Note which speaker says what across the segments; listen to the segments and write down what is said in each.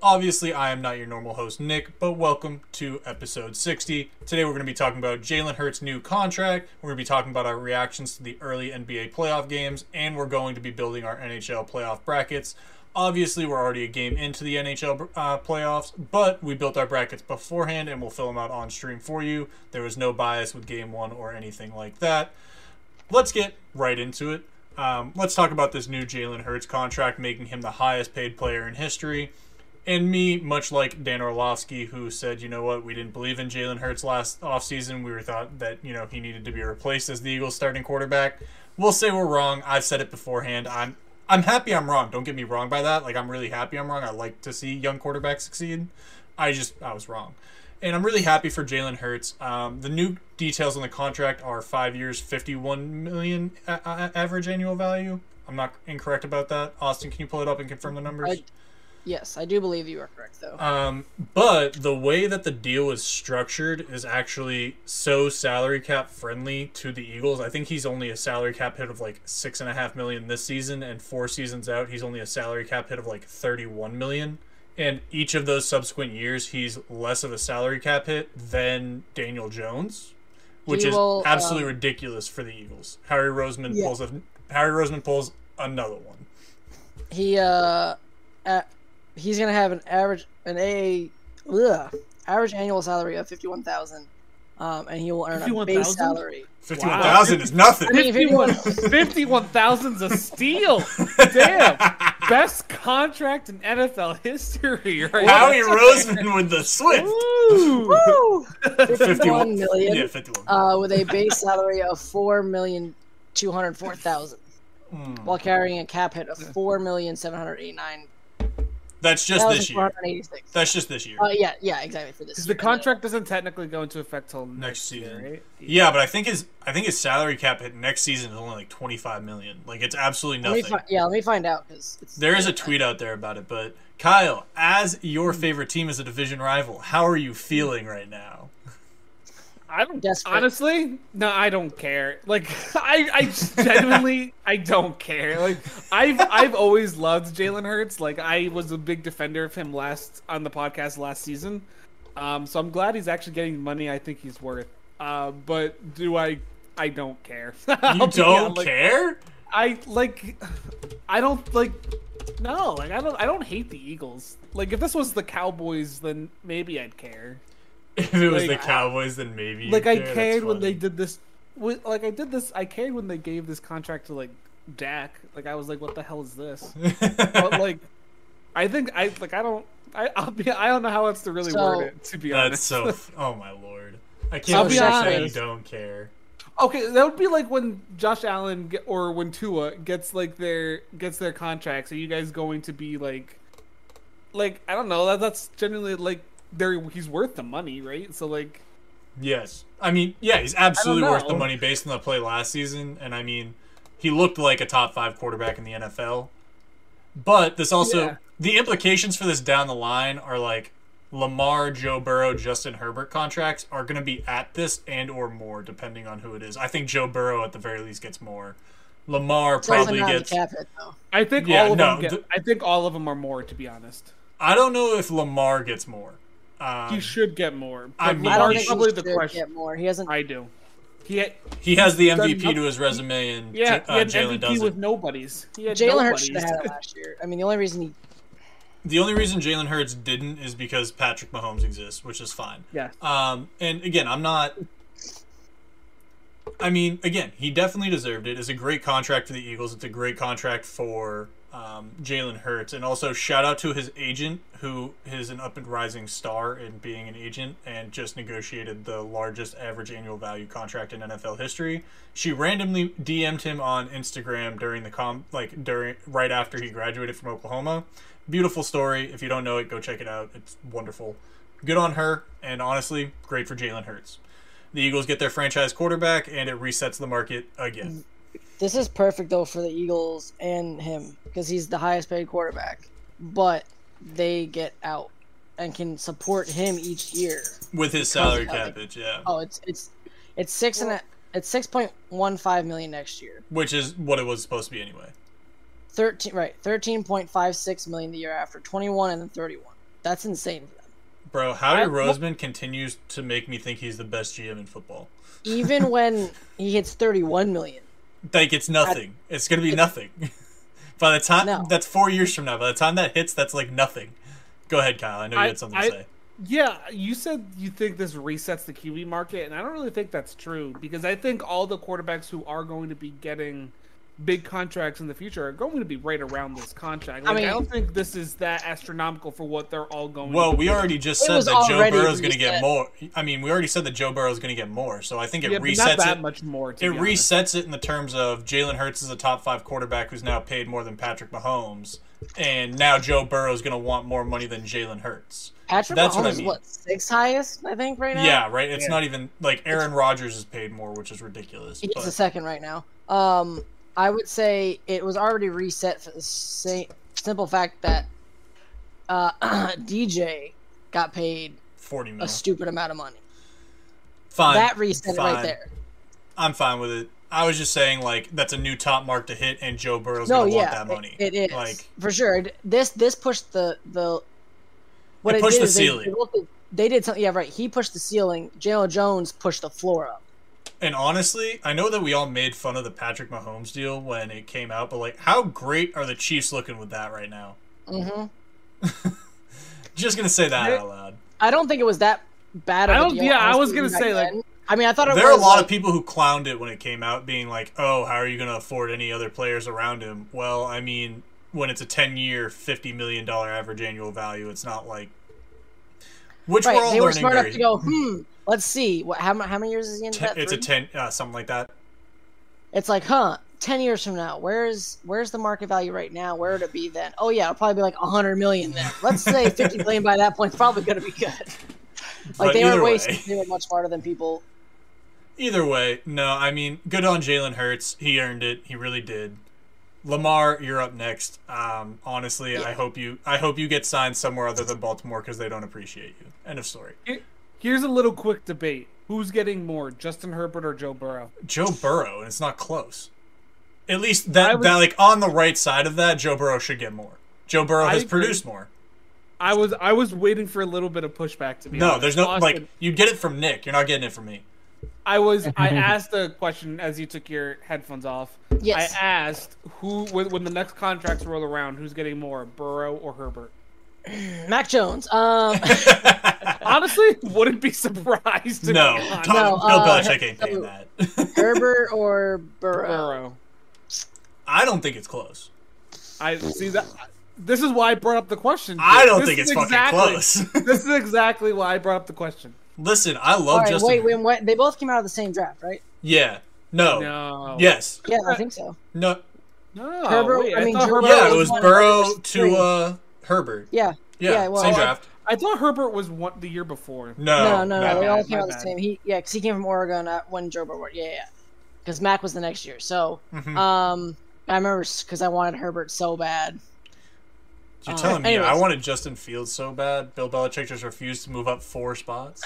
Speaker 1: Obviously, I am not your normal host, Nick, but welcome to episode 60. Today, we're going to be talking about Jalen Hurts' new contract. We're going to be talking about our reactions to the early NBA playoff games, and we're going to be building our NHL playoff brackets. Obviously, we're already a game into the NHL uh, playoffs, but we built our brackets beforehand and we'll fill them out on stream for you. There was no bias with game one or anything like that let's get right into it. Um, let's talk about this new Jalen Hurts contract, making him the highest paid player in history. And me, much like Dan Orlovsky, who said, you know what, we didn't believe in Jalen Hurts last offseason. We were thought that, you know, he needed to be replaced as the Eagles starting quarterback. We'll say we're wrong. I've said it beforehand. I'm I'm happy I'm wrong. Don't get me wrong by that. Like I'm really happy I'm wrong. I like to see young quarterbacks succeed. I just I was wrong and I'm really happy for Jalen Hurts. Um, the new details on the contract are five years, 51 million a- a- average annual value. I'm not incorrect about that. Austin, can you pull it up and confirm the numbers?
Speaker 2: I- Yes, I do believe you are correct, though.
Speaker 1: Um, but the way that the deal is structured is actually so salary cap friendly to the Eagles. I think he's only a salary cap hit of like six and a half million this season, and four seasons out, he's only a salary cap hit of like thirty-one million. And each of those subsequent years, he's less of a salary cap hit than Daniel Jones, which
Speaker 2: He
Speaker 1: is
Speaker 2: will,
Speaker 1: absolutely
Speaker 2: um,
Speaker 1: ridiculous for the Eagles. Harry Roseman
Speaker 2: Yeah.
Speaker 1: pulls a, Harry Roseman pulls another one.
Speaker 2: He uh, a he's gonna have an average an a ugh, average annual salary of fifty one thousand, um, and he will earn a base
Speaker 3: 51,000?
Speaker 2: salary.
Speaker 1: Fifty-one thousand is nothing.
Speaker 2: I mean, 51
Speaker 3: 51,000's a steal. Damn. Best contract in NFL history. Right
Speaker 1: Howie Roseman with the Swift.
Speaker 3: Ooh.
Speaker 2: Woo! fifty one million,
Speaker 1: Yeah, 51.
Speaker 2: uh, with a base salary of four million two hundred four thousand,
Speaker 1: Mm.
Speaker 2: while carrying a cap hit of four million seven hundred eighty nine
Speaker 1: That's just
Speaker 2: thousand
Speaker 1: this
Speaker 2: four
Speaker 1: year.
Speaker 2: hundred eighty six.
Speaker 1: That's just this year.
Speaker 2: Uh, yeah, yeah, exactly for this.
Speaker 3: Because
Speaker 2: year.
Speaker 3: the contract doesn't technically go into effect till
Speaker 1: Next
Speaker 3: next,
Speaker 1: season.
Speaker 3: year, right?
Speaker 1: Yeah, but I think his I think his salary cap hit next season is only like 25 million. Like it's absolutely
Speaker 2: Let me
Speaker 1: nothing.
Speaker 2: fi- yeah, let me find out because
Speaker 1: There is a tweet out there about it, but Kyle, as
Speaker 3: Hmm.
Speaker 1: your favorite team is a division rival, how are you feeling right now?
Speaker 3: I don't
Speaker 2: Desperate.
Speaker 3: honestly. No, I don't care. Like I, I genuinely, I don't care. Like I've, I've always loved Jalen Hurts. Like I was a big defender of him last on the podcast last season. Um, so I'm glad he's actually getting the money. I think he's worth. Uh, but do I? I don't care.
Speaker 1: You don't care?
Speaker 3: I like. I don't like. No, like I don't. I don't hate the Eagles. Like if this was the Cowboys, then maybe I'd care
Speaker 1: If it was
Speaker 3: Like,
Speaker 1: the Cowboys, then maybe. you
Speaker 3: like
Speaker 1: care.
Speaker 3: I
Speaker 1: That's
Speaker 3: cared when they
Speaker 1: funny.
Speaker 3: did this. wi- Like I did this. I cared when they gave this contract to like Dak. Like I was like, what the hell is this? but like, I think I like I don't. I I'll be. I don't know how else to really
Speaker 2: So-
Speaker 3: word it. To be
Speaker 1: That's
Speaker 3: honest.
Speaker 1: so. F- oh my lord! I
Speaker 2: I'll
Speaker 1: can't
Speaker 2: be
Speaker 1: believe you're saying you
Speaker 3: honest.
Speaker 1: don't care.
Speaker 3: okay, that would be like when Josh Allen get, or when Tua gets like their gets their contracts. Are you guys going to be like, like I don't know. That, that's generally like they're he's worth the money, right? So like.
Speaker 1: Yes. I mean, yeah, he's absolutely
Speaker 3: know.
Speaker 1: worth the money based on the play last season. And I mean, he looked like a top five quarterback in the NFL. But this also,
Speaker 3: Yeah.
Speaker 1: the implications for this down the line are like Lamar, Joe Burrow, Justin Herbert contracts are going to be at this and or more, depending on who it is. I think Joe Burrow at the very least gets more. Lamar probably gets.
Speaker 2: cap hit though.
Speaker 3: I think
Speaker 1: Yeah,
Speaker 3: all of
Speaker 1: no,
Speaker 3: them. Get,
Speaker 1: th-
Speaker 3: I think all of them are more, to be honest.
Speaker 1: I don't know if Lamar gets more. Um,
Speaker 3: He should get more.
Speaker 1: I
Speaker 3: But
Speaker 1: mean-
Speaker 2: I
Speaker 1: Lamar's
Speaker 2: don't
Speaker 3: Lamar's
Speaker 2: think
Speaker 3: probably
Speaker 2: he
Speaker 3: the
Speaker 2: should
Speaker 3: question.
Speaker 2: get more. He hasn't.
Speaker 3: I do. He had,
Speaker 1: he has the MVP
Speaker 3: nothing.
Speaker 1: to his resume, and
Speaker 3: yeah,
Speaker 1: J-
Speaker 3: he
Speaker 1: uh,
Speaker 3: had an
Speaker 1: Jalen
Speaker 3: MVP
Speaker 1: doesn't.
Speaker 3: with nobodies. He had
Speaker 2: Jalen Hurts
Speaker 3: nobodies.
Speaker 2: should have had it last year. I mean, the only reason he
Speaker 1: The only reason Jalen Hurts didn't is because Patrick Mahomes exists, which is fine.
Speaker 3: Yeah.
Speaker 1: Um, and again, I'm not. I mean, again, he definitely deserved it. It's a great contract for the Eagles. It's a great contract for um, Jalen Hurts, and also shout out to his agent, who is an up and rising star in being an agent, and just negotiated the largest average annual value contract in NFL history. She randomly DM'd him on Instagram during the com, like during right after he graduated from Oklahoma. Beautiful story. If you don't know it, go check it out. It's wonderful good on her, and honestly, great for Jalen Hurts. The Eagles get their franchise quarterback, and it resets the market again.
Speaker 2: this is perfect though for the Eagles and him because he's the highest paid quarterback. But they get out and can support him each year.
Speaker 1: With his salary
Speaker 2: of how
Speaker 1: cap, it, yeah.
Speaker 2: Oh, it's it's it's six and a, it's six point one five million next year.
Speaker 1: Which is what it was supposed to be anyway.
Speaker 2: Thirteen right, thirteen point five six million the year after, twenty one and then thirty one. That's insane.
Speaker 1: Bro, Howie
Speaker 2: I-
Speaker 1: Roseman continues to make me think he's the best GM in football.
Speaker 2: Even when he hits 31 million.
Speaker 1: Like it's nothing. it's gonna be
Speaker 2: it's-
Speaker 1: nothing. by the time
Speaker 2: No.
Speaker 1: that's four years from now. By the time that hits, that's like nothing. Go ahead, Kyle. I know you
Speaker 3: I-
Speaker 1: had something
Speaker 3: I-
Speaker 1: to say.
Speaker 3: Yeah, you said you think this resets the QB market, and I don't really think that's true because I think all the quarterbacks who are going to be getting big contracts in the future are going to be right around this contract.
Speaker 2: I
Speaker 3: Like, I,
Speaker 2: mean-
Speaker 3: don't think this is that astronomical for what they're all going.
Speaker 1: Well,
Speaker 3: to
Speaker 1: we
Speaker 3: be.
Speaker 1: already just
Speaker 2: It
Speaker 1: said
Speaker 2: was
Speaker 1: that Joe
Speaker 2: already
Speaker 1: Burrow's going to
Speaker 2: reset.
Speaker 1: get more. I mean, we already said that Joe Burrow's going to get more. So I think it
Speaker 3: yeah, but not
Speaker 1: resets
Speaker 3: that
Speaker 1: it.
Speaker 3: much more. To
Speaker 1: It
Speaker 3: be honest.
Speaker 1: resets it in the terms of Jalen Hurts is a top five quarterback who's now paid more than Patrick Mahomes, and now Joe Burrow's going to want more money than Jalen Hurts.
Speaker 2: Patrick
Speaker 1: That's
Speaker 2: Mahomes
Speaker 1: what I
Speaker 2: is
Speaker 1: mean.
Speaker 2: what, sixth highest, I think, right now?
Speaker 1: Yeah, right. It's
Speaker 3: Yeah.
Speaker 1: not even like Aaron Rodgers is paid more, which is ridiculous.
Speaker 2: He's
Speaker 1: but-
Speaker 2: the second right now. Um, I would say it was already reset for the same, simple fact that uh, DJ got paid
Speaker 1: forty
Speaker 2: a
Speaker 1: million.
Speaker 2: stupid amount of money.
Speaker 1: Mm. Fine.
Speaker 2: that reset it right
Speaker 1: fine.
Speaker 2: there.
Speaker 1: I'm fine with it. I was just saying like that's a new top mark to hit, and Joe Burrow's
Speaker 2: No,
Speaker 1: gonna
Speaker 2: yeah,
Speaker 1: want that
Speaker 2: it-
Speaker 1: money.
Speaker 2: it is
Speaker 1: Like
Speaker 2: for sure. It- This this pushed the the what
Speaker 1: It
Speaker 2: it,
Speaker 1: pushed
Speaker 2: did
Speaker 1: the
Speaker 2: is they-
Speaker 1: ceiling.
Speaker 2: They, looked at- they did something. Yeah, right. He pushed the ceiling. Jalen Jones pushed the floor up.
Speaker 1: And honestly, I know that we all made fun of the Patrick Mahomes deal when it came out, but like, how great are the Chiefs looking with that right now?
Speaker 2: hmm
Speaker 1: Just gonna say that
Speaker 3: They-
Speaker 1: out loud.
Speaker 2: I don't think it was that bad. Of
Speaker 3: I
Speaker 2: a
Speaker 3: don't-
Speaker 2: deal,
Speaker 3: yeah, I was
Speaker 2: honestly,
Speaker 3: gonna
Speaker 2: back
Speaker 3: say, like-
Speaker 2: then. I mean, I thought it
Speaker 1: There are a
Speaker 2: was
Speaker 1: lot
Speaker 2: like,
Speaker 1: of people who clowned it when it came out, being like, "Oh, how are you gonna afford any other players around him?" Well, I mean, when it's a ten-year, fifty million dollar average annual value, it's not like which
Speaker 2: right.
Speaker 1: we're all
Speaker 2: they were
Speaker 1: learning.
Speaker 2: smart enough
Speaker 1: very-
Speaker 2: to go. Hmm. Let's see. What? How, mu- how many years is he into
Speaker 1: ten-
Speaker 2: that?
Speaker 1: it's a
Speaker 2: three?
Speaker 1: ten, uh, something like that.
Speaker 2: it's like, huh? Ten years from now, where's where's the market value right now? Where would it be then? Oh yeah, it'll probably be like hundred million then. Let's say fifty million by that point. Probably gonna be good. Like
Speaker 1: But
Speaker 2: they
Speaker 1: either
Speaker 2: were
Speaker 1: way.
Speaker 2: way, they were much smarter than people.
Speaker 1: Either way, no, I mean, good on Jalen Hurts. He earned it. He really did. Lamar, you're up next. Um, honestly, I
Speaker 2: Yeah.
Speaker 1: hope you I hope you get signed somewhere other than Baltimore because they don't appreciate you. End of story.
Speaker 3: Here- Here's a little quick debate: Who's getting more, Justin Herbert or Joe Burrow?
Speaker 1: Joe Burrow, and it's not close. At least
Speaker 3: I
Speaker 1: that,
Speaker 3: would-
Speaker 1: that like on the right side of that, Joe Burrow should get more. Joe Burrow
Speaker 3: I
Speaker 1: has
Speaker 3: agree.
Speaker 1: produced more.
Speaker 3: I was I was waiting for a little bit of pushback to be.
Speaker 1: No,
Speaker 3: honest.
Speaker 1: there's no like
Speaker 3: Austin,
Speaker 1: you get it from Nick. You're not getting it from me.
Speaker 3: I was I asked a question as you took your headphones off.
Speaker 2: Yes.
Speaker 3: I asked who when, when the next contracts roll around, who's getting more, Burrow or Herbert?
Speaker 2: Mac Jones. Um,
Speaker 3: Honestly, wouldn't be surprised. to
Speaker 1: No,
Speaker 3: be honest.
Speaker 1: Tom,
Speaker 2: No,
Speaker 1: Bill
Speaker 2: uh,
Speaker 1: Belichick ain't paying that.
Speaker 2: Herbert or Burrow.
Speaker 3: Burrow.
Speaker 1: I don't think it's close.
Speaker 3: I see that. This is why I brought up the question.
Speaker 1: I don't
Speaker 3: This
Speaker 1: think
Speaker 3: is
Speaker 1: it's fucking
Speaker 3: exactly-
Speaker 1: close.
Speaker 3: this is exactly why I brought up the question.
Speaker 1: Listen, I love
Speaker 2: All right,
Speaker 1: Justin.
Speaker 2: wait,
Speaker 1: Herbert.
Speaker 2: wait, wait. They both came out of the same draft, right?
Speaker 1: Yeah. No.
Speaker 3: No.
Speaker 1: Yes.
Speaker 2: Yeah, I think so.
Speaker 1: No.
Speaker 3: No.
Speaker 2: Herbert-
Speaker 3: wait,
Speaker 2: I mean,
Speaker 3: thought
Speaker 2: Joe
Speaker 3: Herbert
Speaker 1: Yeah,
Speaker 2: Burrow
Speaker 1: it was
Speaker 2: was one of the
Speaker 1: Burrow
Speaker 2: first
Speaker 1: to
Speaker 2: three.
Speaker 1: uh Herbert.
Speaker 2: Yeah.
Speaker 1: Yeah.
Speaker 2: Yeah, it was.
Speaker 1: same
Speaker 2: Oh, I-
Speaker 1: draft.
Speaker 3: I thought Herbert was one the year before.
Speaker 1: No.
Speaker 2: No, no, no.
Speaker 3: Oh, my
Speaker 2: they all
Speaker 3: bad,
Speaker 2: came
Speaker 3: my
Speaker 2: out the
Speaker 3: bad.
Speaker 2: same. He, yeah, because he came from Oregon uh, when Joe Burrow. Yeah, yeah. Because Mac was the next year. So,
Speaker 3: Hmm.
Speaker 1: Mhm.
Speaker 2: um, I remember because I wanted Herbert so bad.
Speaker 1: You're
Speaker 2: uh,
Speaker 1: telling me I
Speaker 2: anyways.
Speaker 1: wanted Justin Fields so bad. Bill Belichick just refused to move up four spots.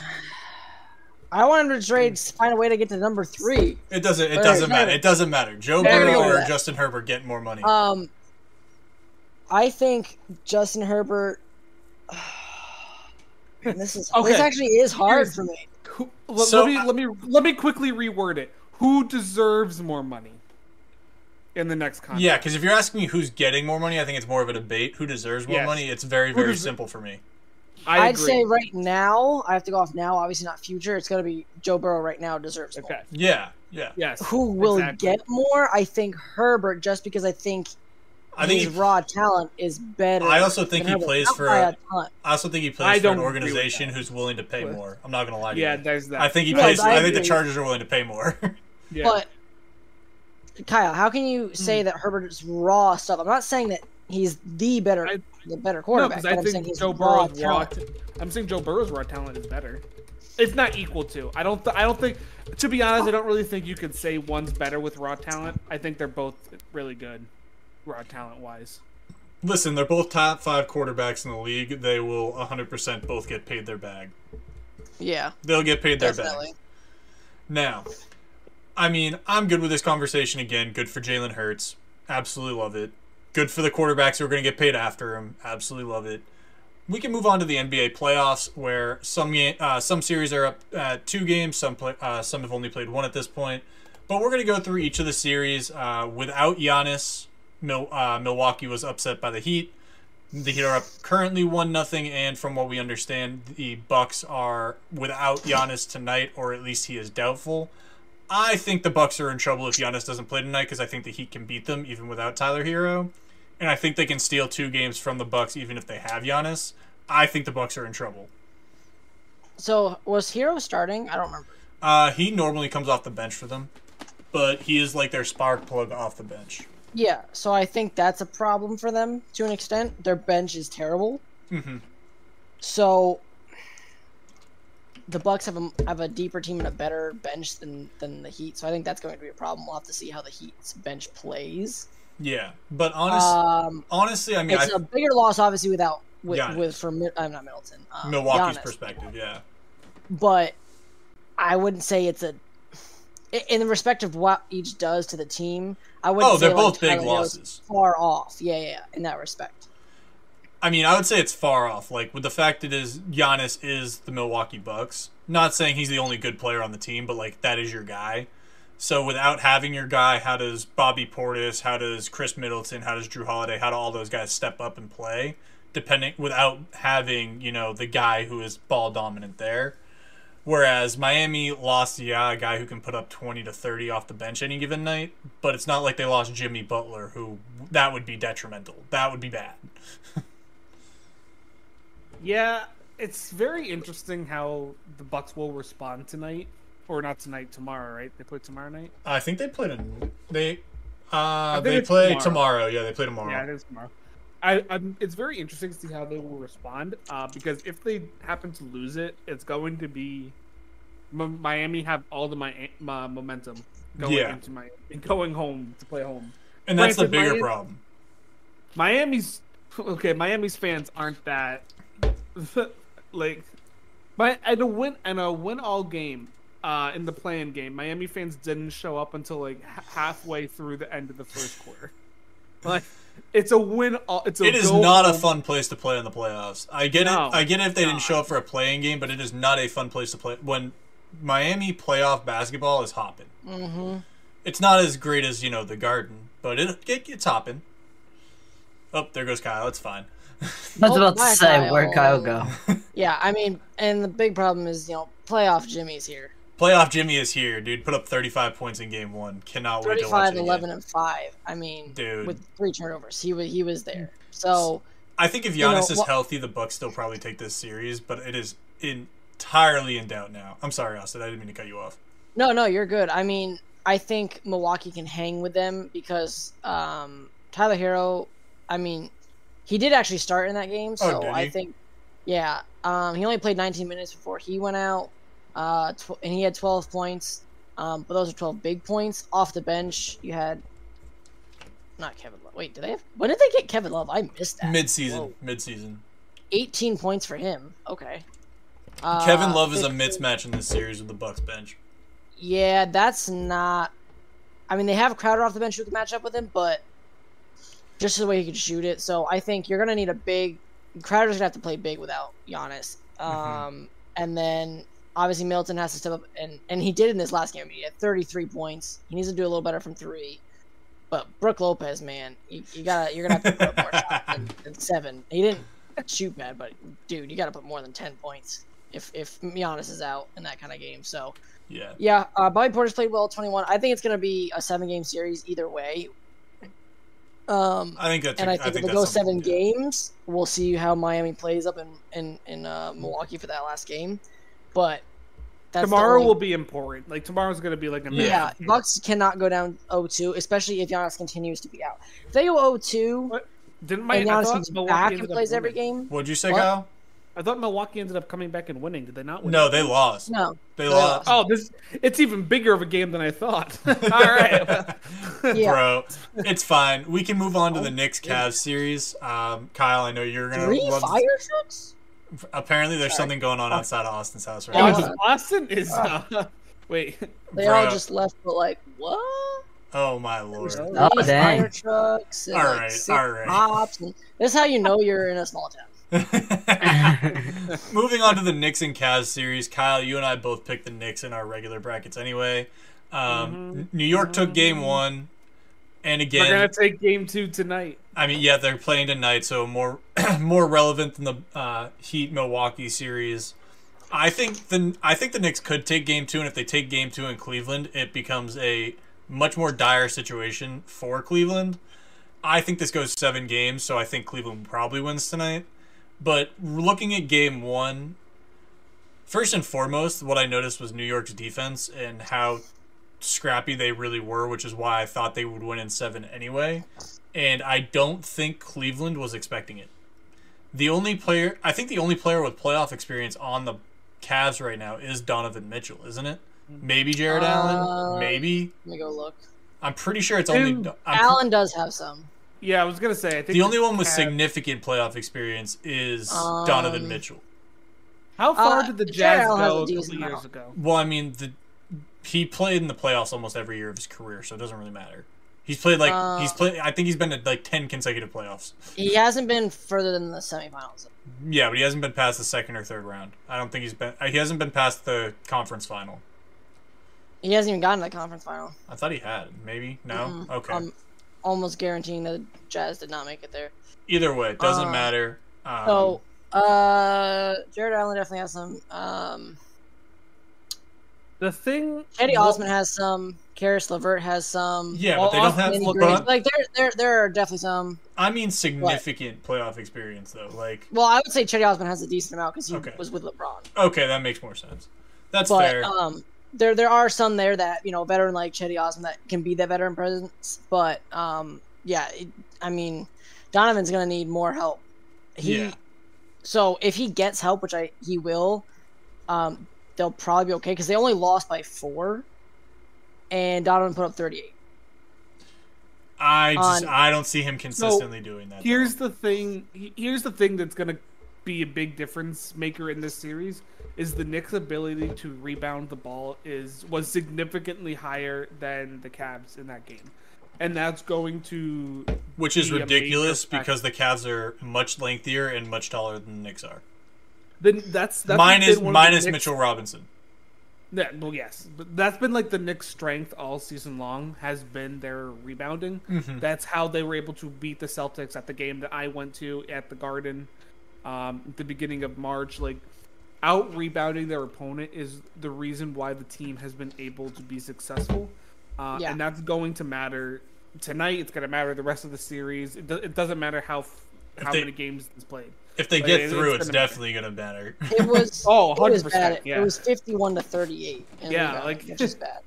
Speaker 2: I wanted to
Speaker 3: Hmm.
Speaker 2: trade, find a way to get to number three.
Speaker 1: It doesn't. It
Speaker 2: Right,
Speaker 1: doesn't
Speaker 2: right.
Speaker 1: matter. It doesn't matter. Joe
Speaker 2: There you
Speaker 1: Burrow
Speaker 2: go.
Speaker 1: or Justin Herbert getting more money.
Speaker 2: Um, I think Justin Herbert. Man, this is this
Speaker 3: Okay.
Speaker 2: actually is hard
Speaker 3: Here's-
Speaker 2: for me.
Speaker 3: Who, l-
Speaker 1: So,
Speaker 3: let me
Speaker 1: I-
Speaker 3: let me let me quickly reword it. Who deserves more money in the next contract?
Speaker 1: yeah, because if you're asking me who's getting more money, I think it's more of a debate. Who deserves more
Speaker 3: Yes.
Speaker 1: money? It's very, very
Speaker 3: does-
Speaker 1: simple for me.
Speaker 3: I
Speaker 2: I'd
Speaker 3: agree.
Speaker 2: say right now, I have to go off now. Obviously not future. It's gonna be Joe Burrow right now deserves more.
Speaker 3: Okay.
Speaker 1: Yeah, yeah.
Speaker 3: Yes.
Speaker 2: Who will
Speaker 3: exactly.
Speaker 2: get more? I think Herbert, just because I think
Speaker 1: I think
Speaker 2: his
Speaker 1: he
Speaker 2: raw talent is better.
Speaker 1: I also think
Speaker 2: than
Speaker 1: he
Speaker 2: Herbert.
Speaker 1: plays
Speaker 2: Not
Speaker 1: for
Speaker 2: by
Speaker 1: a-
Speaker 2: a ton.
Speaker 1: I also think he
Speaker 3: I
Speaker 1: plays for
Speaker 3: don't
Speaker 1: an
Speaker 3: agree with
Speaker 1: organization who's willing to pay
Speaker 3: But-
Speaker 1: more. I'm not gonna lie to
Speaker 3: Yeah,
Speaker 1: you.
Speaker 3: there's that.
Speaker 1: I think he
Speaker 2: Yes,
Speaker 1: plays.
Speaker 2: I
Speaker 1: I, think the
Speaker 2: agree.
Speaker 1: Chargers are willing to pay more.
Speaker 3: Yeah.
Speaker 2: But Kyle, how can
Speaker 1: Hmm.
Speaker 2: you say that Herbert's raw stuff? I'm not saying that he's the better
Speaker 3: I-
Speaker 2: the better
Speaker 3: no,
Speaker 2: quarterback.
Speaker 3: because I
Speaker 2: but I'm saying
Speaker 3: think
Speaker 2: he's
Speaker 3: Joe
Speaker 2: raw
Speaker 3: Burrow's raw.
Speaker 2: talent.
Speaker 3: T- I'm saying Joe Burrow's raw talent is better. It's not equal to. I don't. Th- I don't think. To be honest, I don't really think you could say one's better with raw talent. I think they're both really good, raw talent wise.
Speaker 1: Listen, they're both top five quarterbacks in the league. They will 100% both get paid their bag.
Speaker 2: Yeah,
Speaker 1: They'll get paid their
Speaker 2: definitely.
Speaker 1: bag. Now, I mean, I'm good with this conversation again. Good for Jalen Hurts. Absolutely love it. Good for the quarterbacks who are going to get paid after him. Absolutely love it. we can move on to the NBA playoffs, where some ga- uh, some series are up uh, two games, some play, uh, some have only played one at this point. But we're going to go through each of the series uh, without Giannis. Mil- uh, Milwaukee was upset by the Heat. The Heat are up currently one nothing, and from what we understand, the Bucks are without Giannis tonight, or at least he is doubtful. I think the Bucks are in trouble if Giannis doesn't play tonight because I think the Heat can beat them even without Tyler Hero, and I think they can steal two games from the Bucks even if they have Giannis. I think the Bucks are in trouble.
Speaker 2: So was Hero starting? I don't remember.
Speaker 1: Uh, he normally comes off the bench for them, but he is like their spark plug off the bench.
Speaker 2: Yeah, so I think that's a problem for them to an extent. Their bench is terrible.
Speaker 1: Mhm.
Speaker 2: So the Bucks have a have a deeper team and a better bench than than the Heat. So I think that's going to be a problem. We'll have to see how the Heat's bench plays.
Speaker 1: Yeah, but honest,
Speaker 2: Um,
Speaker 1: honestly, I mean,
Speaker 2: it's
Speaker 1: I,
Speaker 2: a bigger loss, obviously, without with
Speaker 1: Giannis.
Speaker 2: with from Mi- I'm not Middleton, um,
Speaker 1: Milwaukee's
Speaker 2: Giannis.
Speaker 1: perspective, yeah,
Speaker 2: But I wouldn't say it's a i- in the respect of what each does to the team. I wouldn't.
Speaker 1: Oh, they're
Speaker 2: say, like,
Speaker 1: both big
Speaker 2: Tyler Hero's
Speaker 1: losses.
Speaker 2: Far off, yeah, yeah, yeah, in that respect.
Speaker 1: I mean, I would say it's far off. Like with the fact that is Giannis is the Milwaukee Bucks. Not saying he's the only good player on the team, but like that is your guy. So without having your guy, how does Bobby Portis, how does Chris Middleton, how does Drew Holiday, how do all those guys step up and play? Depending without having you know the guy who is ball dominant there. Whereas Miami lost, yeah, a guy who can put up 20 to 30 off the bench any given night, but it's not like they lost Jimmy Butler, who that would be detrimental. That would be bad.
Speaker 3: Yeah, it's very interesting how the Bucks will respond tonight, or not tonight, tomorrow. Right? They play tomorrow night.
Speaker 1: I think they played in they uh
Speaker 3: think
Speaker 1: they
Speaker 3: it's
Speaker 1: play tomorrow.
Speaker 3: tomorrow.
Speaker 1: Yeah, they play tomorrow.
Speaker 3: Yeah, it is tomorrow. I, I'm, it's very interesting to see how they will respond uh, because if they happen to lose it, it's going to be M- Miami have all the Mi- uh, momentum going
Speaker 1: Yeah.
Speaker 3: into Miami, going home to play home.
Speaker 1: and that's the
Speaker 3: Granted,
Speaker 1: bigger
Speaker 3: Miami-
Speaker 1: problem.
Speaker 3: Miami's okay. Miami's fans aren't that like, but at a win and a win all game uh, in the playing game, Miami fans didn't show up until like h- halfway through the end of the first quarter. Like, it's a win all. It's a
Speaker 1: It is
Speaker 3: go
Speaker 1: not a
Speaker 3: home-
Speaker 1: fun place to play in the playoffs. I get
Speaker 3: No,
Speaker 1: it. I get it if they didn't
Speaker 3: not.
Speaker 1: show up for a playing game, but it is not a fun place to play when Miami playoff basketball is hopping.
Speaker 2: Mm-hmm.
Speaker 1: It's not as great as you know the Garden, but it, it it's hopping. Oh, there goes Kyle. It's fine.
Speaker 4: I was
Speaker 2: Oh,
Speaker 4: about
Speaker 2: my
Speaker 4: to say where Kyle
Speaker 2: Kyle.
Speaker 4: go.
Speaker 2: Yeah, I mean, and the big problem is you know playoff Jimmy's here.
Speaker 1: Playoff Jimmy is here, dude. Put up 35 points in game one. Cannot wait to watch
Speaker 2: 35,
Speaker 1: it. again.
Speaker 2: 11, and five. I mean,
Speaker 1: Dude.
Speaker 2: with three turnovers, he was he was there. So
Speaker 1: I think if Giannis
Speaker 2: You know,
Speaker 1: is
Speaker 2: wha-
Speaker 1: healthy, the Bucks still probably take this series, but it is entirely in doubt now. I'm sorry, Austin. I didn't mean to cut you off.
Speaker 2: no, no, you're good. I mean, I think Milwaukee can hang with them because um, Tyler Hero. I mean, he did actually start in that game, so
Speaker 1: Oh, did he?
Speaker 2: I think yeah. Um, he only played 19 minutes before he went out, uh, tw- and he had 12 points. Um, but those are 12 big points off the bench. You had not Kevin Love. Wait, did they have? When did they get Kevin Love? I missed that.
Speaker 1: Mid-season,
Speaker 2: Uh, Whoa.
Speaker 1: mid-season.
Speaker 2: 18 points for him. Okay. Uh,
Speaker 1: Kevin Love is a
Speaker 2: 15
Speaker 1: mismatch in this series with the Bucks bench.
Speaker 2: Yeah, that's not. I mean, they have Crowder off the bench who can match up with him, but just the way he can shoot it. So I think you're gonna need a big. Crowder's gonna have to play big without Giannis. Um, and then obviously Milton has to step up, and and he did in this last game. I mean, He had 33 points. He needs to do a little better from three. But Brooke Lopez, man, you, you gotta you're gonna have to put up more shots than, than seven. He didn't shoot bad, but dude, you gotta put more than 10 points if if Giannis is out in that kind of game. So.
Speaker 1: Yeah.
Speaker 2: Yeah, uh, Bobby Porter's played well, twenty one. I think it's gonna be a seven game series either way. Um,
Speaker 1: I think that's
Speaker 2: and
Speaker 1: I
Speaker 2: I think, if it
Speaker 1: that's
Speaker 2: goes seven
Speaker 1: something- yeah.
Speaker 2: games, we'll see how Miami plays up in in, in uh, Milwaukee for that last game. But that's the
Speaker 3: tomorrow
Speaker 2: only-
Speaker 3: will be important. Like tomorrow's gonna be like a
Speaker 1: Yeah.
Speaker 2: yeah,
Speaker 3: massive game.
Speaker 2: Bucks cannot go down 0-2, especially if Giannis continues to be out. If they go 0-2
Speaker 3: What? Didn't my
Speaker 2: and
Speaker 3: I
Speaker 2: Giannis
Speaker 3: thought
Speaker 2: comes
Speaker 3: Milwaukee
Speaker 2: back and
Speaker 3: ended up
Speaker 2: plays every
Speaker 3: winning.
Speaker 2: game,
Speaker 1: What'd you say,
Speaker 2: What?
Speaker 1: Kyle?
Speaker 3: I thought Milwaukee ended up coming back and winning. Did they not win?
Speaker 1: No, they lost.
Speaker 2: no,
Speaker 1: They
Speaker 2: they
Speaker 1: lost.
Speaker 3: Oh, this it's even bigger of a game than I thought. All right.
Speaker 2: yeah, Oh,
Speaker 1: Bro, it's fine. We can move on to the Knicks Cavs series. Um, Kyle, I know you're gonna
Speaker 2: three
Speaker 1: love.
Speaker 2: fire Oh. trucks.
Speaker 1: Apparently, there's something going on outside of Austin's house right
Speaker 2: Yeah.
Speaker 1: now.
Speaker 2: Uh,
Speaker 3: Austin is uh, wait.
Speaker 2: They
Speaker 1: Bruh.
Speaker 2: all just left, but like what?
Speaker 1: Oh my lord.
Speaker 4: Oh,
Speaker 2: These
Speaker 4: dang.
Speaker 2: Fire trucks. And
Speaker 1: All
Speaker 2: like
Speaker 1: right,
Speaker 2: six
Speaker 1: all right.
Speaker 2: cops and- this is how you know you're in a small town.
Speaker 1: Moving on to the Knicks and Cavs series, Kyle, you and I both picked the Knicks in our regular brackets anyway. Um, N- New York took game one, and
Speaker 3: Mm-hmm. We're gonna
Speaker 1: again,
Speaker 3: take game two tonight.
Speaker 1: I mean, yeah, they're playing tonight, so more more relevant than the uh, Heat Milwaukee series. I think the I think the Knicks could take game two, and if they take game two in Cleveland, it becomes a much more dire situation for Cleveland. I think this goes seven games, so I think Cleveland probably wins tonight. But looking at game one, first and foremost, what I noticed was New York's defense and how scrappy they really were, which is why I thought they would win in seven anyway. And I don't think Cleveland was expecting it. The only player, I think the only player with playoff experience on the Cavs right now is Donovan Mitchell, isn't it? Maybe Jared Allen.
Speaker 2: Uh,
Speaker 1: Maybe.
Speaker 2: Let me go look.
Speaker 1: I'm pretty sure it's
Speaker 3: Dude,
Speaker 1: only. I'm,
Speaker 2: Allen does have some.
Speaker 3: Yeah, I was gonna say. I think
Speaker 1: the only one with
Speaker 3: Cavs-
Speaker 1: significant playoff experience is Donovan
Speaker 2: Um,
Speaker 1: Mitchell.
Speaker 3: How far
Speaker 2: Uh,
Speaker 3: did the
Speaker 2: Jared
Speaker 3: Jazz
Speaker 2: Allen has a
Speaker 3: go a
Speaker 2: decent
Speaker 3: couple years
Speaker 2: amount.
Speaker 3: ago?
Speaker 1: Well, I mean, the he played in the playoffs almost every year of his career, so it doesn't really matter. He's played like
Speaker 2: Uh,
Speaker 1: he's played. I think he's been to like ten consecutive playoffs.
Speaker 2: He hasn't been further than the semifinals.
Speaker 1: Yeah, but he hasn't been past the second or third round. I don't think he's been. uh, He hasn't been past the conference final.
Speaker 2: He hasn't even gotten to the conference final.
Speaker 1: I thought he had. Maybe no.
Speaker 2: Mm-mm.
Speaker 1: Okay.
Speaker 2: I'm almost guaranteeing that Jazz did not make it there.
Speaker 1: Either way, it doesn't
Speaker 2: uh,
Speaker 1: matter. Um,
Speaker 2: So, uh, Jared Allen definitely has some. Um,
Speaker 3: The thing.
Speaker 2: Kenny
Speaker 3: Well,
Speaker 2: Osman has some. Karis LeVert has some.
Speaker 1: Um, yeah,
Speaker 3: well,
Speaker 1: but they don't
Speaker 3: Austin
Speaker 1: have.
Speaker 2: Danny
Speaker 1: but
Speaker 2: Green-
Speaker 1: I-
Speaker 2: Like there, there, there are definitely some.
Speaker 1: I mean, significant playoff experience though. Like,
Speaker 2: Well, I would say Chetty Osman has a decent amount because he
Speaker 1: Okay.
Speaker 2: was with LeBron.
Speaker 1: okay, that makes more sense. That's
Speaker 2: but
Speaker 1: fair.
Speaker 2: um, there there are some there that you know, a veteran like Chetty Osman that can be that veteran presence. But um, yeah, it, I mean, Donovan's gonna need more help. He,
Speaker 1: Yeah.
Speaker 2: So if he gets help, which I he will, um, they'll probably be okay because they only lost by four, and Donovan put up thirty eight.
Speaker 1: I just
Speaker 2: on-
Speaker 1: I don't see him consistently doing that.
Speaker 3: Here's the thing. he- Here's the thing that's gonna be a big difference maker in this series is the Knicks' ability to rebound the ball is was significantly higher than the Cavs in that game, and that's going to
Speaker 1: Which is
Speaker 3: be a major
Speaker 1: ridiculous
Speaker 3: factor.
Speaker 1: because the Cavs are much lengthier and much taller than the Knicks are.
Speaker 3: then that's that's
Speaker 1: minus
Speaker 3: been one of the
Speaker 1: minus
Speaker 3: Knicks-
Speaker 1: Mitchell Robinson.
Speaker 3: Yeah, well, yes, but that's been like the Knicks' strength all season long has been their rebounding.
Speaker 1: Mm-hmm.
Speaker 3: That's how they were able to beat the Celtics at the game that I went to at the Garden, um, at the beginning of March. Like out rebounding their opponent is the reason why the team has been able to be successful, uh,
Speaker 2: Yeah.
Speaker 3: and that's going to matter tonight. It's going to matter the rest of the series. It, do- it doesn't matter how f- how
Speaker 1: they-
Speaker 3: many games is played.
Speaker 1: If they
Speaker 3: Like,
Speaker 1: get
Speaker 3: it-
Speaker 1: through, it's,
Speaker 3: it's gonna matter.
Speaker 1: definitely going to matter.
Speaker 2: It was
Speaker 3: Oh,
Speaker 2: it was
Speaker 3: 100%,
Speaker 2: bad.
Speaker 3: yeah.
Speaker 2: It was fifty-one to thirty-eight. in
Speaker 3: Yeah,
Speaker 2: rebounding,
Speaker 3: like-
Speaker 2: which is bad.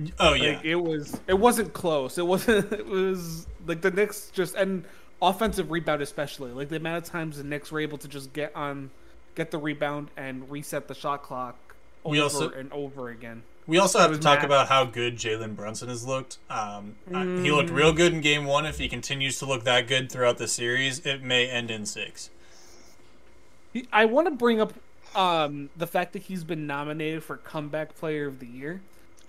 Speaker 1: oh yeah,
Speaker 3: Like it was it wasn't close. It wasn't it was like the Knicks just and offensive rebound especially. Like the amount of times the Knicks were able to just get on get the rebound and reset the shot clock over
Speaker 1: We also-
Speaker 3: and over again.
Speaker 1: we also have to
Speaker 3: was
Speaker 1: talk
Speaker 3: mad.
Speaker 1: about how good Jalen Brunson has looked. Um, I- He looked
Speaker 2: Mm.
Speaker 1: real good in Game One. If he continues to look that good throughout the series, it may end in six.
Speaker 3: I want to bring up um the fact that he's been nominated for comeback player of the year.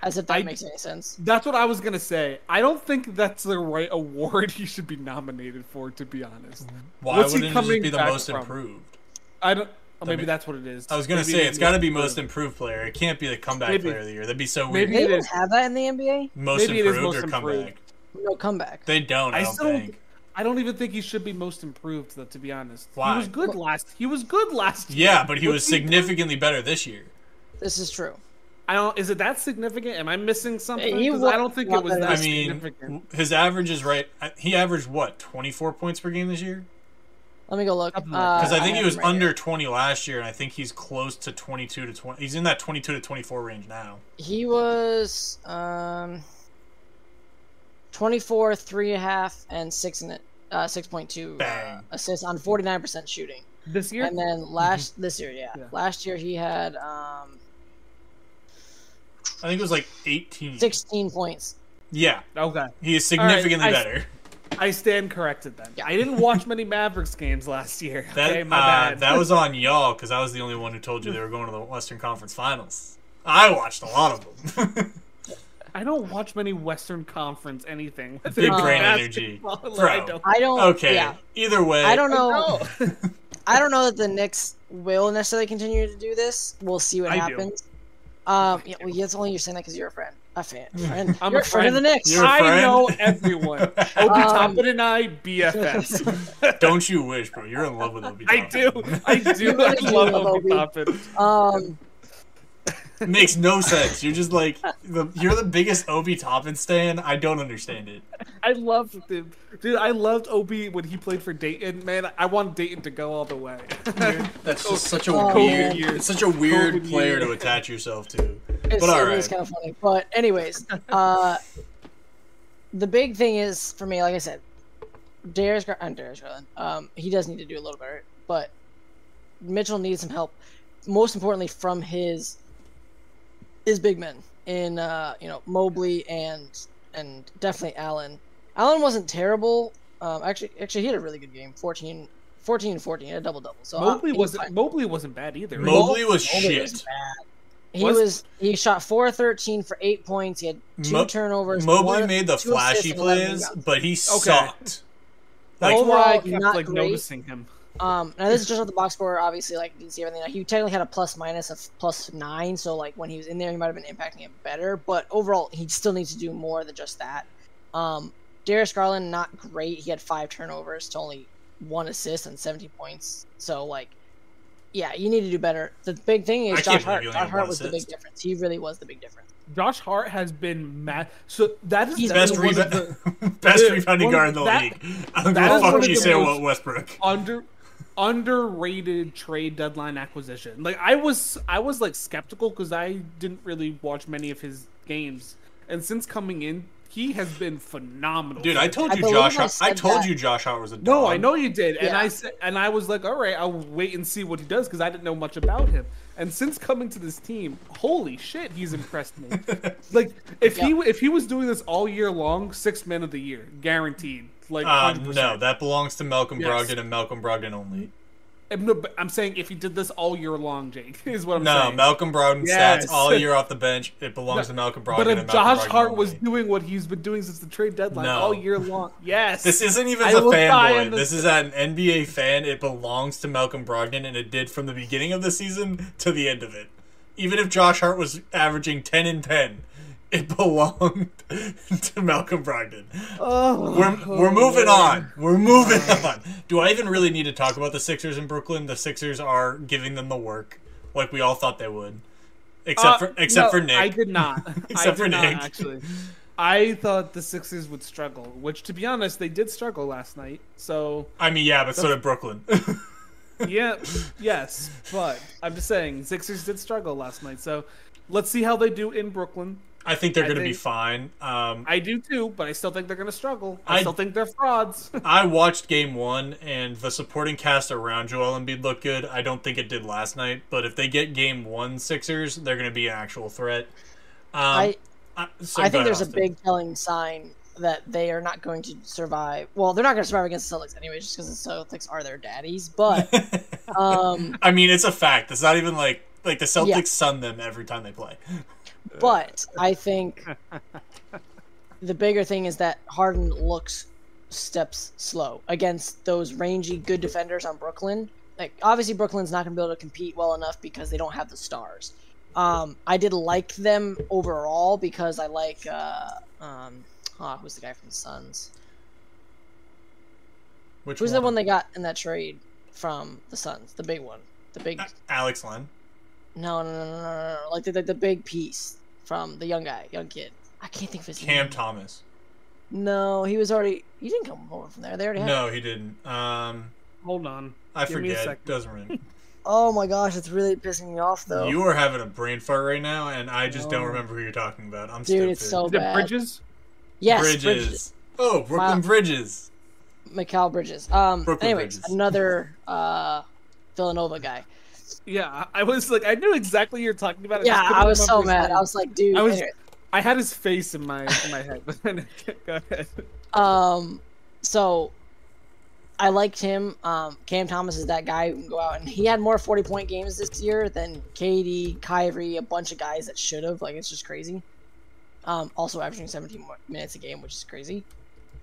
Speaker 2: As if that
Speaker 3: I-
Speaker 2: makes any sense.
Speaker 3: That's what I was going to say. I don't think that's the right award he should be nominated for to be honest.
Speaker 1: Why
Speaker 3: What's he
Speaker 1: wouldn't it just
Speaker 3: coming
Speaker 1: be the
Speaker 3: back
Speaker 1: most
Speaker 3: from?
Speaker 1: improved?
Speaker 3: I don't oh, maybe
Speaker 1: mean-
Speaker 3: that's what it is.
Speaker 1: I was going to
Speaker 3: Maybe
Speaker 1: say
Speaker 3: it
Speaker 1: it's
Speaker 3: is
Speaker 1: got to be
Speaker 3: improved.
Speaker 1: most improved player. It can't be the comeback
Speaker 3: Maybe.
Speaker 1: player of the year. That'd be so weird.
Speaker 3: Maybe
Speaker 2: They
Speaker 3: it
Speaker 2: don't
Speaker 3: is.
Speaker 2: have that in the NBA.
Speaker 1: most
Speaker 3: maybe it is
Speaker 1: improved
Speaker 3: most
Speaker 1: or
Speaker 3: improved.
Speaker 1: comeback?
Speaker 2: No comeback.
Speaker 1: They don't. I,
Speaker 3: I
Speaker 1: don't
Speaker 3: still don't
Speaker 1: think.
Speaker 3: I don't even think he should be most improved, though. To be honest,
Speaker 1: Why?
Speaker 3: he was good last. He was good last. year.
Speaker 1: Yeah, but he was
Speaker 3: What's he doing?
Speaker 1: significantly better this year.
Speaker 2: this is true.
Speaker 3: I don't. Is it that significant? Am I missing something?
Speaker 2: He
Speaker 3: 'Cause
Speaker 2: wa-
Speaker 3: I don't think it
Speaker 2: not
Speaker 3: was
Speaker 2: that-
Speaker 3: that
Speaker 1: I mean,
Speaker 3: significant.
Speaker 1: w- his average is right. I- He averaged what twenty four points per game this year?
Speaker 2: Let me go look.
Speaker 3: Something like
Speaker 1: Because
Speaker 2: Uh,
Speaker 1: I think he
Speaker 2: have
Speaker 1: was
Speaker 2: him right
Speaker 1: under
Speaker 2: here.
Speaker 1: twenty last year, and I think he's close to twenty two to twenty. He's in that twenty two to twenty four range now.
Speaker 2: He was um, 24, three and a half, and six and uh, six point two uh,
Speaker 1: Bang.
Speaker 2: assists on forty nine percent shooting.
Speaker 3: This year,
Speaker 2: And then last this year, yeah.
Speaker 3: Mm-hmm. Yeah.
Speaker 2: last year he had um,
Speaker 1: I think it was like eighteen.
Speaker 2: sixteen points.
Speaker 1: Yeah,
Speaker 3: okay.
Speaker 1: he is significantly
Speaker 3: I-
Speaker 1: better.
Speaker 3: I stand corrected then.
Speaker 2: Yeah.
Speaker 3: I didn't watch many Mavericks games last year.
Speaker 1: That
Speaker 3: okay, my
Speaker 1: uh,
Speaker 3: bad.
Speaker 1: that was on y'all because I was the only one who told you they were going to the Western Conference Finals. I watched a lot of them.
Speaker 3: I don't watch many Western Conference anything.
Speaker 1: Big
Speaker 2: brain
Speaker 3: Basketball,
Speaker 1: energy.
Speaker 3: like,
Speaker 1: Bro.
Speaker 3: I don't.
Speaker 2: I don't.
Speaker 1: okay.
Speaker 2: Oh, Yeah,
Speaker 1: Either way,
Speaker 2: I don't know.
Speaker 3: No.
Speaker 2: I don't know that the Knicks will necessarily continue to do this. We'll see what
Speaker 3: I do.
Speaker 2: happens. Um, yeah, well, that's only you're saying that because you're a friend, a fan. Friend.
Speaker 3: I'm
Speaker 2: you're
Speaker 3: a friend.
Speaker 2: of the Knicks.
Speaker 1: You're a
Speaker 3: I
Speaker 1: friend?
Speaker 3: know everyone. Obi
Speaker 2: Um,
Speaker 3: Toppin and I BFFs.
Speaker 1: Don't you wish, bro? You're in love with Obi.
Speaker 3: I do. I do. I
Speaker 2: really
Speaker 3: love
Speaker 2: love Obi.
Speaker 3: Obi Toppin.
Speaker 2: Um,
Speaker 1: It makes no sense. You're just like the, you're the biggest Obi Toppin stan. I don't understand it.
Speaker 3: I loved him, dude. I loved Obi when he played for Dayton. Man, I want Dayton to go all the way.
Speaker 1: That's just such a
Speaker 2: Oh,
Speaker 1: weird.
Speaker 3: man.
Speaker 1: It's such a weird
Speaker 3: Covid
Speaker 1: player
Speaker 3: year.
Speaker 1: to attach yourself to.
Speaker 2: it's,
Speaker 1: But all
Speaker 2: it is
Speaker 1: right.
Speaker 2: kind of funny. But anyways, uh, the big thing is for me, like I said, Darius Gar- I'm Darius Garland. Um, he does need to do a little better, but Mitchell needs some help. Most importantly, from his his big men in uh, you know Mobley and and definitely Allen. Allen wasn't terrible. Um, actually, actually he had a really good game. 14, 14 and fourteen. He had a double double. So uh,
Speaker 3: Mobley
Speaker 2: he's
Speaker 3: wasn't.
Speaker 2: fine.
Speaker 3: Mobley wasn't bad either. right?
Speaker 1: Mobley was
Speaker 2: Mobley was
Speaker 1: shit.
Speaker 2: He
Speaker 3: Was-
Speaker 2: was, he shot four of thirteen for eight points. He had two
Speaker 1: Mo-
Speaker 2: turnovers.
Speaker 1: Mobley
Speaker 2: one-
Speaker 1: made the
Speaker 2: two assists,
Speaker 1: flashy
Speaker 2: and eleven
Speaker 1: plays,
Speaker 2: rebounds.
Speaker 1: but he sucked. Like,
Speaker 3: Overall, I
Speaker 2: Overall,
Speaker 3: kept
Speaker 2: not
Speaker 3: like
Speaker 2: great.
Speaker 3: noticing him.
Speaker 2: Um, now this is just off the box score. Obviously, like you can see everything. Like, he technically had a plus minus of plus nine. So like when he was in there, he might have been impacting it better. But overall, he still needs to do more than just that. Um, Darius Garland not great. He had five turnovers to only one assist and seventy points. So like, yeah, you need to do better. The big thing
Speaker 1: I
Speaker 2: is
Speaker 1: can't
Speaker 2: Josh Hart.
Speaker 1: believe you only
Speaker 2: Josh
Speaker 1: had
Speaker 2: Hart
Speaker 1: one
Speaker 2: was the big
Speaker 1: assist.
Speaker 2: difference. He really was the big difference.
Speaker 3: Josh Hart has been mad. So that is
Speaker 2: He's
Speaker 3: definitely
Speaker 1: best
Speaker 3: one of
Speaker 1: rebound,
Speaker 3: the
Speaker 1: best
Speaker 3: Dude,
Speaker 1: rebounding
Speaker 3: one of
Speaker 1: guard in the
Speaker 3: that-
Speaker 1: league. I don't give
Speaker 3: that
Speaker 1: a fuck
Speaker 3: is one
Speaker 1: what
Speaker 3: of
Speaker 1: you
Speaker 3: the
Speaker 1: say
Speaker 3: most-
Speaker 1: about Westbrook.
Speaker 3: under underrated trade deadline acquisition. Like I was, I was like skeptical because I didn't really watch many of his games, and since coming in, he has been phenomenal.
Speaker 1: Dude, I told
Speaker 2: I
Speaker 1: you
Speaker 2: believe
Speaker 1: Josh.
Speaker 2: I
Speaker 1: Hart- I
Speaker 2: said
Speaker 1: told
Speaker 2: that.
Speaker 1: you Josh Hart was a dog.
Speaker 3: No, I know you did, and
Speaker 2: Yeah.
Speaker 3: I said, and I was like, all right, I'll wait and see what he does because I didn't know much about him. And since coming to this team, holy shit, he's impressed me. like if he
Speaker 2: Yeah.
Speaker 3: if he was doing this all year long, six men of the year, guaranteed. Like
Speaker 1: Uh,
Speaker 3: 100%.
Speaker 1: no, that belongs to Malcolm
Speaker 3: Yes.
Speaker 1: Brogdon and Malcolm Brogdon only.
Speaker 3: I'm, no, but I'm saying if he did this all year long, Jake is what I'm
Speaker 1: No,
Speaker 3: saying.
Speaker 1: Malcolm Brogdon
Speaker 3: Yes.
Speaker 1: stats all year off the bench. It belongs
Speaker 3: No,
Speaker 1: to Malcolm Brogdon.
Speaker 3: But if
Speaker 1: and Malcolm
Speaker 3: Josh
Speaker 1: Brogdon
Speaker 3: Hart
Speaker 1: only.
Speaker 3: was doing what he's been doing since the trade deadline
Speaker 1: No.
Speaker 3: all year long, yes,
Speaker 1: This isn't even
Speaker 3: I
Speaker 1: a
Speaker 3: will die on
Speaker 1: fanboy.
Speaker 3: this-
Speaker 1: This is an NBA fan. It belongs to Malcolm Brogdon, and it did from the beginning of the season to the end of it. Even if Josh Hart was averaging 10 and 10, it belonged to Malcolm Brogdon.
Speaker 3: Oh,
Speaker 1: We're, we're moving
Speaker 3: Lord.
Speaker 1: on. We're moving on. Do I even really need to talk about the Sixers in Brooklyn? The Sixers are giving them the work like we all thought they would. Except
Speaker 3: Uh,
Speaker 1: for except
Speaker 3: no,
Speaker 1: for Nick.
Speaker 3: I did not. I
Speaker 1: Except
Speaker 3: did
Speaker 1: for
Speaker 3: not,
Speaker 1: Nick.
Speaker 3: actually. I thought the Sixers would struggle, which, to be honest, they did struggle last night. So,
Speaker 1: I mean, yeah, but so did Brooklyn.
Speaker 3: yeah, yes, but I'm just saying, Sixers did struggle last night. So, let's see how they do in Brooklyn.
Speaker 1: I think they're
Speaker 3: I
Speaker 1: going to be
Speaker 3: think-
Speaker 1: fine. Um,
Speaker 3: I do too, but I still think they're going to struggle. I,
Speaker 1: I-
Speaker 3: still think they're frauds.
Speaker 1: I watched game one, and the supporting cast around Joel Embiid looked good. I don't think it did last night, but if they get game one Sixers, they're going to be an actual threat. Um,
Speaker 2: I
Speaker 1: I, so
Speaker 2: I
Speaker 1: go
Speaker 2: think
Speaker 1: ahead,
Speaker 2: there's a
Speaker 1: Austin.
Speaker 2: big telling sign that they are not going to survive. Well, they're not going to survive against the Celtics anyway, just because the Celtics are their daddies. But um,
Speaker 1: I mean, it's a fact. It's not even like like the Celtics
Speaker 2: Yeah.
Speaker 1: sun them every time they play.
Speaker 2: but I think the bigger thing is that Harden looks steps slow against those rangy good defenders on Brooklyn. Like obviously Brooklyn's not going to be able to compete well enough because they don't have the stars. Um, I did like them overall because I like uh, um, ah, who's the guy from the Suns?
Speaker 1: Which
Speaker 2: Who's the one they got in that trade from the Suns? The big one. The big.
Speaker 1: A- Uh, Alex Len.
Speaker 2: No, no, no, no, no, no. no. Like the, the, the big piece from the young guy, young kid. I can't think of his
Speaker 1: Cam
Speaker 2: name.
Speaker 1: Thomas.
Speaker 2: No, he was already. You didn't come over from there. They already had.
Speaker 1: No, he didn't. Um,
Speaker 3: Hold on.
Speaker 1: I
Speaker 3: Give me a
Speaker 1: forget.
Speaker 3: second.
Speaker 1: Doesn't really.
Speaker 2: Oh my gosh, it's really pissing me off though.
Speaker 1: You are having a brain fart right now, and I just don't
Speaker 2: No.
Speaker 1: remember who you're talking about. I'm stupid.
Speaker 2: Dude, it's so
Speaker 3: Is it
Speaker 2: bad.
Speaker 3: Bridges?
Speaker 2: Yes,
Speaker 1: Bridges.
Speaker 2: Bridges.
Speaker 1: Oh, Brooklyn
Speaker 2: Wow.
Speaker 1: Bridges.
Speaker 2: Mikal Bridges. Um.
Speaker 1: Brooklyn
Speaker 2: anyways,
Speaker 1: Bridges.
Speaker 2: another uh, Villanova guy.
Speaker 3: Yeah, I- I was like, I knew exactly you were talking about.
Speaker 2: Yeah,
Speaker 3: just
Speaker 2: I
Speaker 3: couldn't
Speaker 2: was so
Speaker 3: remember his
Speaker 2: mad.
Speaker 3: name.
Speaker 2: I was like, dude.
Speaker 3: I was-
Speaker 2: anyway.
Speaker 3: I had his face in my in my head, but then go ahead.
Speaker 2: Um, so I liked him. Um, Cam Thomas is that guy who can go out and he had more forty point games this year than Katie, Kyrie, a bunch of guys that should have. Like it's just crazy. Um, also averaging seventeen mo- minutes a game, which is crazy.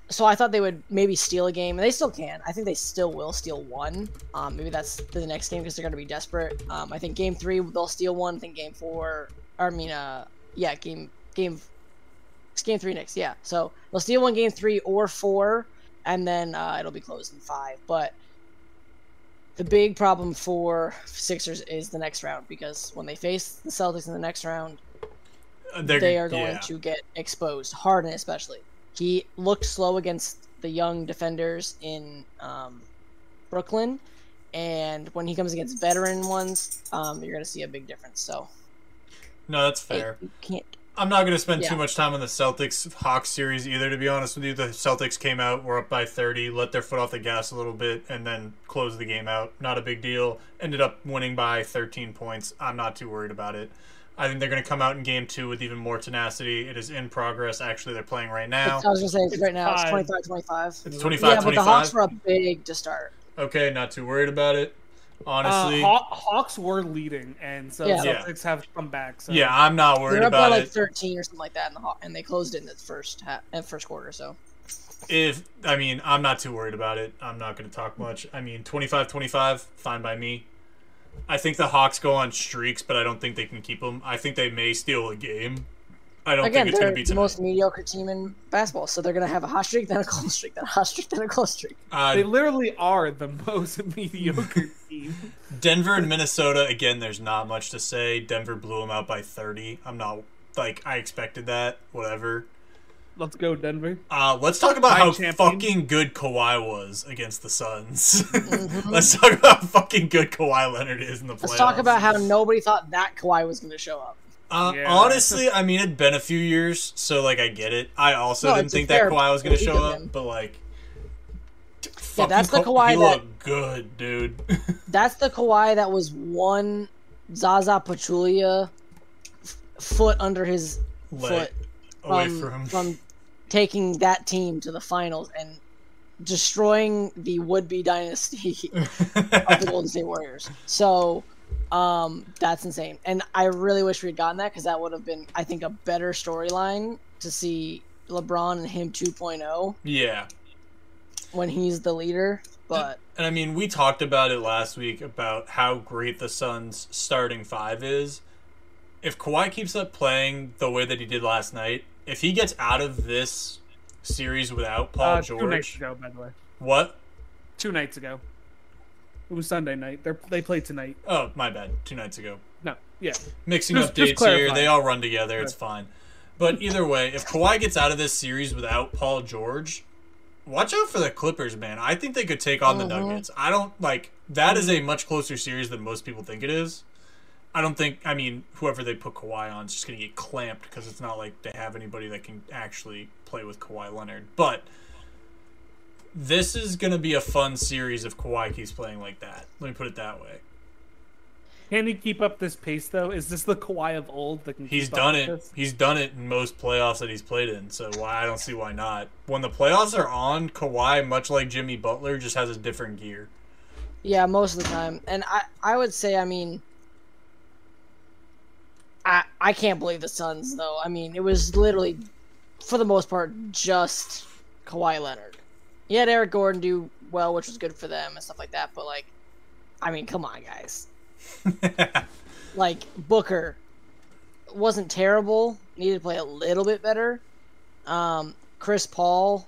Speaker 2: so I thought they would maybe steal a game, and they still can. I think they still will steal one. Um, maybe that's the next game because they're going to be desperate. Um, I think game three they'll steal one. I think game four, or I mean, uh, yeah, game game it's game three next. Yeah, so they'll steal one game three or four, and then uh, it'll be closed in five. But the big problem for Sixers is the next round because when they face the Celtics in the next round,
Speaker 1: Uh, they're-
Speaker 2: they are going
Speaker 1: yeah.
Speaker 2: to get exposed. Harden especially. He looked slow against the young defenders in um, Brooklyn, and when he comes against veteran ones, um, you're going to see a big difference. So
Speaker 1: No, that's
Speaker 2: it-
Speaker 1: fair.
Speaker 2: you can't.
Speaker 1: I'm not going to spend
Speaker 2: Yeah.
Speaker 1: too much time on the Celtics Hawks series either, to be honest with you. The Celtics came out, were up by 30, let their foot off the gas a little bit, and then closed the game out. Not a big deal. Ended up winning by 13 points. I'm not too worried about it. I think they're going to come out in game two with even more tenacity. It is in progress. Actually, they're playing right now.
Speaker 2: I was going to say it's
Speaker 3: It's
Speaker 2: right now
Speaker 3: five.
Speaker 2: it's 25-25.
Speaker 1: It's
Speaker 2: Yeah,
Speaker 1: 25
Speaker 2: but the Hawks
Speaker 1: 25.
Speaker 2: were up big to start.
Speaker 1: Okay, not too worried about it.
Speaker 3: Uh,
Speaker 1: Honestly.
Speaker 3: Haw- Hawks were leading, and so
Speaker 2: Yeah.
Speaker 1: Yeah.
Speaker 3: Celtics have come back. So.
Speaker 1: yeah, I'm not
Speaker 2: They
Speaker 1: worried
Speaker 2: were up by
Speaker 1: about
Speaker 2: like
Speaker 1: it.
Speaker 2: 13 or something like that, in the Haw- and they closed it in the first half, in first quarter. So
Speaker 1: if I mean, I'm not too worried about it. I'm not going to talk much. I mean, 25-25, fine by me. I think the Hawks go on streaks, but I don't think they can keep them. I think they may steal a game. I don't
Speaker 2: again,
Speaker 1: think it's going
Speaker 2: they're
Speaker 1: to be
Speaker 2: the
Speaker 1: tonight.
Speaker 2: most mediocre team in basketball, so they're gonna have a hot streak, then a cold streak, then a hot streak, then a cold streak.
Speaker 1: uh,
Speaker 3: They literally are the most mediocre team.
Speaker 1: Denver and Minnesota again. There's not much to say. Denver blew them out by 30. I'm not like I expected that. Whatever.
Speaker 3: Let's go, Denver.
Speaker 1: Uh, let's talk about how
Speaker 3: Champion.
Speaker 1: fucking good Kawhi was against the Suns.
Speaker 2: Mm-hmm.
Speaker 1: let's talk about how fucking good Kawhi Leonard is in the playoffs.
Speaker 2: Let's talk about how nobody thought that Kawhi was gonna show up.
Speaker 1: Uh,
Speaker 3: Yeah.
Speaker 1: Honestly, I mean, it'd been a few years, so like I get it. I also
Speaker 2: No,
Speaker 1: didn't
Speaker 2: it's a
Speaker 1: think that
Speaker 2: fair
Speaker 1: Kawhi was going to
Speaker 2: critique
Speaker 1: show
Speaker 2: of
Speaker 1: up,
Speaker 2: him.
Speaker 1: but like, t-
Speaker 2: Yeah, that's
Speaker 1: fucking
Speaker 2: the
Speaker 1: Ka-
Speaker 2: Kawhi
Speaker 1: He
Speaker 2: that-
Speaker 1: looked good, dude.
Speaker 2: That's the Kawhi that was one Zaza Pachulia f- foot under his
Speaker 1: like
Speaker 2: foot um,
Speaker 1: away
Speaker 2: from,
Speaker 1: from.
Speaker 2: from taking that team to the finals and destroying the would-be dynasty of the Golden State Warriors. So um, that's insane. And I really wish we had gotten that because that would have been, I think, a better storyline to see LeBron and him 2.0
Speaker 1: yeah,
Speaker 2: when he's the leader. But
Speaker 1: and I mean, we talked about it last week about how great the Suns' starting five is. If Kawhi keeps up playing the way that he did last night, if he gets out of this series without Paul
Speaker 3: Uh, Two nights
Speaker 1: George,
Speaker 3: ago, by the way.
Speaker 1: what?
Speaker 3: Two nights ago. It was Sunday night. They're, they played tonight.
Speaker 1: Oh, my bad. Two nights ago.
Speaker 3: No, yeah.
Speaker 1: mixing
Speaker 3: Just-
Speaker 1: up dates
Speaker 3: just
Speaker 1: here.
Speaker 3: clarifying.
Speaker 1: They all run together. It's fine. But either way, if Kawhi gets out of this series without Paul George, watch out for the Clippers, man. I think they could take on the
Speaker 3: Mm-hmm.
Speaker 1: Nuggets. I don't like that is a much closer series than most people think it is. I don't think. I mean, whoever they put Kawhi on is just going to get clamped because it's not like they have anybody that can actually play with Kawhi Leonard. But this is going to be a fun series if Kawhi keeps playing like that. Let me put it that way.
Speaker 3: Can he keep up this pace though? Is this the Kawhi of old that can?
Speaker 1: He's
Speaker 3: keep up
Speaker 1: done it.
Speaker 3: with this?
Speaker 1: He's done it in most playoffs that he's played in. So why I don't see why not. When the playoffs are on, Kawhi, much like Jimmy Butler, just has a different gear.
Speaker 2: yeah, most of the time. And I, I would say, I mean, I, I can't believe the Suns, though. I mean, it was literally, for the most part, just Kawhi Leonard. He had Eric Gordon do well, which was good for them and stuff like that. But, like, I mean, come on, guys. like Booker wasn't terrible. Needed to play a little bit better. Um, Chris Paul,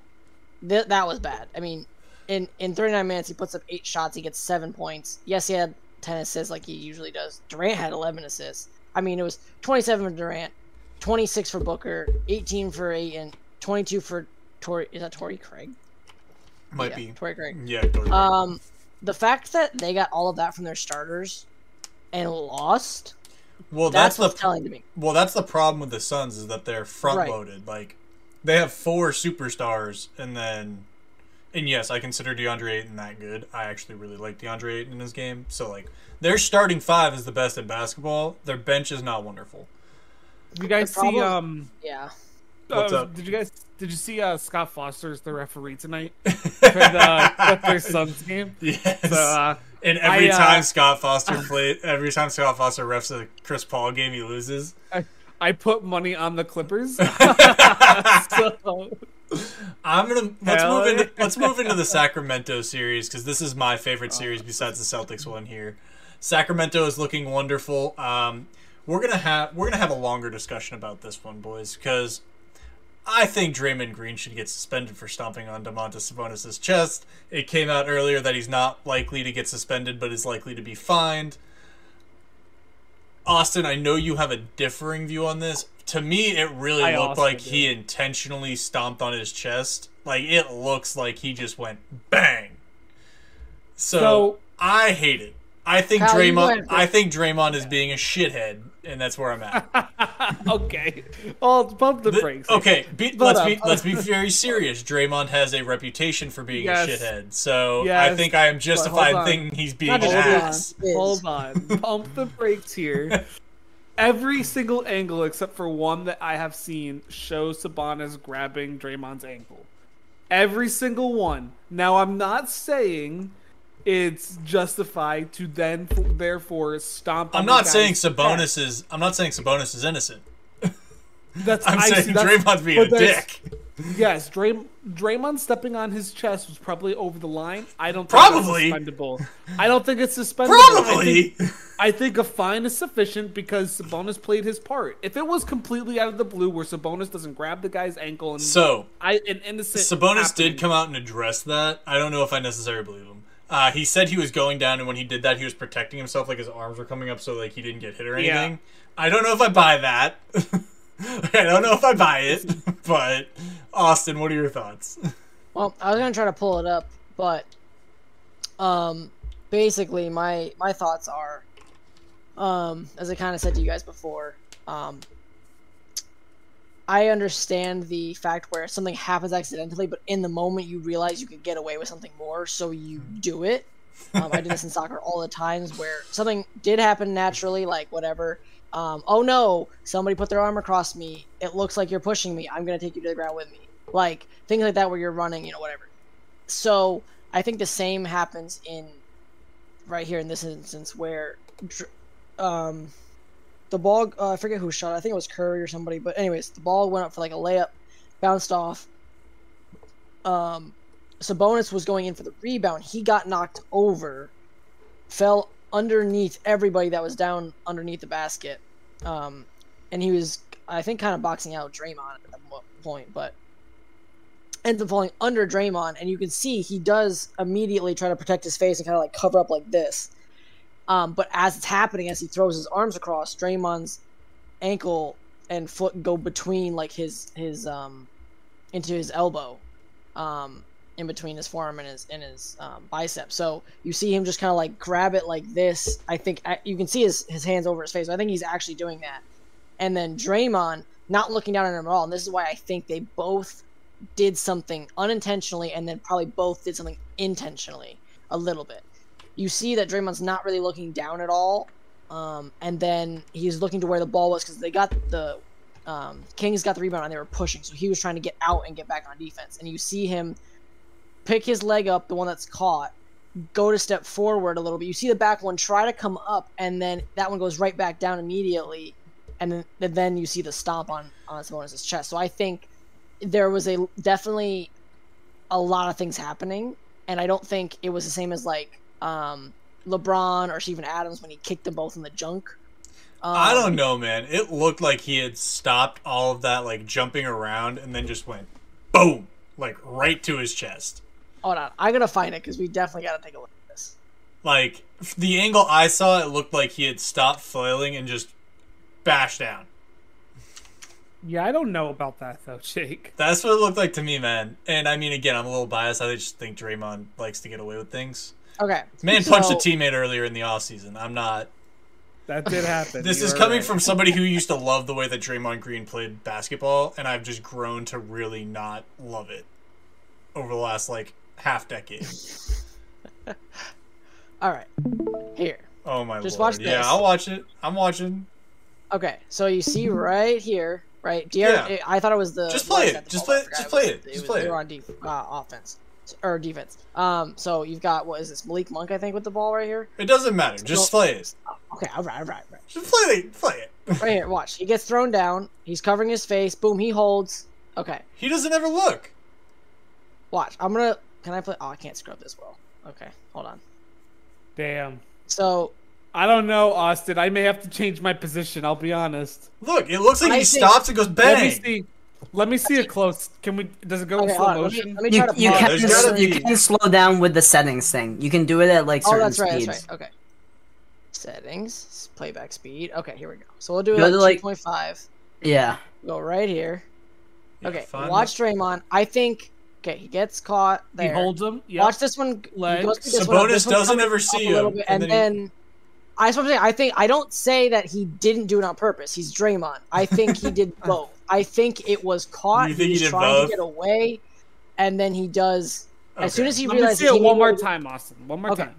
Speaker 2: th- that was bad. I mean, in in 39 minutes, he puts up eight shots. He gets seven points. Yes, he had 10 assists like he usually does. Durant had 11 assists. I mean, it was 27 for Durant, 26 for Booker, 18 for Ayton, 22 for Tori. Is that Tori Craig?
Speaker 1: Might
Speaker 2: yeah,
Speaker 1: be.
Speaker 2: Torrey Craig.
Speaker 1: Yeah. Go ahead.
Speaker 2: Um, the fact that they got all of that from their starters and lost,
Speaker 1: well,
Speaker 2: that's,
Speaker 1: that's,
Speaker 2: what's
Speaker 1: the
Speaker 2: telling to me.
Speaker 1: well, that's the problem with the Suns is that they're front
Speaker 2: Right.
Speaker 1: loaded. Like they have four superstars, and then, and yes, I consider DeAndre Ayton that good. I actually really like DeAndre Ayton in his game. So like their starting five is the best in basketball. Their bench is not wonderful.
Speaker 3: You guys
Speaker 2: The problem-
Speaker 3: see? Um,
Speaker 2: Yeah.
Speaker 1: What's
Speaker 3: uh,
Speaker 1: up?
Speaker 3: did you guys did you see? Uh, Scott Foster is the referee tonight for the Clippers Suns game.
Speaker 1: Yes.
Speaker 3: So uh,
Speaker 1: And every
Speaker 3: I, uh,
Speaker 1: time Scott Foster played, every time Scott Foster refs a Chris Paul game, he loses.
Speaker 3: I, I put money on the Clippers. so,
Speaker 1: I'm gonna let's
Speaker 3: Hell
Speaker 1: move into
Speaker 3: yeah.
Speaker 1: let's move into the Sacramento series because this is my favorite series
Speaker 3: Oh.
Speaker 1: besides the Celtics one here. Sacramento is looking wonderful. Um, we're gonna have we're gonna have a longer discussion about this one, boys, because I think Draymond Green should get suspended for stomping on Demontis Sabonis' chest. It came out earlier that he's not likely to get suspended, but is likely to be fined. Austin, I know you have a differing view on this. To me, it really
Speaker 3: I
Speaker 1: looked
Speaker 3: also
Speaker 1: like
Speaker 3: do.
Speaker 1: he intentionally stomped on his chest. Like it looks like he just went bang. So,
Speaker 3: So-
Speaker 1: I hate it. I think
Speaker 2: Kyle, you go
Speaker 1: Draymond.
Speaker 2: ahead.
Speaker 1: I think Draymond is being a shithead, and that's where I'm at.
Speaker 3: okay. Well, pump the,
Speaker 1: The-
Speaker 3: brakes.
Speaker 1: okay, be,
Speaker 3: Hold
Speaker 1: let's
Speaker 3: up.
Speaker 1: be let's be very serious. Draymond has a reputation for being
Speaker 3: Yes.
Speaker 1: a shithead, so I
Speaker 3: Yes,
Speaker 1: think I am justified
Speaker 3: on.
Speaker 1: thinking he's being an
Speaker 2: Not just Draymond.
Speaker 1: ass.
Speaker 2: Biz.
Speaker 3: Hold on. Pump the brakes here. Every single angle except for one that I have seen shows Sabonis grabbing Draymond's ankle. Every single one. Now I'm not saying it's justified to then therefore stomp. on
Speaker 1: I'm
Speaker 3: the
Speaker 1: not
Speaker 3: guy's
Speaker 1: saying
Speaker 3: chest.
Speaker 1: Sabonis is. I'm not saying Sabonis is innocent.
Speaker 3: That's
Speaker 1: I'm
Speaker 3: I see,
Speaker 1: saying
Speaker 3: that's-
Speaker 1: Draymond's being
Speaker 3: but
Speaker 1: a
Speaker 3: there's-
Speaker 1: dick.
Speaker 3: Yes, Dray, Draymond stepping on his chest was probably over the line. I don't think
Speaker 1: Probably.
Speaker 3: that's suspendable. I don't think it's suspendable. I
Speaker 1: Probably.
Speaker 3: think I think a fine is sufficient because Sabonis played his part. If it was completely out of the blue, where Sabonis doesn't grab the guy's ankle and
Speaker 1: So
Speaker 3: I an innocent
Speaker 1: Sabonis
Speaker 3: happening-
Speaker 1: did come out and address that. I don't know if I necessarily believe him. Uh, he said he was going down, and when he did that, he was protecting himself, like his arms were coming up, so like he didn't get hit or
Speaker 3: Yeah.
Speaker 1: anything. I don't know if I buy that. I don't know if I buy it, but Austin, what are your thoughts?
Speaker 2: Well, I was gonna try to pull it up, but um, basically my my thoughts are, um, as I kind of said to you guys before, um, I understand the fact where something happens accidentally, but in the moment you realize you could get away with something more, so you do it. Um, I do this in soccer all the times where something did happen naturally, like whatever. Um, oh no, somebody put their arm across me. It looks like you're pushing me. I'm gonna take you to the ground with me. Like things like that where you're running, you know, whatever. So I think the same happens in right here in this instance where dr- um, the ball uh, I forget who shot. it. I think it was Curry or somebody. But anyways, the ball went up for like a layup, bounced off. Um, Sabonis was going in for the rebound. He got knocked over, fell underneath everybody that was down underneath the basket, um, and he was I think kind of boxing out Draymond at that mo- point, but ends up falling under Draymond, and you can see he does immediately try to protect his face and kind of like cover up like this. Um, but as it's happening, as he throws his arms across, Draymond's ankle and foot go between like his his um into his elbow, um, in between his forearm and his and his um, bicep. So you see him just kind of like grab it like this. I think I, you can see his his hands over his face. I think he's actually doing that. And then Draymond not looking down at him at all. And this is why I think they both did something unintentionally, and then probably both did something intentionally a little bit. You see that Draymond's not really looking down at all, um, and then he's looking to where the ball was because they got the um, Kings got the rebound and they were pushing, so he was trying to get out and get back on defense. And you see him pick his leg up, the one that's caught, go to step forward a little bit. You see the back one try to come up, and then that one goes right back down immediately, and then and then you see the stomp on on Sabonis' chest. So I think there was a definitely a lot of things happening, and I don't think it was the same as like um, LeBron or Steven Adams when he kicked them both in the junk. Um,
Speaker 1: I don't know, man. It looked like he had stopped all of that like jumping around and then just went boom, like right to his chest.
Speaker 2: Hold on, I gotta find it because we definitely gotta take a look at this.
Speaker 1: Like f- the angle I saw, it looked like he had stopped flailing and just bashed down.
Speaker 3: Yeah, I don't know about that though, Jake.
Speaker 1: That's what it looked like to me, man. And I mean, again, I'm a little biased. I just think Draymond likes to get away with things.
Speaker 2: Okay,
Speaker 1: Man punched a
Speaker 2: so-
Speaker 1: teammate earlier in the offseason. I'm not.
Speaker 3: That did happen.
Speaker 1: This
Speaker 3: You
Speaker 1: is
Speaker 3: are
Speaker 1: coming
Speaker 3: right.
Speaker 1: from somebody who used to love the way that Draymond Green played basketball, and I've just grown to really not love it over the last like half decade.
Speaker 2: All right, here.
Speaker 1: Oh my
Speaker 2: Just
Speaker 1: lord!
Speaker 2: watch
Speaker 1: yeah,
Speaker 2: this.
Speaker 1: I'll watch it. I'm watching.
Speaker 2: Okay, so you see right here, right? DR-
Speaker 1: Yeah.
Speaker 2: I thought it was the.
Speaker 1: Just play
Speaker 2: Warriors
Speaker 1: it.
Speaker 2: had the
Speaker 1: Just
Speaker 2: ball. I
Speaker 1: play it.
Speaker 2: forgot
Speaker 1: Just play
Speaker 2: was-
Speaker 1: it. Just
Speaker 2: was-
Speaker 1: play
Speaker 2: They
Speaker 1: it.
Speaker 2: were on def- uh, offense or defense. Um, so you've got what is this? Malik Monk, I think, with the ball right here.
Speaker 1: It doesn't matter. Just
Speaker 2: Don't-
Speaker 1: play it.
Speaker 2: Okay, all right, all right, all right.
Speaker 1: Just play it. Play it.
Speaker 2: Right here, watch. He gets thrown down. He's covering his face. Boom, he holds. Okay,
Speaker 1: He doesn't ever look.
Speaker 2: Watch. I'm gonna. Can I play? Oh, I can't scrub this well. Okay, hold on.
Speaker 3: Damn.
Speaker 2: So
Speaker 3: I don't know, Austin. I may have to change my position. I'll be honest.
Speaker 1: Look, it looks like
Speaker 2: I
Speaker 1: he
Speaker 2: think-
Speaker 1: stops and goes
Speaker 3: Let me
Speaker 1: bang.
Speaker 3: see. Let me see it close. Can we? Does it go
Speaker 2: okay,
Speaker 3: in
Speaker 2: hold
Speaker 3: slow
Speaker 2: on. Let me,
Speaker 3: motion?
Speaker 2: let me
Speaker 4: You,
Speaker 2: try to.
Speaker 4: you,
Speaker 2: pause
Speaker 4: can,
Speaker 1: There's
Speaker 2: this.
Speaker 1: gotta
Speaker 4: you
Speaker 1: be-
Speaker 4: can slow down with the settings thing. You can do it at like
Speaker 2: Oh,
Speaker 4: certain
Speaker 2: that's right.
Speaker 4: speeds.
Speaker 2: That's right. Okay. Settings, s- playback speed. Okay, here we go. So we'll do it
Speaker 4: Go
Speaker 2: like,
Speaker 4: to, like-
Speaker 2: 2.5.
Speaker 4: Yeah.
Speaker 2: Go right here.
Speaker 1: Yeah,
Speaker 2: okay,
Speaker 1: fine.
Speaker 2: watch Draymond. I think. Okay, he gets caught
Speaker 3: He
Speaker 2: there.
Speaker 3: holds him. Yep.
Speaker 2: Watch this one. he
Speaker 3: Leg.
Speaker 2: goes through this one,
Speaker 1: Sabonis
Speaker 2: this one
Speaker 1: doesn't
Speaker 2: comes
Speaker 1: ever
Speaker 2: up
Speaker 1: see
Speaker 2: a little
Speaker 1: him,
Speaker 2: bit,
Speaker 1: and
Speaker 2: and,
Speaker 1: then
Speaker 2: then. I that's what I'm saying. I think I don't say that he didn't do it on purpose. He's Draymond. I think he did both. I think it was caught.
Speaker 1: You think he
Speaker 2: was
Speaker 1: did
Speaker 2: trying
Speaker 1: both?
Speaker 2: to get away, and then he does. As soon
Speaker 1: Okay.
Speaker 2: as he
Speaker 3: Let me
Speaker 2: realizes
Speaker 3: see it
Speaker 2: he
Speaker 3: one
Speaker 2: knew
Speaker 3: more
Speaker 2: it-
Speaker 3: time, Austin. One more
Speaker 2: Okay.
Speaker 3: time.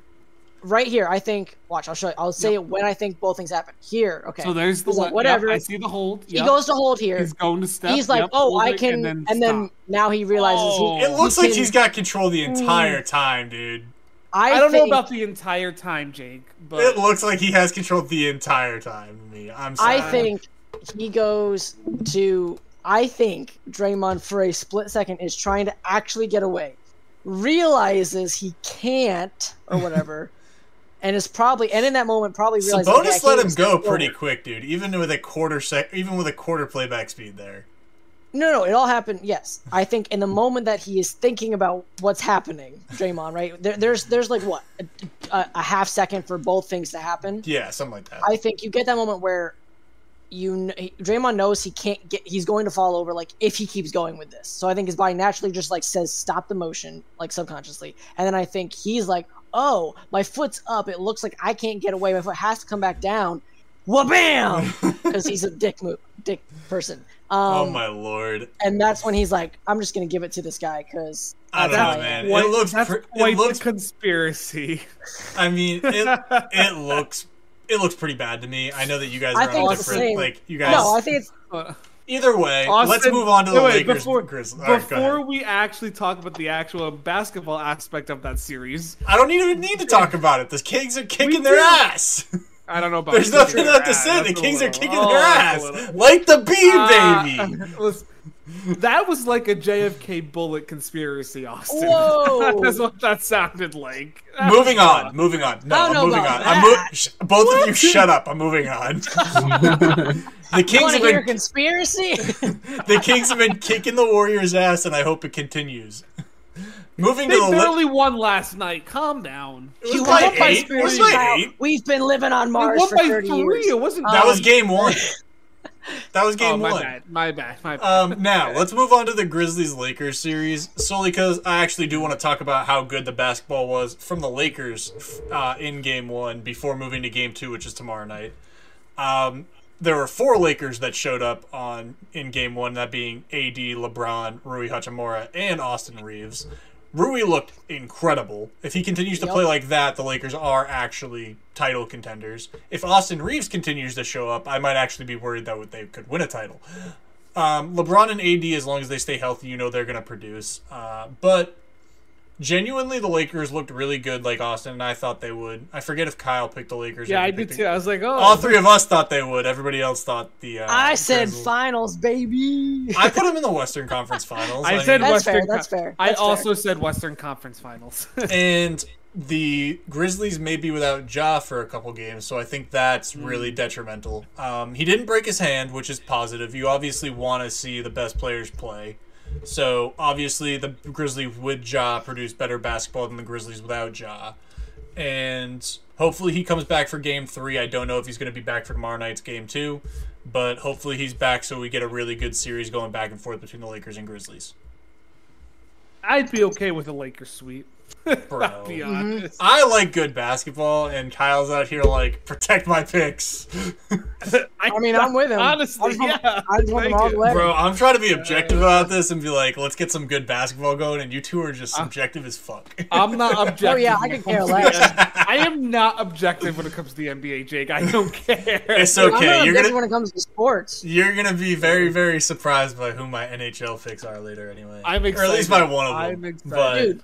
Speaker 2: right here, I think. Watch, I'll show you. I'll say it when I think both things happen. Here, okay.
Speaker 3: So there's the
Speaker 2: He's like,
Speaker 3: yep,
Speaker 2: whatever.
Speaker 3: I see the hold.
Speaker 2: he
Speaker 3: yep.
Speaker 2: goes to hold here.
Speaker 3: He's
Speaker 2: He's,
Speaker 3: going to step.
Speaker 2: like,
Speaker 3: yep,
Speaker 2: oh,
Speaker 3: hold
Speaker 2: I
Speaker 3: it,
Speaker 2: can, and then, now he realizes
Speaker 3: Oh.
Speaker 2: he.
Speaker 1: It looks like
Speaker 2: can-
Speaker 1: he's got control
Speaker 3: Hmm.
Speaker 1: the entire time, dude.
Speaker 2: I,
Speaker 3: I, don't
Speaker 2: think,
Speaker 3: know about the entire time, Jake, but
Speaker 1: It looks like he has control the entire time. to Me, I'm sorry.
Speaker 2: I think he goes to. I think Draymond for a split second is trying to actually get away, realizes he can't or whatever, and is probably and in that moment probably realizes. okay, I
Speaker 1: Sabonis
Speaker 2: can't
Speaker 1: let him
Speaker 2: even
Speaker 1: go
Speaker 2: step
Speaker 1: pretty
Speaker 2: forward.
Speaker 1: quick, dude. Even with a quarter sec, even with a quarter playback speed there.
Speaker 2: No, no, it all happened. Yes, I think in the moment that he is thinking about what's happening, Draymond, right? There, there's, there's like what a, a, a half second for both things to happen.
Speaker 1: Yeah, something like that.
Speaker 2: I think you get that moment where you kn- Draymond knows he can't get he's going to fall over like if he keeps going with this. So I think his body naturally just like says stop the motion like subconsciously. And then I think he's like, "Oh, my foot's up. It looks like I can't get away. My foot has to come back down." Wha-bam! Cuz he's a dick move, dick person. Um
Speaker 1: oh my lord!
Speaker 2: and that's when he's like, "I'm just going to give it to this guy cuz
Speaker 1: I don't
Speaker 2: that's
Speaker 1: know, man.
Speaker 3: Quite-
Speaker 1: it looks.
Speaker 3: that's
Speaker 1: Pre-
Speaker 3: quite
Speaker 1: it looks.
Speaker 3: the conspiracy.
Speaker 1: I mean, it, it looks. It looks pretty bad to me. I know that you guys
Speaker 2: I
Speaker 1: are
Speaker 2: think
Speaker 1: on
Speaker 2: it's the
Speaker 1: different.
Speaker 2: same.
Speaker 1: Like you guys.
Speaker 2: No, I think it's
Speaker 1: either way, let's
Speaker 3: Austin-
Speaker 1: move on to the
Speaker 3: no, wait,
Speaker 1: Lakers.
Speaker 3: before-
Speaker 1: Grizzlies. All right, go ahead.
Speaker 3: Before we actually talk about the actual basketball aspect of that series,
Speaker 1: I don't even need to talk about it. The Kings are kicking their
Speaker 3: do.
Speaker 1: ass.
Speaker 3: I don't know about.
Speaker 1: There's
Speaker 3: kicking
Speaker 1: nothing
Speaker 3: their
Speaker 1: left to
Speaker 3: ass.
Speaker 1: say. The
Speaker 3: That's a
Speaker 1: Kings are
Speaker 3: little-
Speaker 1: kicking
Speaker 3: oh,
Speaker 1: their
Speaker 3: that's
Speaker 1: ass.
Speaker 3: a little-
Speaker 1: Like the bee,
Speaker 3: Ah,
Speaker 1: baby.
Speaker 3: listen, that was like a JFK bullet conspiracy, Austin.
Speaker 2: Whoa.
Speaker 3: That's what that sounded like. That was
Speaker 1: Moving
Speaker 3: rough.
Speaker 1: on, moving on. No,
Speaker 2: I don't
Speaker 1: I'm
Speaker 2: know
Speaker 1: moving
Speaker 2: about
Speaker 1: on. I'm mo- sh- both of you, shut up. I'm moving on. the Kings
Speaker 2: want
Speaker 1: have
Speaker 2: to hear a
Speaker 1: been
Speaker 2: conspiracy.
Speaker 1: the Kings have been kicking the Warriors' ass, and I hope it continues. moving
Speaker 3: They
Speaker 1: to the li-
Speaker 3: barely won last night. Calm down.
Speaker 1: it was
Speaker 2: You
Speaker 1: by
Speaker 2: won by
Speaker 1: eight. It was
Speaker 2: three.
Speaker 1: by
Speaker 2: Wow.
Speaker 1: eight.
Speaker 2: We've been living on
Speaker 3: They
Speaker 2: Mars
Speaker 3: won
Speaker 2: for
Speaker 3: by
Speaker 2: 30
Speaker 3: three.
Speaker 2: years.
Speaker 3: It wasn't
Speaker 1: That
Speaker 3: um,
Speaker 1: was game one. That was game
Speaker 3: oh, my
Speaker 1: one.
Speaker 3: bad. My bad. My bad.
Speaker 1: Um, now let's move on to the Grizzlies Lakers series solely because I actually do want to talk about how good the basketball was from the Lakers uh, in Game One before moving to Game Two, which is tomorrow night. Um, there were four Lakers that showed up on in Game One, that being AD, LeBron, Rui Hachimura, and Austin Reeves. Rui looked incredible. If he continues to
Speaker 2: Yep.
Speaker 1: play like that, the Lakers are actually title contenders. If Austin Reeves continues to show up, I might actually be worried that they could win a title. Um, LeBron and AD, as long as they stay healthy, you know they're going to produce. Uh, but genuinely, the Lakers looked really good, like Austin and I thought they would. I forget if Kyle picked the Lakers. or
Speaker 3: yeah,
Speaker 1: you
Speaker 3: I
Speaker 1: picked
Speaker 3: did
Speaker 1: the-
Speaker 3: too. I was like, oh,
Speaker 1: All three of us thought they would. Everybody else thought the. Uh,
Speaker 2: I said
Speaker 1: Grizzlies-
Speaker 2: finals, baby.
Speaker 1: I put them in the Western Conference Finals.
Speaker 3: I said
Speaker 1: mean,
Speaker 2: That's fair,
Speaker 3: Western.
Speaker 2: that's fair,
Speaker 3: I
Speaker 2: that's fair.
Speaker 3: also said Western Conference Finals.
Speaker 1: and the Grizzlies may be without Ja for a couple games, so I think that's really detrimental. Um, he didn't break his hand, which is positive. You obviously want to see the best players play. So obviously, the Grizzlies with Ja produce better basketball than the Grizzlies without Ja. And hopefully, he comes back for game three. I don't know if he's going to be back for tomorrow night's game two, but hopefully, he's back so we get a really good series going back and forth between the Lakers and Grizzlies.
Speaker 3: I'd be okay with a Lakers sweep.
Speaker 1: Bro.
Speaker 3: I'll be honest.
Speaker 1: I like good basketball, and Kyle's out here like protect my picks,
Speaker 2: I mean, I'm with him.
Speaker 3: Honestly,
Speaker 2: I'm from-
Speaker 3: yeah.
Speaker 2: I'm from
Speaker 3: Thank
Speaker 2: all
Speaker 3: you.
Speaker 2: the way.
Speaker 1: bro. I'm trying to be objective about this and be like, let's get some good basketball going, and you two are
Speaker 2: Uh,
Speaker 1: just subjective as fuck.
Speaker 3: I'm not objective.
Speaker 2: Oh, yeah, I
Speaker 3: when it
Speaker 2: could care
Speaker 3: comes to
Speaker 2: less.
Speaker 3: the- I am not objective when it comes to the NBA, Jake. I don't care.
Speaker 1: It's
Speaker 2: I'm
Speaker 1: okay.
Speaker 2: not
Speaker 1: You're
Speaker 2: a bitch
Speaker 1: gonna
Speaker 2: when it comes to sports.
Speaker 1: you're gonna be very very surprised by who my NHL picks are later, anyway.
Speaker 3: I'm
Speaker 1: Or at least
Speaker 3: excited.
Speaker 1: by one of them.
Speaker 3: I'm excited.
Speaker 1: But
Speaker 2: Dude,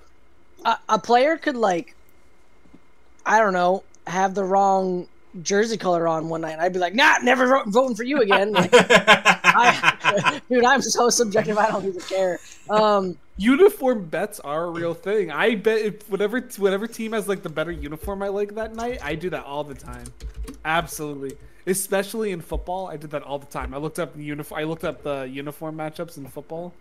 Speaker 2: a, a player could like, I don't know, have the wrong jersey color on one night. I'd be like, nah, never vo- voting for you again. Like, I, dude, I'm so subjective. I don't even care. Um,
Speaker 3: uniform bets are a real thing. I bet if whatever whatever team has like the better uniform I like that night, I do that all the time. Absolutely. Especially in football, I did that all the time. I looked up the uniform I looked up the uniform matchups in football.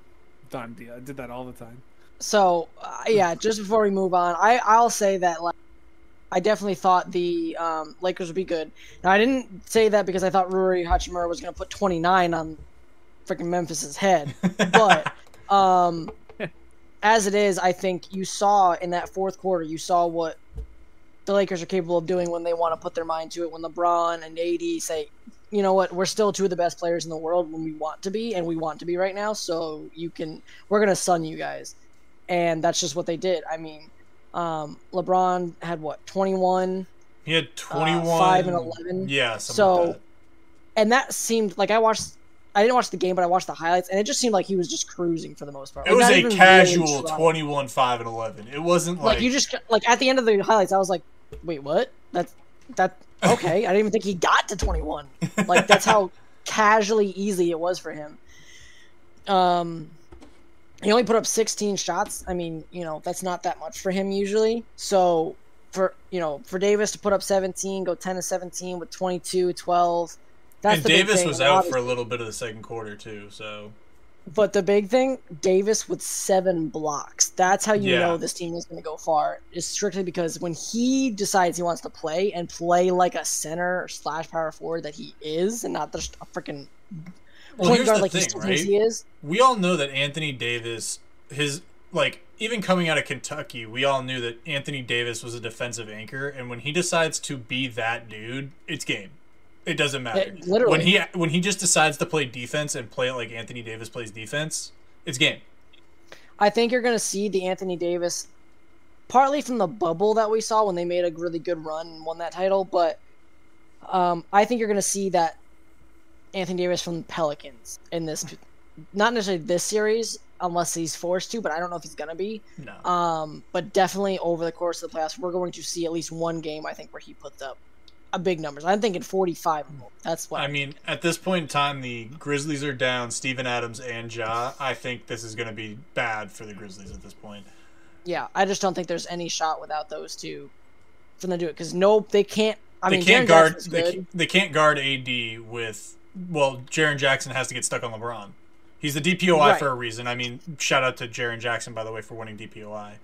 Speaker 3: Done deal. I did that all the time.
Speaker 2: So uh, yeah, just before we move on, I I'll say that like I definitely thought the um, Lakers would be good. Now I didn't say that because I thought Ruri Hachimura was going to put 29 on freaking Memphis's head, but um, as it is, I think you saw in that fourth quarter, you saw what the Lakers are capable of doing when they want to put their mind to it. When LeBron and AD say, you know what, we're still two of the best players in the world when we want to be, and we want to be right now. So you can, we're gonna sun you guys, and that's just what they did. I mean, um, LeBron had what 21,
Speaker 1: He
Speaker 2: Uh,
Speaker 1: had 21.
Speaker 2: five and 11.
Speaker 1: Yeah, something
Speaker 2: So-
Speaker 1: like that.
Speaker 2: and that seemed like I watched. I didn't watch the game, but I watched the highlights, and it just seemed like he was just cruising for the most part.
Speaker 1: It
Speaker 2: Like,
Speaker 1: was
Speaker 2: not
Speaker 1: a
Speaker 2: even really
Speaker 1: casual
Speaker 2: trying.
Speaker 1: 21, 5, and 11. It wasn't like,
Speaker 2: like, you just like at the end of the highlights, I was like, wait, what? That's that okay. I didn't even think he got to 21. Like that's how casually easy it was for him. Um, he only put up 16 shots. I mean, you know, that's not that much for him usually. So for you know, for Davis to put up 17, go 10 to 17 with 22, 12. That's
Speaker 1: and
Speaker 2: the big
Speaker 1: Davis
Speaker 2: thing,
Speaker 1: was out
Speaker 2: obviously.
Speaker 1: for a little bit of the second quarter too. So
Speaker 2: But the big thing, Davis with seven blocks. That's how you
Speaker 1: Yeah.
Speaker 2: know this team is going to go far. Is strictly because when he decides he wants to play and play like a center slash power forward that he is, and not just a freaking
Speaker 1: well,
Speaker 2: point
Speaker 1: here's
Speaker 2: guard
Speaker 1: the
Speaker 2: like he
Speaker 1: thing,
Speaker 2: still
Speaker 1: right?
Speaker 2: thinks he is.
Speaker 1: we all know that Anthony Davis, his like even coming out of Kentucky, we all knew that Anthony Davis was a defensive anchor, and when he decides to be that dude, it's game. It doesn't matter.
Speaker 2: It- literally.
Speaker 1: when he when he just decides to play defense and play it like Anthony Davis plays defense, it's game.
Speaker 2: I think you're going to see the Anthony Davis, partly from the bubble that we saw when they made a really good run and won that title, but um, I think you're going to see that Anthony Davis from the Pelicans in this, not necessarily this series, unless he's forced to, but I don't know if he's going to be.
Speaker 1: No,
Speaker 2: Um, but definitely over the course of the playoffs, we're going to see at least one game, I think, where he puts up a big numbers. I'm thinking 45. of them. That's what
Speaker 1: I mean at this point in time, the Grizzlies are down. Steven Adams and Ja. I think this is going to be bad for the Grizzlies at this point.
Speaker 2: Yeah, I just don't think there's any shot without those two from them to do it because no, they can't. I
Speaker 1: they
Speaker 2: mean,
Speaker 1: can't
Speaker 2: Jaren
Speaker 1: guard.
Speaker 2: Jackson's
Speaker 1: They,
Speaker 2: good.
Speaker 1: ca- they can't guard AD with. Well, Jaron Jackson has to get stuck on LeBron. He's the DPOI
Speaker 2: Right.
Speaker 1: for a reason. I mean, shout out to Jaron Jackson by the way for winning DPOI.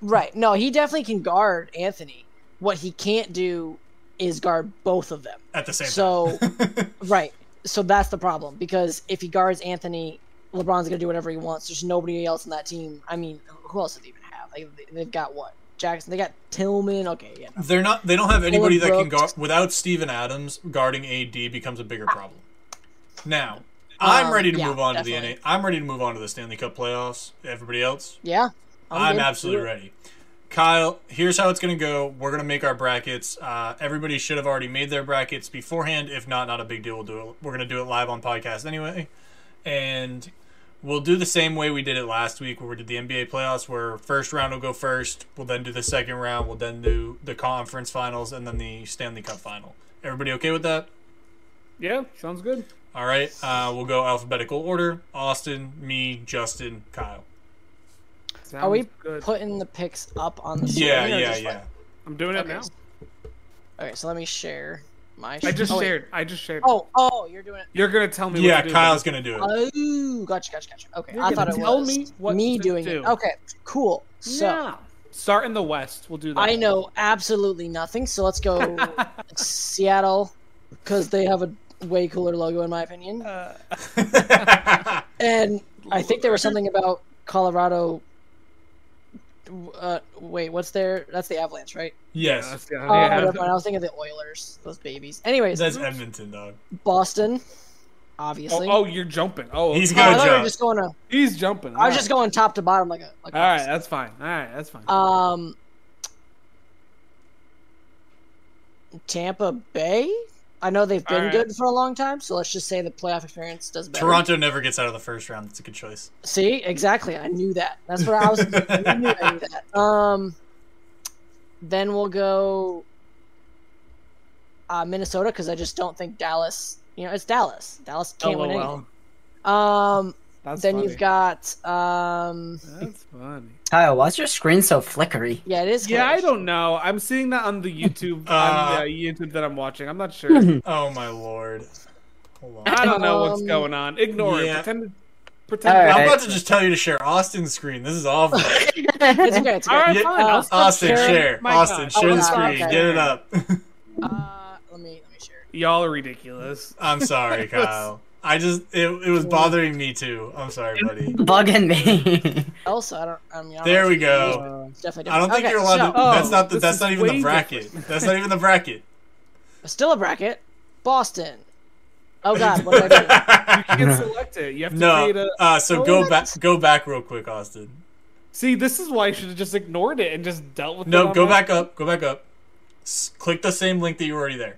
Speaker 2: Right? No, he definitely can guard Anthony. What he can't do is guard both of them.
Speaker 1: At the same
Speaker 2: So,
Speaker 1: time,
Speaker 2: right. So that's the problem because if he guards Anthony, LeBron's gonna do whatever he wants. There's nobody else on that team. I mean, who else do they even have? Like, they- they've got what Jackson. They got Tillman. Okay, yeah.
Speaker 1: they're not. They don't have anybody that can guard
Speaker 2: Brooks. Ah.
Speaker 1: without Steven Adams guarding AD becomes a bigger problem. Now, I'm
Speaker 2: Um,
Speaker 1: ready to
Speaker 2: yeah,
Speaker 1: move on to the
Speaker 2: definitely.
Speaker 1: NA. I'm ready to move on to the Stanley Cup playoffs. Everybody else,
Speaker 2: Yeah.
Speaker 1: I'm
Speaker 2: good.
Speaker 1: absolutely ready. Kyle, here's how it's going to go. We're going to make our brackets. Uh, everybody should have already made their brackets beforehand. If not, not a big deal. We'll do it. We're going to do it live on podcast anyway. And we'll do the same way we did it last week where we did the NBA playoffs, where first round will go first. We'll then do the second round. We'll then do the conference finals and then the Stanley Cup final. Everybody okay with that?
Speaker 3: Yeah, sounds good.
Speaker 1: All right. Uh, we'll go alphabetical order Austin, me, Justin, Kyle.
Speaker 3: Sounds
Speaker 2: Are we
Speaker 3: good?
Speaker 2: putting the picks up on the screen?
Speaker 1: Yeah,
Speaker 2: or
Speaker 1: yeah,
Speaker 2: just, like,
Speaker 1: yeah.
Speaker 3: I'm doing it
Speaker 2: Okay,
Speaker 3: now.
Speaker 2: so- Okay, so let me share my.
Speaker 3: I just
Speaker 2: oh, wait.
Speaker 3: shared. I just shared.
Speaker 2: Oh, oh, you're doing it.
Speaker 3: You're gonna tell me.
Speaker 1: Yeah,
Speaker 3: what to do,
Speaker 1: Kyle's going to do it.
Speaker 2: Oh, gotcha, gotcha, gotcha. Okay,
Speaker 3: You're
Speaker 2: I
Speaker 3: gonna
Speaker 2: thought it
Speaker 3: tell
Speaker 2: was
Speaker 3: me what to
Speaker 2: doing
Speaker 3: do.
Speaker 2: it. Okay, cool.
Speaker 3: buddy.
Speaker 2: So
Speaker 3: yeah. Start in the West. We'll do that.
Speaker 2: I know absolutely nothing. So let's go Seattle because they have a way cooler logo in my opinion.
Speaker 3: Uh,
Speaker 2: And I think there was something about Colorado. Uh, wait, what's their? That's the Avalanche, right?
Speaker 1: yes.
Speaker 3: that's- yeah,
Speaker 2: Oh,
Speaker 3: yeah.
Speaker 2: never mind. I was thinking of the Oilers, those babies. Anyways,
Speaker 1: That's Edmonton, dog.
Speaker 2: Boston, obviously.
Speaker 3: Oh, oh, you're jumping. Oh,
Speaker 1: He's
Speaker 2: Oh, I
Speaker 1: good
Speaker 2: thought we were
Speaker 1: job.
Speaker 2: just going. To,
Speaker 3: he's jumping.
Speaker 2: I was just going top to bottom like a. Like
Speaker 3: All right, that's fine. All right, that's fine.
Speaker 2: Um, Tampa Bay. I know they've been
Speaker 3: Alright.
Speaker 2: good for a long time, so let's just say the playoff experience does better.
Speaker 1: Toronto never gets out of the first round. That's a good choice.
Speaker 2: See, exactly. I knew that. That's what I was. I knew, I knew that. Um, then we'll go uh, Minnesota because I just don't think Dallas. You know, it's Dallas. Dallas can't win
Speaker 3: LOL.
Speaker 2: anything. Um,
Speaker 3: That's
Speaker 2: then
Speaker 3: funny.
Speaker 2: you've got um
Speaker 3: That's funny.
Speaker 4: Kyle, why's your screen so flickery?
Speaker 2: yeah, it is.
Speaker 3: Yeah, I
Speaker 2: Crash.
Speaker 3: don't know. I'm seeing that on the YouTube on
Speaker 1: Uh.
Speaker 3: the YouTube that I'm watching. I'm not sure.
Speaker 1: Oh my lord. Hold on.
Speaker 3: I don't know what's
Speaker 2: Um,
Speaker 3: going on. Ignore
Speaker 1: yeah.
Speaker 3: it. Pretend. Pretend.
Speaker 4: All
Speaker 1: I'm
Speaker 4: right.
Speaker 1: about to just tell you to share Austin's screen. This is awful.
Speaker 2: It's okay. It's
Speaker 3: All
Speaker 2: okay.
Speaker 3: right,
Speaker 1: Yeah,
Speaker 3: fine. I'll stop
Speaker 1: Austin,
Speaker 3: sharing
Speaker 1: share.
Speaker 3: my
Speaker 1: Austin,
Speaker 3: time.
Speaker 1: share the
Speaker 2: Oh,
Speaker 1: screen.
Speaker 2: okay.
Speaker 1: Get it up.
Speaker 2: Uh, let me let me share.
Speaker 3: Y'all are ridiculous.
Speaker 1: I'm sorry, Kyle. I just it, it was bothering me too. I'm sorry, buddy.
Speaker 4: Bugging me.
Speaker 2: Also, I don't. I mean, I don't
Speaker 1: There
Speaker 2: know
Speaker 1: we
Speaker 2: if
Speaker 1: go.
Speaker 3: Uh,
Speaker 2: it's Definitely.
Speaker 1: I don't think
Speaker 2: okay,
Speaker 1: you're allowed
Speaker 2: so, oh,
Speaker 1: to. that's not the,
Speaker 3: this
Speaker 1: that's
Speaker 3: is
Speaker 1: not even the
Speaker 3: way
Speaker 1: bracket.
Speaker 3: different.
Speaker 1: That's not even the bracket.
Speaker 2: oh, Still a bracket. Boston. Oh God, what did I do?
Speaker 3: you can select it. You have to create
Speaker 1: no.
Speaker 3: a.
Speaker 1: Uh, so
Speaker 2: Oh,
Speaker 1: go back
Speaker 2: that's-
Speaker 1: go back real quick, Austin.
Speaker 3: See, this is why I should have just ignored it and just dealt with it.
Speaker 1: No,
Speaker 3: on
Speaker 1: go
Speaker 3: my-
Speaker 1: back up. Go back up. S- click the same link that you were already there.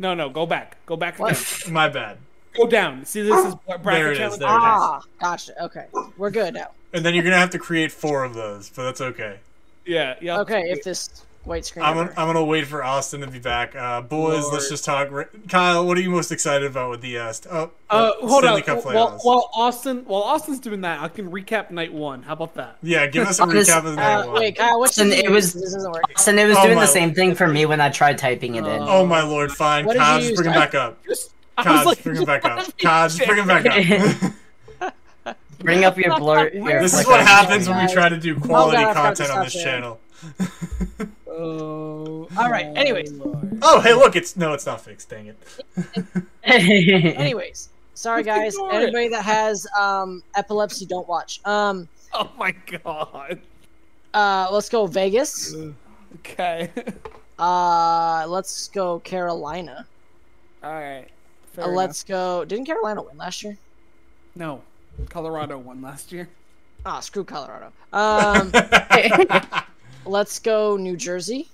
Speaker 3: No, no, go back. Go back again.
Speaker 2: What?
Speaker 1: My bad.
Speaker 3: Go down. See, this is bra-
Speaker 1: There
Speaker 3: bracket
Speaker 1: it is.
Speaker 3: challenge.
Speaker 1: There it is.
Speaker 2: Ah, gotcha. Okay, we're good now.
Speaker 1: And then you're gonna have to create four of those, but that's okay.
Speaker 3: Yeah, yeah.
Speaker 2: Okay, if this white screen.
Speaker 1: I'm gonna,
Speaker 2: ever-
Speaker 1: I'm gonna wait for Austin to be back. Uh, boys,
Speaker 3: Lord.
Speaker 1: let's just talk. re- Kyle, what are you most excited about with the uh, st- oh,
Speaker 3: Uh,
Speaker 1: oh,
Speaker 3: hold
Speaker 1: Stanley
Speaker 3: on.
Speaker 1: Cup
Speaker 3: While,
Speaker 1: playoffs?
Speaker 3: while Austin, while Austin's doing that, I can recap night one. How about that?
Speaker 1: yeah, give us a
Speaker 4: Honest-
Speaker 1: recap of the night
Speaker 2: uh,
Speaker 1: one.
Speaker 2: wait, Kyle, what's
Speaker 4: Listen, it
Speaker 2: this?
Speaker 4: was-
Speaker 2: This isn't working.
Speaker 4: and it was
Speaker 1: Oh
Speaker 4: doing
Speaker 1: my-
Speaker 4: the same thing for me when I tried typing it in.
Speaker 1: oh my lord, fine.
Speaker 2: What did
Speaker 1: Kyle,
Speaker 2: you
Speaker 1: just
Speaker 2: use,
Speaker 1: bring him
Speaker 2: Kyle?
Speaker 1: back up.
Speaker 3: Just,
Speaker 1: Kyle, just bring him back up. Kyle, just bring him back up.
Speaker 4: Bring up your blur. Your
Speaker 1: this is
Speaker 4: flicker
Speaker 1: what happens when we
Speaker 2: Guys.
Speaker 1: try to do quality
Speaker 2: I forgot to
Speaker 1: content on
Speaker 2: stop
Speaker 1: this
Speaker 2: sharing.
Speaker 1: channel.
Speaker 3: Oh.
Speaker 2: All right,
Speaker 3: my
Speaker 2: anyways.
Speaker 3: lord.
Speaker 1: Oh, hey, look, it's no, it's not fixed. Dang it.
Speaker 4: screen.
Speaker 2: Anyways, sorry
Speaker 3: Just
Speaker 2: guys.
Speaker 3: ignore it.
Speaker 2: Anybody that has um epilepsy, don't watch. Um,
Speaker 3: Oh my god.
Speaker 2: uh, let's go Vegas.
Speaker 3: Okay.
Speaker 2: Uh, let's go Carolina.
Speaker 3: All right. Fair
Speaker 2: Uh, let's go. Didn't Carolina win last year?
Speaker 3: enough. No, Colorado won last year.
Speaker 2: Ah, screw Colorado. Um, let's go New Jersey.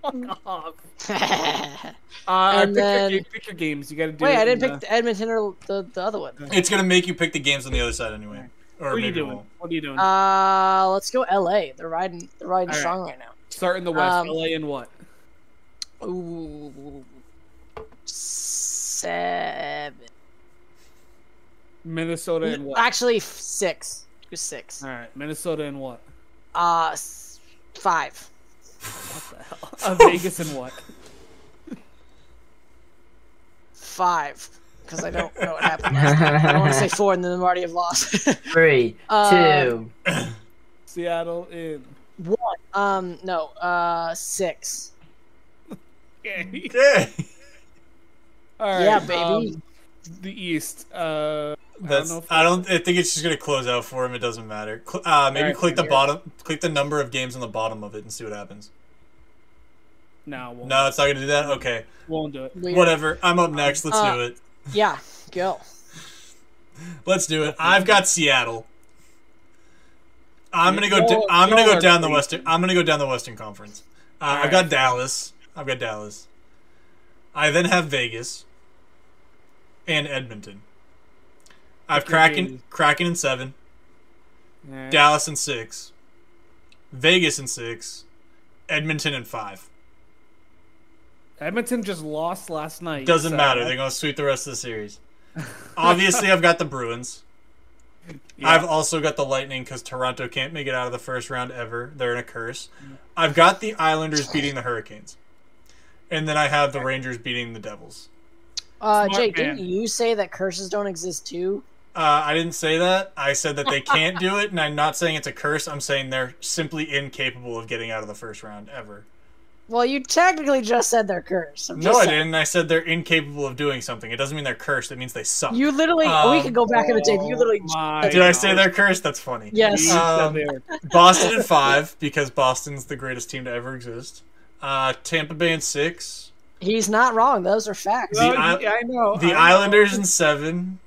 Speaker 3: Fuck off.
Speaker 2: Wait,
Speaker 3: Uh,
Speaker 2: Mm-hmm. And then-
Speaker 3: pick, your, game- pick your games. You got to do. it
Speaker 2: I
Speaker 3: in
Speaker 2: didn't
Speaker 3: the-
Speaker 2: pick the Edmonton or the, the other one.
Speaker 1: it's gonna make you pick the games on the other side anyway, or
Speaker 3: What are you
Speaker 1: maybe it
Speaker 3: doing?
Speaker 1: won't.
Speaker 3: What are you doing?
Speaker 2: Uh, let's go LA. They're riding. They're riding
Speaker 3: All right.
Speaker 2: strong right now.
Speaker 3: Start in the West,
Speaker 2: um,
Speaker 3: LA, and what?
Speaker 2: Ooh, seven.
Speaker 3: Minnesota and what?
Speaker 2: Actually, f- six. It was six.
Speaker 3: All right, Minnesota and what?
Speaker 2: Uh, s- five.
Speaker 3: What the hell? Uh, Vegas and what?
Speaker 2: Five. Because I don't know what happened. Last time. I don't want to say four, and then I'm already have lost.
Speaker 4: Three,
Speaker 2: Uh,
Speaker 4: two.
Speaker 3: Seattle in.
Speaker 2: One. Um, no. Uh, six.
Speaker 3: Okay.
Speaker 1: Okay.
Speaker 3: All right.
Speaker 2: yeah, baby.
Speaker 3: um, the East. Uh,
Speaker 1: That's,
Speaker 3: I don't know. If,
Speaker 1: I don't. I think it's just gonna close out for him. It doesn't matter. Cl- uh, maybe
Speaker 3: Alright,
Speaker 1: click the
Speaker 3: here.
Speaker 1: bottom. Click the number of games on the bottom of it and see what happens.
Speaker 3: no, won't,
Speaker 1: No, it's not gonna do that. Okay,
Speaker 3: won't do it.
Speaker 2: Weird.
Speaker 1: whatever. I'm up next. Let's
Speaker 2: Uh,
Speaker 1: do it.
Speaker 2: Yeah. Go.
Speaker 1: Let's do it. I've got Seattle. I'm gonna go.
Speaker 3: Y'all-
Speaker 1: Da- I'm gonna
Speaker 3: y'all
Speaker 1: go
Speaker 3: are
Speaker 1: down the
Speaker 3: crazy.
Speaker 1: Western. I'm gonna go down the Western Conference. Uh, I've
Speaker 3: Alright.
Speaker 1: got Dallas. I've got Dallas. I then have Vegas and Edmonton. I've
Speaker 3: your
Speaker 1: Kraken,
Speaker 3: games.
Speaker 1: Kraken in seven,
Speaker 3: All right.
Speaker 1: Dallas in six, Vegas in six, Edmonton in five.
Speaker 3: Edmonton just lost last night.
Speaker 1: Doesn't
Speaker 3: so-
Speaker 1: matter. They're gonna sweep the rest of the series. Obviously, I've got the Bruins.
Speaker 3: Yeah.
Speaker 1: I've also got the Lightning because Toronto can't make it out of the first round ever. They're in a curse. I've got the Islanders beating the Hurricanes. And then I have the Rangers beating the Devils.
Speaker 2: Uh,
Speaker 3: Smart
Speaker 2: Jake,
Speaker 3: man.
Speaker 2: didn't you say that curses don't exist too?
Speaker 1: Uh, I didn't say that. I said that they can't do it, and I'm not saying it's a curse. I'm saying they're simply incapable of getting out of the first round ever.
Speaker 2: Well, you technically just said they're cursed. I'm
Speaker 1: No,
Speaker 2: just
Speaker 1: I
Speaker 2: saying.
Speaker 1: didn't. I said they're incapable of doing something. It doesn't mean they're cursed. It means they suck.
Speaker 2: You literally. we
Speaker 1: Um,
Speaker 2: could go back in the tape. You literally.
Speaker 3: Oh my
Speaker 1: Did I say
Speaker 3: God.
Speaker 1: they're cursed? That's funny.
Speaker 2: Yes.
Speaker 3: You said
Speaker 1: Um,
Speaker 3: they were-
Speaker 1: Boston in five because Boston's the greatest team to ever exist. Uh, Tampa Bay in six.
Speaker 2: He's not wrong. Those are facts.
Speaker 1: The
Speaker 3: No,
Speaker 1: I-
Speaker 3: yeah, I know. I
Speaker 1: The
Speaker 3: know.
Speaker 1: Islanders in seven.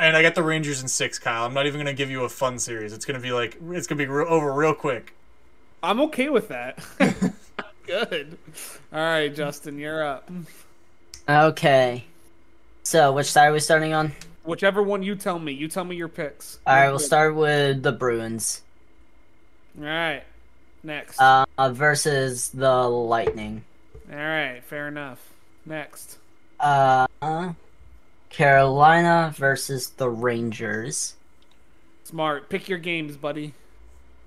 Speaker 1: And I got the Rangers in six, Kyle. I'm not even gonna give you a fun series. It's gonna be like it's gonna be re- over real quick.
Speaker 3: I'm okay with that. Good. All right, Justin, you're up.
Speaker 4: Okay. So, which side are we starting on?
Speaker 3: Whichever one you tell me, you tell me your picks.
Speaker 4: All right, we'll start with the Bruins
Speaker 3: All right, next.
Speaker 4: uh, versus the Lightning.
Speaker 3: All right, fair enough. Next.
Speaker 4: Uh, Carolina versus the Rangers.
Speaker 3: Smart. Pick your games, buddy.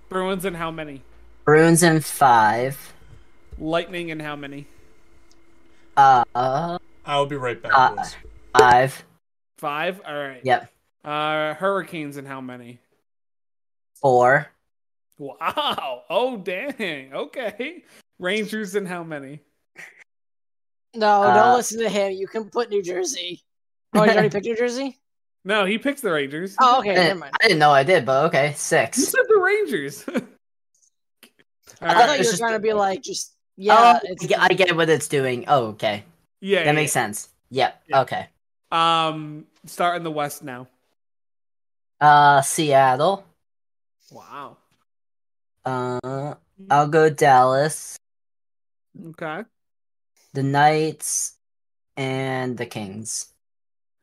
Speaker 3: Bruins and how many?
Speaker 4: Bruins in five.
Speaker 3: Lightning and how many?
Speaker 4: Uh,
Speaker 1: I'll be right back.
Speaker 4: uh,
Speaker 1: boys.
Speaker 4: five.
Speaker 3: Five. All right.
Speaker 4: Yep.
Speaker 3: Uh, hurricanes and how many?
Speaker 4: Four.
Speaker 3: Wow. Oh dang. Okay. Rangers and how many?
Speaker 2: No,
Speaker 4: Uh,
Speaker 2: don't listen to him. You can put New Jersey. Oh, you already picked New Jersey?
Speaker 3: No, he picks the Rangers.
Speaker 2: Oh, okay,
Speaker 4: I,
Speaker 2: never
Speaker 4: didn't,
Speaker 2: mind.
Speaker 4: I didn't know I did, but okay,
Speaker 3: You
Speaker 4: six.
Speaker 3: said the Rangers. All
Speaker 2: I thought you
Speaker 4: Alright, Uh, it's
Speaker 2: were
Speaker 4: just-
Speaker 2: trying to be like, just yeah.
Speaker 4: oh, I
Speaker 2: it's-
Speaker 4: get- I get what it's doing. Oh, okay,
Speaker 3: Yeah.
Speaker 4: that makes sense. Yep.
Speaker 3: Yeah.
Speaker 4: Okay.
Speaker 3: Um, start in the West now.
Speaker 4: Uh, Seattle.
Speaker 3: Wow.
Speaker 4: Uh, I'll go Dallas,
Speaker 3: Okay.
Speaker 4: the Knights, and the Kings.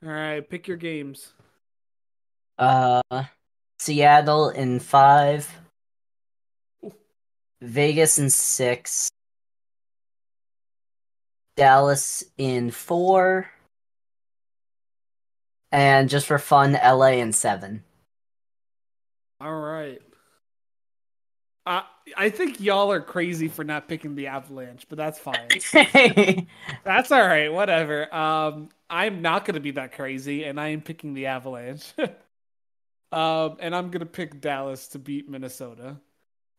Speaker 3: All right. Pick your games.
Speaker 4: Uh, Seattle in five. Vegas in six. Dallas in four. And just for fun, LA in seven.
Speaker 3: All right. I I think y'all are crazy for not picking the Avalanche, but that's fine. That's all right. Whatever. Um, I'm not gonna be that crazy, and I am picking the Avalanche. um, and I'm gonna pick Dallas to beat Minnesota.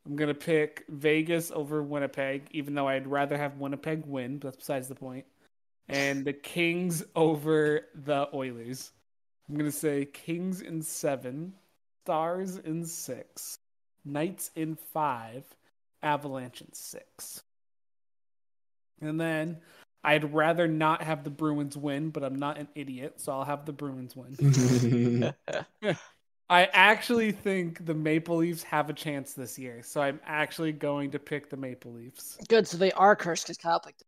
Speaker 3: I'm gonna pick Vegas over Winnipeg, even though I'd rather have Winnipeg win. But that's besides the point. And the Kings over the Oilers. I'm gonna say Kings in seven, Stars in six, Knights in five, Avalanche in six. And then I'd rather not have the Bruins win, but I'm not an idiot, so I'll have the Bruins win. I actually think the Maple Leafs have a chance this year, so I'm actually going to pick the Maple Leafs.
Speaker 2: Good, so they are cursed because Kyle picked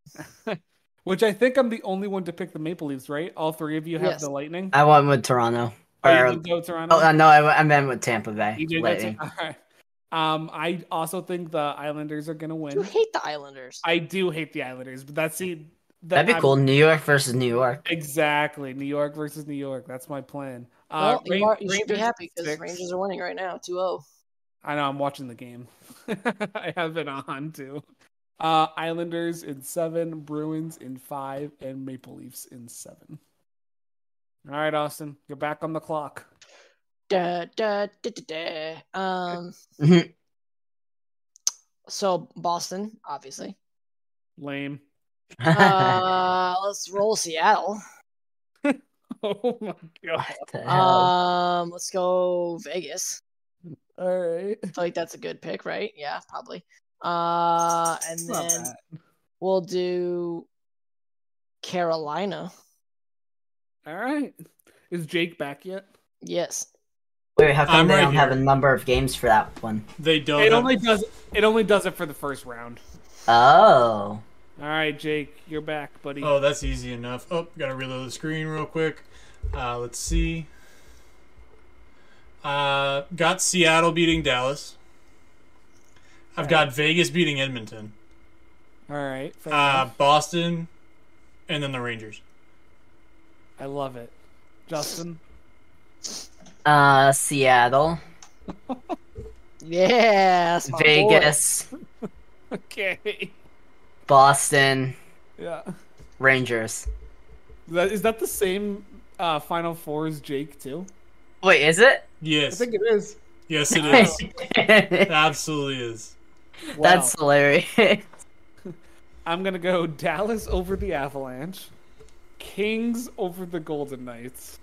Speaker 2: them.
Speaker 3: Which I think I'm the only one to pick the Maple Leafs, right? All three of you have
Speaker 2: Yes.
Speaker 3: the Lightning.
Speaker 4: I went with Toronto.
Speaker 3: Are E
Speaker 4: Or-
Speaker 3: you gonna go Toronto?
Speaker 4: oh, uh, no, I, I meant with Tampa Bay.
Speaker 3: You did go
Speaker 4: Lightning.
Speaker 3: to- all right. Um, I also think the Islanders are gonna
Speaker 2: You
Speaker 3: win.
Speaker 2: hate the Islanders.
Speaker 3: I uh, do hate the Islanders, but that's the that
Speaker 4: That'd be
Speaker 3: I'm-
Speaker 4: cool. New York versus New York.
Speaker 3: Exactly, New York versus New York. That's my plan. Uh,
Speaker 2: well, you,
Speaker 3: Ra-
Speaker 2: are, you should be
Speaker 3: Rangers
Speaker 2: happy because
Speaker 3: six.
Speaker 2: Rangers are winning right now, oh. 2-0.
Speaker 3: I know I'm watching the game. I have it on too. Uh, Islanders in seven, Bruins in five, and Maple Leafs in seven. All right, Austin, you're back on the clock.
Speaker 2: Da, da, da, da, da. Um,
Speaker 3: Mm-hmm.
Speaker 4: Mhm.
Speaker 2: so Boston, obviously.
Speaker 3: Lame.
Speaker 2: Uh, let's roll Seattle.
Speaker 3: Oh my god.
Speaker 4: What the hell?
Speaker 2: Um, let's go Vegas.
Speaker 3: All right.
Speaker 2: I feel like that's a good pick, right? Yeah, probably. Uh, and
Speaker 3: Not
Speaker 2: then
Speaker 3: bad.
Speaker 2: we'll do Carolina.
Speaker 3: All right. Is Jake back yet?
Speaker 2: Yes.
Speaker 4: Wait, how come
Speaker 1: I'm
Speaker 4: they
Speaker 1: right
Speaker 4: don't have a
Speaker 1: here.
Speaker 4: number of games for that one?
Speaker 1: They don't.
Speaker 3: it
Speaker 1: have-
Speaker 3: only does it only does it for the first round.
Speaker 4: Oh.
Speaker 3: All right, Jake, you're back, buddy.
Speaker 1: oh, that's easy enough. Oh, gotta reload the screen real quick. Uh, let's see. Uh, got Seattle beating Dallas. I've got Vegas beating Edmonton,
Speaker 3: All right. fair
Speaker 1: uh,
Speaker 3: enough.
Speaker 1: Boston, and then the Rangers.
Speaker 3: I love it. Justin.
Speaker 4: Uh, Seattle,
Speaker 2: Yeah. that's my Oh, boy.
Speaker 4: Vegas,
Speaker 3: Okay.
Speaker 4: Boston,
Speaker 3: Yeah.
Speaker 4: Rangers.
Speaker 3: That, is that the same uh, Final Four as Jake too?
Speaker 4: Wait, is it?
Speaker 1: Yes,
Speaker 3: it is.
Speaker 1: yes, it is. It
Speaker 4: That's
Speaker 1: absolutely is.
Speaker 4: hilarious.
Speaker 3: I'm gonna go Dallas over the Avalanche, Kings over the Golden Knights.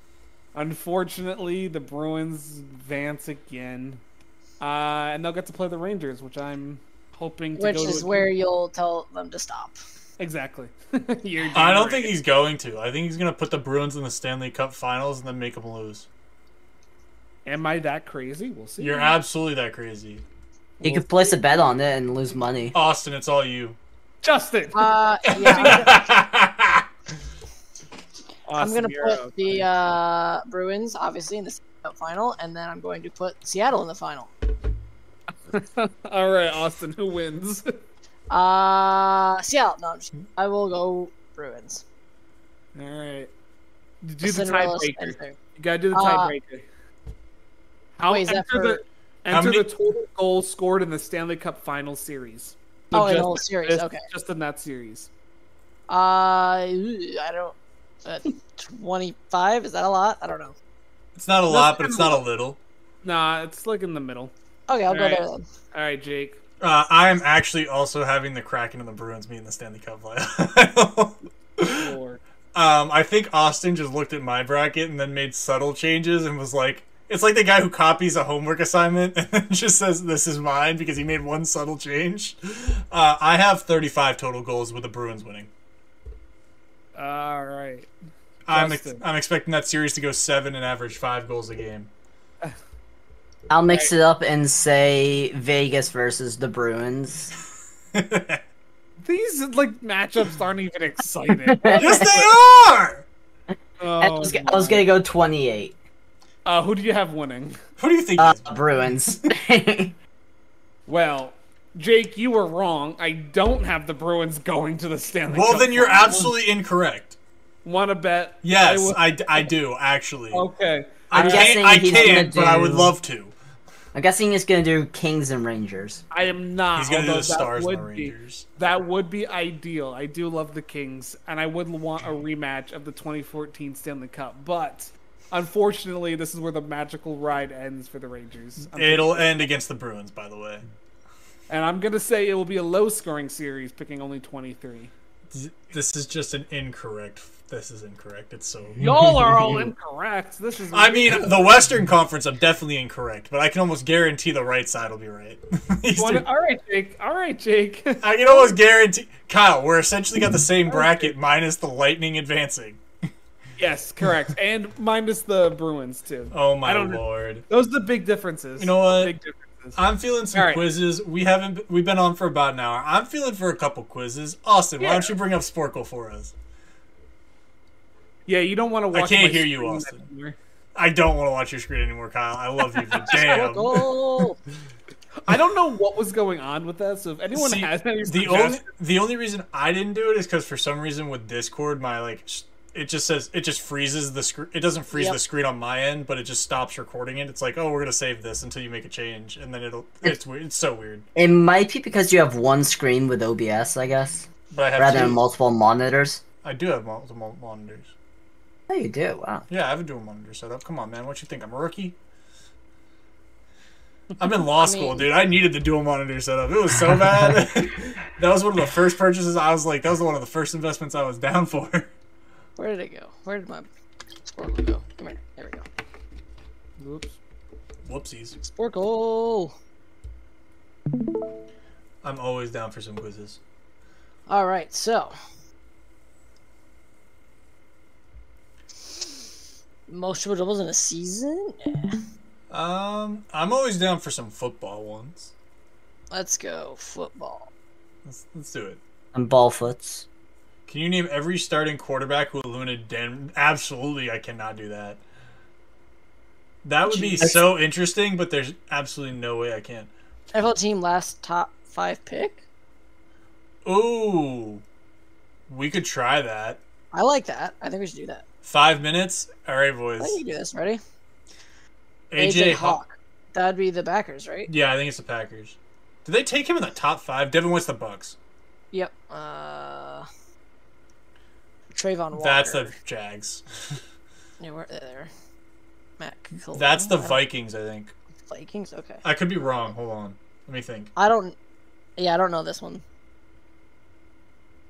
Speaker 3: Unfortunately, the Bruins advance again, uh, and they'll get to play the Rangers, which I'm hoping to
Speaker 2: Which
Speaker 3: go to
Speaker 2: is
Speaker 3: a-
Speaker 2: where you'll tell them to stop.
Speaker 3: exactly. You're doing
Speaker 1: I don't
Speaker 3: great.
Speaker 1: think he's going to. I think he's gonna put the Bruins in the Stanley Cup Finals and then make them lose.
Speaker 3: Am I that crazy? We'll see.
Speaker 1: You're absolutely that crazy,
Speaker 4: you could place a bet on it and lose money.
Speaker 1: Austin. It's all you.
Speaker 3: Justin.
Speaker 2: Uh, yeah.
Speaker 1: That's
Speaker 2: I'm gonna
Speaker 3: Austin, you're
Speaker 2: put
Speaker 3: up.
Speaker 2: the uh, Bruins obviously in the Stanley Cup final, and then I'm going to put Seattle in the final.
Speaker 3: All right, Austin. Who wins?
Speaker 2: Uh, Seattle. No, I'm just, I will go Bruins.
Speaker 3: All right. You do the
Speaker 2: Cinderella
Speaker 3: tiebreaker.
Speaker 2: Spencer.
Speaker 3: You gotta do the
Speaker 2: Uh,
Speaker 3: tiebreaker. How
Speaker 2: wait, is that
Speaker 3: enter the
Speaker 2: for-
Speaker 1: How
Speaker 3: enter
Speaker 1: many-
Speaker 3: the total goals scored in the Stanley Cup final series?
Speaker 2: Oh, in the
Speaker 3: just-
Speaker 2: whole series,
Speaker 3: just-
Speaker 2: okay.
Speaker 3: Just in that series.
Speaker 2: Uh, I don't. Uh, Twenty-five? Is that a lot? I don't know.
Speaker 1: It's not a lot, but it's not a little.
Speaker 3: Nah, it's like in the middle.
Speaker 2: Okay, I'll go
Speaker 3: Alright.
Speaker 2: there then.
Speaker 3: All right, Jake.
Speaker 1: Uh, I am actually also having the Kraken and the Bruins meet in the Stanley Cup final.
Speaker 3: Or
Speaker 1: Um, I think Austin just looked at my bracket and then made subtle changes and was like, it's like the guy who copies a homework assignment and then just says, this is mine because he made one subtle change. Uh, I have 35 total goals with the Bruins winning.
Speaker 3: all right.
Speaker 1: I'm, ex-
Speaker 3: Justin.
Speaker 1: I'm expecting that series to go seven and average five goals a game.
Speaker 4: I'll mix it up and say Vegas versus the Bruins.
Speaker 1: yes,
Speaker 3: These like matchups aren't even exciting.
Speaker 1: they are!
Speaker 3: Oh,
Speaker 4: I was, I was gonna go 28.
Speaker 3: Uh, who do you have winning?
Speaker 1: Who do you think?
Speaker 4: Uh,
Speaker 1: is-
Speaker 4: Bruins.
Speaker 3: Well, Jake, you were wrong. I don't have the Bruins going to the Stanley.
Speaker 1: well,
Speaker 3: Cup
Speaker 1: then you're
Speaker 3: final.
Speaker 1: absolutely incorrect.
Speaker 3: Want to bet? I
Speaker 1: Yes,
Speaker 3: will-
Speaker 1: I, I do, actually.
Speaker 3: okay.
Speaker 1: I
Speaker 4: I'm
Speaker 1: can't,
Speaker 4: guessing
Speaker 1: I
Speaker 4: he's
Speaker 1: can't
Speaker 4: gonna
Speaker 1: but I
Speaker 4: do-
Speaker 1: would love to.
Speaker 4: I'm guessing it's gonna do Kings and Rangers.
Speaker 3: I am not.
Speaker 1: He's going to do
Speaker 3: although
Speaker 1: the Stars
Speaker 3: that
Speaker 1: and
Speaker 3: would
Speaker 1: the
Speaker 3: be
Speaker 1: Rangers.
Speaker 3: that would be ideal. I do love the Kings, and I would want a rematch of the 2014 Stanley Cup, but. Unfortunately, this is where the magical ride ends for the Rangers. I'm-
Speaker 1: It'll end against the Bruins, by the way.
Speaker 3: and I'm going to say it will be a low scoring series, picking only 23.
Speaker 1: This is just an incorrect. This is incorrect. It's so.
Speaker 3: Y'all are all incorrect. This is.
Speaker 1: I mean, the Western Conference, I'm definitely incorrect, but I can almost guarantee the right side will be right. Eastern,
Speaker 3: all right, Jake. All right, Jake.
Speaker 1: I can almost guarantee. Kyle, we're essentially got the same bracket minus the Lightning advancing.
Speaker 3: yes, correct. And minus the Bruins too.
Speaker 1: Oh my
Speaker 3: I don't-
Speaker 1: lord.
Speaker 3: Those are the big differences.
Speaker 1: You know what?
Speaker 3: Big differences.
Speaker 1: I'm feeling some
Speaker 3: All right.
Speaker 1: quizzes. We haven't. We've been on for about an hour. I'm feeling for a couple quizzes. Austin, why
Speaker 3: Yeah.
Speaker 1: don't you bring up Sporkle for us?
Speaker 3: Yeah, you don't want to watch.
Speaker 1: can't
Speaker 3: my
Speaker 1: hear you,
Speaker 3: screen
Speaker 1: Austin.
Speaker 3: anymore.
Speaker 1: I don't want to watch your screen anymore, Kyle. I love you, but damn.
Speaker 2: Goal.
Speaker 3: I don't know what was going on with that. So if anyone
Speaker 1: See,
Speaker 3: has any
Speaker 1: the only the only reason I didn't do it is because for some reason with Discord, my like s- it just says it just freezes the screen. It doesn't freeze
Speaker 2: Yep.
Speaker 1: the screen on my end, but it just stops recording it. It's like, oh, we're gonna save this until you make a change, and then it'll. It's weird. It's so weird.
Speaker 4: It might be because you have one screen with OBS, I guess,
Speaker 1: But I have
Speaker 4: rather than
Speaker 1: two-
Speaker 4: multiple monitors.
Speaker 1: I do have multiple monitors.
Speaker 4: Oh, you do. Wow.
Speaker 1: Yeah, I have a dual monitor setup. Come on, man. What you think? I'm a rookie. I'm in law school,
Speaker 2: mean-
Speaker 1: dude. I needed the dual monitor setup. It was so bad. that was one of the first purchases. I was like, that was one of the first investments I was down for.
Speaker 2: Where did it go? Where did my Sporkle go? Come here. There we go.
Speaker 3: Oops.
Speaker 1: Whoopsies.
Speaker 2: Sporkle.
Speaker 1: I'm always down for some quizzes.
Speaker 2: All right, so most triple doubles in a season. Yeah.
Speaker 1: Um, I'm always down for some football ones.
Speaker 2: Let's go football.
Speaker 1: Let's, let's do it.
Speaker 4: And Ballfoots.
Speaker 1: Can you name every starting quarterback who eliminated Denver? Absolutely, I cannot do that. That would be
Speaker 2: Jeez.
Speaker 1: so interesting, but there's absolutely no way I can.
Speaker 2: NFL team last top five pick.
Speaker 1: Ooh, we could try that.
Speaker 2: I like that. I think we should do that.
Speaker 1: Five minutes. All right, boys.
Speaker 2: I think you do this. Ready?
Speaker 1: AJ Hawk.
Speaker 2: That'd be the backers, right?
Speaker 1: Yeah, I think it's the Packers. Did they take him in the top five? Devin wants the Bucks.
Speaker 2: Yep. Uh, Trayvon Walker.
Speaker 1: That's the Jags.
Speaker 2: Yeah, we're there. Matt. Colon,
Speaker 1: That's the
Speaker 2: I don't-
Speaker 1: Vikings. I think.
Speaker 2: Vikings. Okay.
Speaker 1: I could be wrong. Hold on. Let me think.
Speaker 2: I don't. Yeah, I don't know this one.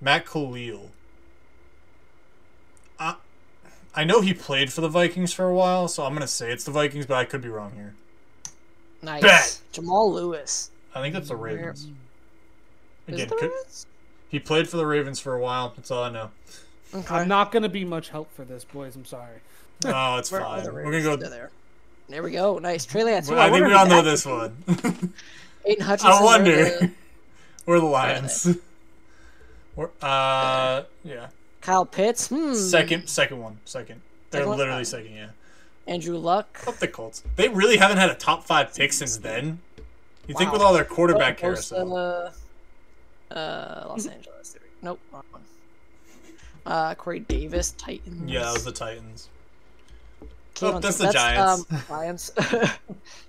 Speaker 1: Matt Khalil. I, I know he played for the Vikings for a while, so I'm gonna say it's the Vikings, but I could be wrong here.
Speaker 2: Nice.
Speaker 1: Bet.
Speaker 2: Jamal Lewis.
Speaker 1: I think that's the
Speaker 2: Where-
Speaker 1: Ravens.
Speaker 2: Is
Speaker 1: Again,
Speaker 2: it the
Speaker 1: could,
Speaker 2: Ravens?
Speaker 1: he played for the Ravens for a while. That's all I know.
Speaker 2: Okay.
Speaker 3: I'm not gonna be much help for this, boys. I'm sorry.
Speaker 1: Oh, it's
Speaker 2: Where are
Speaker 1: fine.
Speaker 2: the
Speaker 1: We're gonna
Speaker 2: Ravens?
Speaker 1: go.
Speaker 2: They're there. There we go. Nice. Trey Lance. Ooh,
Speaker 1: I think
Speaker 2: wonder
Speaker 1: we
Speaker 2: if
Speaker 1: all know
Speaker 2: that-
Speaker 1: this one.
Speaker 2: Aiden Hutchinson.
Speaker 1: I wonder.
Speaker 2: the-
Speaker 1: We're the Lions. We're, uh, yeah.
Speaker 2: Kyle Pitts. Hmm.
Speaker 1: Second, second one, second. They're
Speaker 2: Second one?
Speaker 1: literally
Speaker 2: Oh.
Speaker 1: second. Yeah.
Speaker 2: Andrew Luck.
Speaker 1: Up the Colts. They really haven't had a top five pick since then. You think
Speaker 2: Wow.
Speaker 1: with all their quarterback
Speaker 2: Bosa,
Speaker 1: carousel?
Speaker 2: Uh, Los Angeles. There we go. Nope. Wrong one. Uh, Corey Davis, Titans.
Speaker 1: Yeah, that was the Titans.
Speaker 2: Came
Speaker 1: oh,
Speaker 2: on-
Speaker 1: that's the Giants.
Speaker 2: Um, Giants.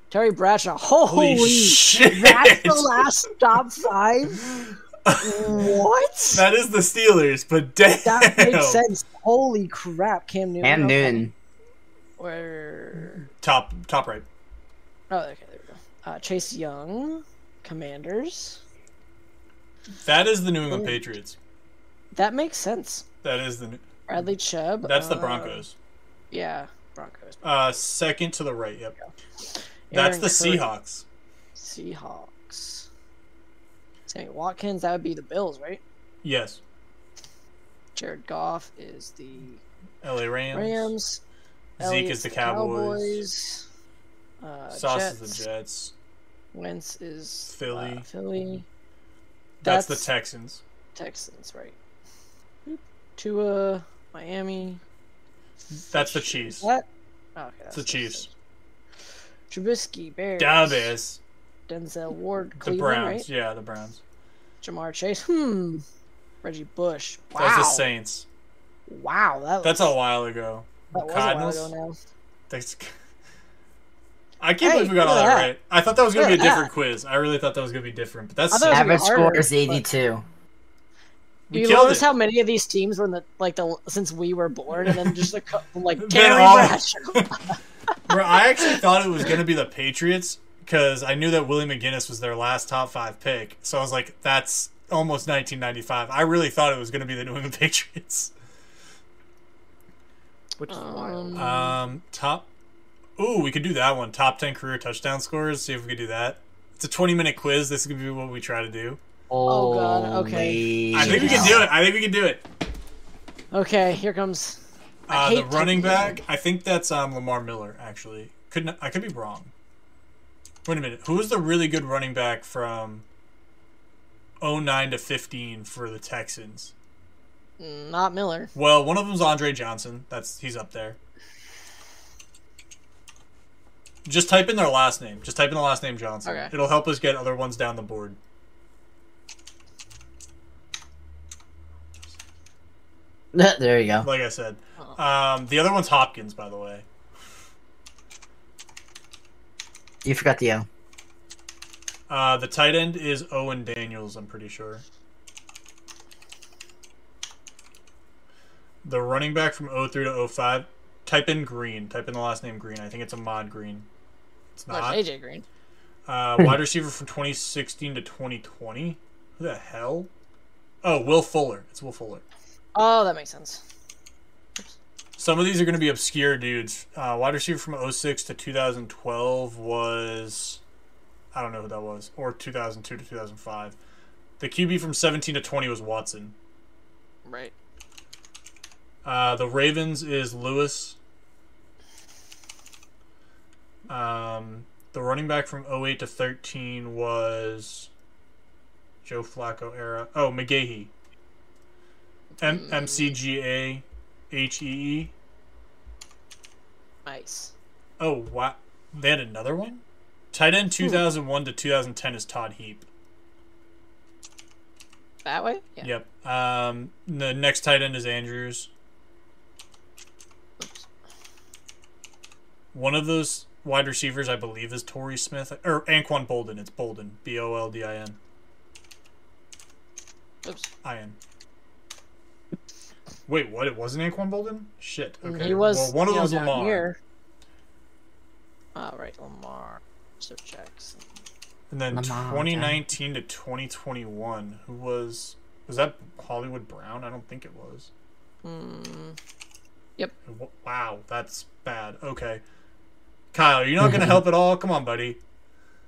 Speaker 2: Terry Bradshaw. Holy,
Speaker 1: Holy, shit!
Speaker 2: That's the last top five. what?
Speaker 1: That is the Steelers, but damn.
Speaker 2: That makes sense. Holy crap, Cam Newton.
Speaker 4: Cam
Speaker 2: okay.
Speaker 4: Newton.
Speaker 2: Where?
Speaker 1: Top top right.
Speaker 2: Oh, okay, there we go. Uh, Chase Young, Commanders.
Speaker 1: That is the New England Patriots.
Speaker 2: That makes sense.
Speaker 1: That is the.
Speaker 2: Bradley Chubb.
Speaker 1: That's the
Speaker 2: uh,
Speaker 1: Broncos.
Speaker 2: Yeah, Broncos.
Speaker 1: Uh, second to the right. Yep. That's
Speaker 2: Aaron
Speaker 1: the
Speaker 2: Curry,
Speaker 1: Seahawks.
Speaker 2: Seahawks. Sammy Watkins. That would be the Bills, right?
Speaker 1: Yes.
Speaker 2: Jared Goff is the
Speaker 1: L.A. Rams.
Speaker 2: Rams.
Speaker 1: Zeke is
Speaker 2: Elliott's
Speaker 1: the Cowboys.
Speaker 2: Cowboys. Uh,
Speaker 1: Sauce
Speaker 2: Jets.
Speaker 1: is the Jets.
Speaker 2: Wentz is
Speaker 1: Philly. Mm-hmm.
Speaker 2: uh, Philly.
Speaker 1: That's,
Speaker 2: That's-
Speaker 1: the Texans.
Speaker 2: Texans, right? Tua, Miami.
Speaker 1: That's the Chiefs.
Speaker 2: What? Oh, okay,
Speaker 1: It's
Speaker 2: that's
Speaker 1: the Chiefs.
Speaker 2: Trubisky, Bears.
Speaker 1: Davis.
Speaker 2: Denzel Ward,
Speaker 1: The
Speaker 2: Cleveland,
Speaker 1: Browns.
Speaker 2: right?
Speaker 1: Yeah, the Browns.
Speaker 2: Jamar Chase. Hmm. Reggie Bush. Wow.
Speaker 1: That's the Saints.
Speaker 2: Wow. That was,
Speaker 1: That's a while ago.
Speaker 2: that was
Speaker 1: Cardinals.
Speaker 2: a while ago now.
Speaker 1: That's. I can't
Speaker 2: Hey,
Speaker 1: believe we got all
Speaker 2: look at
Speaker 1: that,
Speaker 2: that.
Speaker 1: right. I thought that was gonna be a
Speaker 2: Look at
Speaker 1: different quiz. I really thought that was gonna be different, but that's
Speaker 2: I thought it was-
Speaker 4: Average
Speaker 2: harder,
Speaker 4: score is
Speaker 2: but-
Speaker 4: 82.
Speaker 1: we
Speaker 2: you
Speaker 1: killed
Speaker 2: notice
Speaker 1: it.
Speaker 2: how many of these teams were in the like the since we were born, and then just a couple, like
Speaker 1: They're
Speaker 2: Terry
Speaker 1: all-
Speaker 2: Bradshaw.
Speaker 1: Bro, I actually thought it was gonna be the Patriots because I knew that Willie McGinnis was their last top five pick. So I was like, that's almost 1995. I really thought it was gonna be the New England Patriots.
Speaker 3: which is wild.
Speaker 2: Um,
Speaker 1: Um, top. Ooh, we could do that one. Top ten career touchdown scores. See if we could do that. It's a 20 minute quiz. This is gonna be what we try to do.
Speaker 4: Oh
Speaker 2: God, okay.
Speaker 1: I think we can do it. I think we can do it.
Speaker 2: okay, here comes. I
Speaker 1: Uh, the
Speaker 2: hate to
Speaker 1: running
Speaker 2: be-
Speaker 1: back. I think that's um, Lamar Miller. Actually, couldn't I could be wrong. Wait a minute. Who was the really good running back from 09 to 15 for the Texans?
Speaker 2: Not Miller.
Speaker 1: Well, one of them's Andre Johnson. That's he's up there. Just type in their last name. Just type in the last name Johnson.
Speaker 2: Okay.
Speaker 1: It'll help us get other ones down the board.
Speaker 4: there you go.
Speaker 1: Like I said,
Speaker 2: Oh.
Speaker 1: um, the other one's Hopkins, by the way.
Speaker 4: You forgot the O.
Speaker 1: Uh, the tight end is Owen Daniels, I'm pretty sure. The running back from 03 to 05. Type in Green. Type in the last name Green. I think it's Ahmad Green. It's
Speaker 2: Not
Speaker 1: not.
Speaker 2: AJ Green.
Speaker 1: Uh, wide receiver from 2016 to 2020. Who the hell? Oh, Will Fuller. It's Will Fuller.
Speaker 2: Oh, that makes sense.
Speaker 1: Some of these are going to be obscure dudes. Uh, wide receiver from 06 to 2012 was. I don't know who that was. Or 2002 to 2005. The QB from 17 to 20 was Watson.
Speaker 2: Right.
Speaker 1: Uh, the Ravens is Lewis. Um, the running back from 08 to 13 was Joe Flacco era. Oh, McGahee. M-
Speaker 2: Mm.
Speaker 1: E M-C-G-A-H-E-E.
Speaker 2: Nice.
Speaker 1: Oh, wow. They had another one? Tight end 2001 to 2010 is Todd Heap.
Speaker 2: That way? Yeah.
Speaker 1: Yep. Um, the next tight end is Andrews.
Speaker 2: Oops.
Speaker 1: One of those wide receivers, I believe, is Torrey Smith or Anquan Bolden. It's Bolden, B O L D I N,
Speaker 2: Oops.
Speaker 1: I N. Wait, what? It wasn't Anquan Bolden? Shit. Okay.
Speaker 2: He was
Speaker 1: Well, one of
Speaker 2: you know,
Speaker 1: those
Speaker 2: down
Speaker 1: Lamar.
Speaker 2: Here. Oh, right, Lamar. So Jackson.
Speaker 1: And then
Speaker 4: Lamar,
Speaker 1: 2019 to 2021, who was was that Hollywood Brown? I don't think it was.
Speaker 2: Mm,
Speaker 1: W- Wow, that's bad. Okay. Kyle, you're not gonna help at all. Come on, buddy.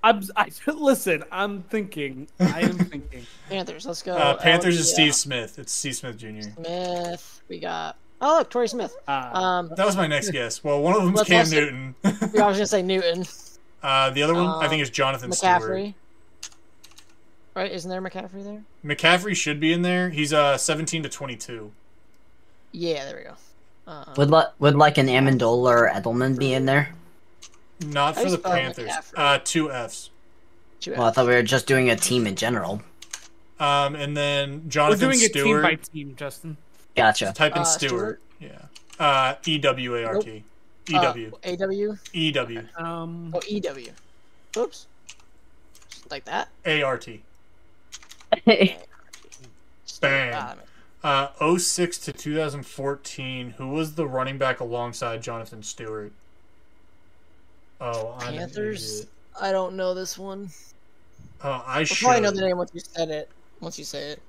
Speaker 1: Uh,
Speaker 3: I'm, I listen. I'm thinking. I am thinking.
Speaker 2: Panthers. Let's go.
Speaker 1: Uh, Panthers is
Speaker 2: is
Speaker 1: Steve Smith. It's C. Smith Jr.
Speaker 2: Smith. We got. Oh look, Torrey Smith.
Speaker 3: Uh,
Speaker 2: Um,
Speaker 1: That was my next guess. Well, one of them's
Speaker 2: Let's
Speaker 1: Cam
Speaker 2: also-
Speaker 1: Newton.
Speaker 2: we were- I was gonna say Newton,
Speaker 1: Uh, the other one, I think,
Speaker 2: Um,
Speaker 1: is Jonathan
Speaker 2: McCaffrey. Right? Isn't there McCaffrey there?
Speaker 1: Stewart. McCaffrey should be in there. He's uh 17 to 22.
Speaker 2: Yeah, there we go. Uh,
Speaker 4: Would li- would like an Amendola or Edelman be in there?
Speaker 1: Not
Speaker 2: How
Speaker 1: for
Speaker 2: do you
Speaker 1: the
Speaker 2: spell
Speaker 1: Panthers.
Speaker 2: McCaffrey?
Speaker 1: Uh, two Fs.
Speaker 2: two
Speaker 4: Well, I thought we were just doing a team in general.
Speaker 1: Um, and then
Speaker 3: we're
Speaker 1: Jonathan
Speaker 3: doing it team
Speaker 1: Stewart.
Speaker 3: by team, Justin.
Speaker 4: Gotcha.
Speaker 1: Just type in
Speaker 2: Uh,
Speaker 1: Stewart.
Speaker 2: Stewart?
Speaker 1: Yeah. Uh, E W A R T. E W.
Speaker 2: Uh, AW?
Speaker 1: E W.
Speaker 3: Um,
Speaker 2: Oh, EW. Oops. Just like that.
Speaker 1: A R T.
Speaker 2: Just
Speaker 1: Bang.
Speaker 2: ah, that
Speaker 1: Uh, 06 to 2014, who was the running back alongside Jonathan Stewart? Oh, I'm an
Speaker 2: Panthers?
Speaker 1: idiot.
Speaker 2: ma- I don't know this one.
Speaker 1: Oh, I
Speaker 2: I'll
Speaker 1: should.
Speaker 2: probably know the name once you said it. Once you say it.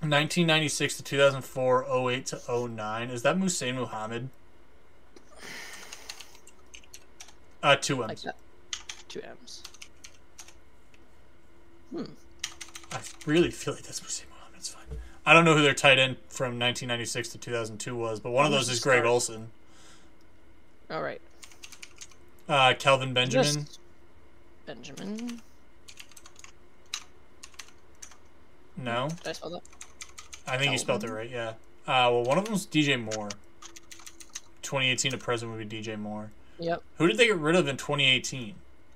Speaker 1: 1996 to 2004, 08 to 09. Is that Musain Muhammad? Uh, two
Speaker 2: Like
Speaker 1: M's.
Speaker 2: that. Two M's.
Speaker 1: I really feel like that's Musain Muhammad. It's fine. I don't know who their tight end from 1996 to 2002 was, but one of
Speaker 2: Who
Speaker 1: those
Speaker 2: was
Speaker 1: is
Speaker 2: the
Speaker 1: Greg
Speaker 2: star?
Speaker 1: Olson.
Speaker 2: All right.
Speaker 1: Uh, Kelvin Benjamin.
Speaker 2: Just Benjamin. Did
Speaker 1: No,
Speaker 2: I spell that?
Speaker 1: I think you spelled it right. Yeah. Uh, well, one of them was DJ Moore. 2018 to present would be DJ Moore.
Speaker 2: Yep.
Speaker 1: Who did they get rid of in 2018?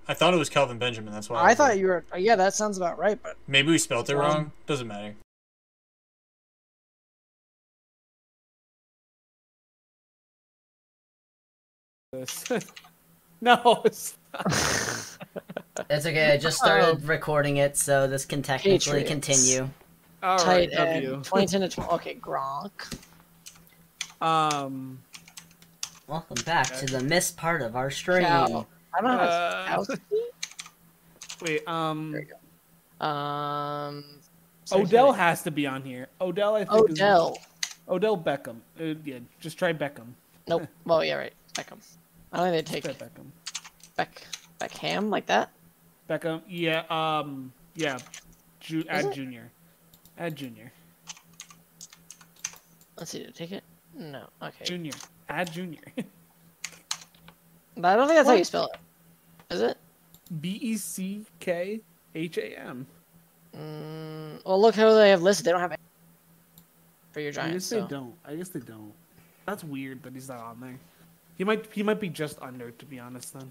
Speaker 1: I thought it was Kelvin Benjamin. That's why.
Speaker 2: I
Speaker 1: was
Speaker 2: thought
Speaker 1: like-
Speaker 2: you were. uh, Yeah, that sounds about right. But
Speaker 1: Maybe we spelled it
Speaker 2: Um,
Speaker 1: wrong. Doesn't matter.
Speaker 3: this.
Speaker 2: Oh.
Speaker 3: no, it's
Speaker 4: That's okay. I just started recording it, so this can technically
Speaker 2: Oh. Patriots.
Speaker 4: continue.
Speaker 3: all
Speaker 2: tight
Speaker 3: right. W.
Speaker 2: end. 2010 to 12. Okay, Gronk.
Speaker 3: Um,
Speaker 4: Welcome back to the missed part of our stream.
Speaker 2: Cow. I don't know. how
Speaker 3: Uh,
Speaker 2: it's
Speaker 3: wait. Um,
Speaker 2: There you Kowski? Um.
Speaker 3: Odell has to be on here. Odell, I think.
Speaker 2: Odell.
Speaker 3: Is, Odell Beckham. Uh, yeah, just try Beckham.
Speaker 2: Nope. Well, yeah, right. Beckham. I don't think they
Speaker 3: Try
Speaker 2: take
Speaker 3: Beckham.
Speaker 2: Beck Beckham like that.
Speaker 3: Beckham. Yeah. Um. Yeah. Ju- add
Speaker 2: it?
Speaker 3: junior. Add junior.
Speaker 2: Let's see. Did it take it? No. Okay.
Speaker 3: Junior. Add junior.
Speaker 2: But I don't think that's how you spell it. Is it?
Speaker 3: B e c k h a m.
Speaker 2: Mm, well, look how they have listed. They don't have any for your
Speaker 3: I
Speaker 2: Giants.
Speaker 3: guess
Speaker 2: So.
Speaker 3: they don't. I guess they don't. That's weird that he's not on there. He might. He might be just under. To be honest, then.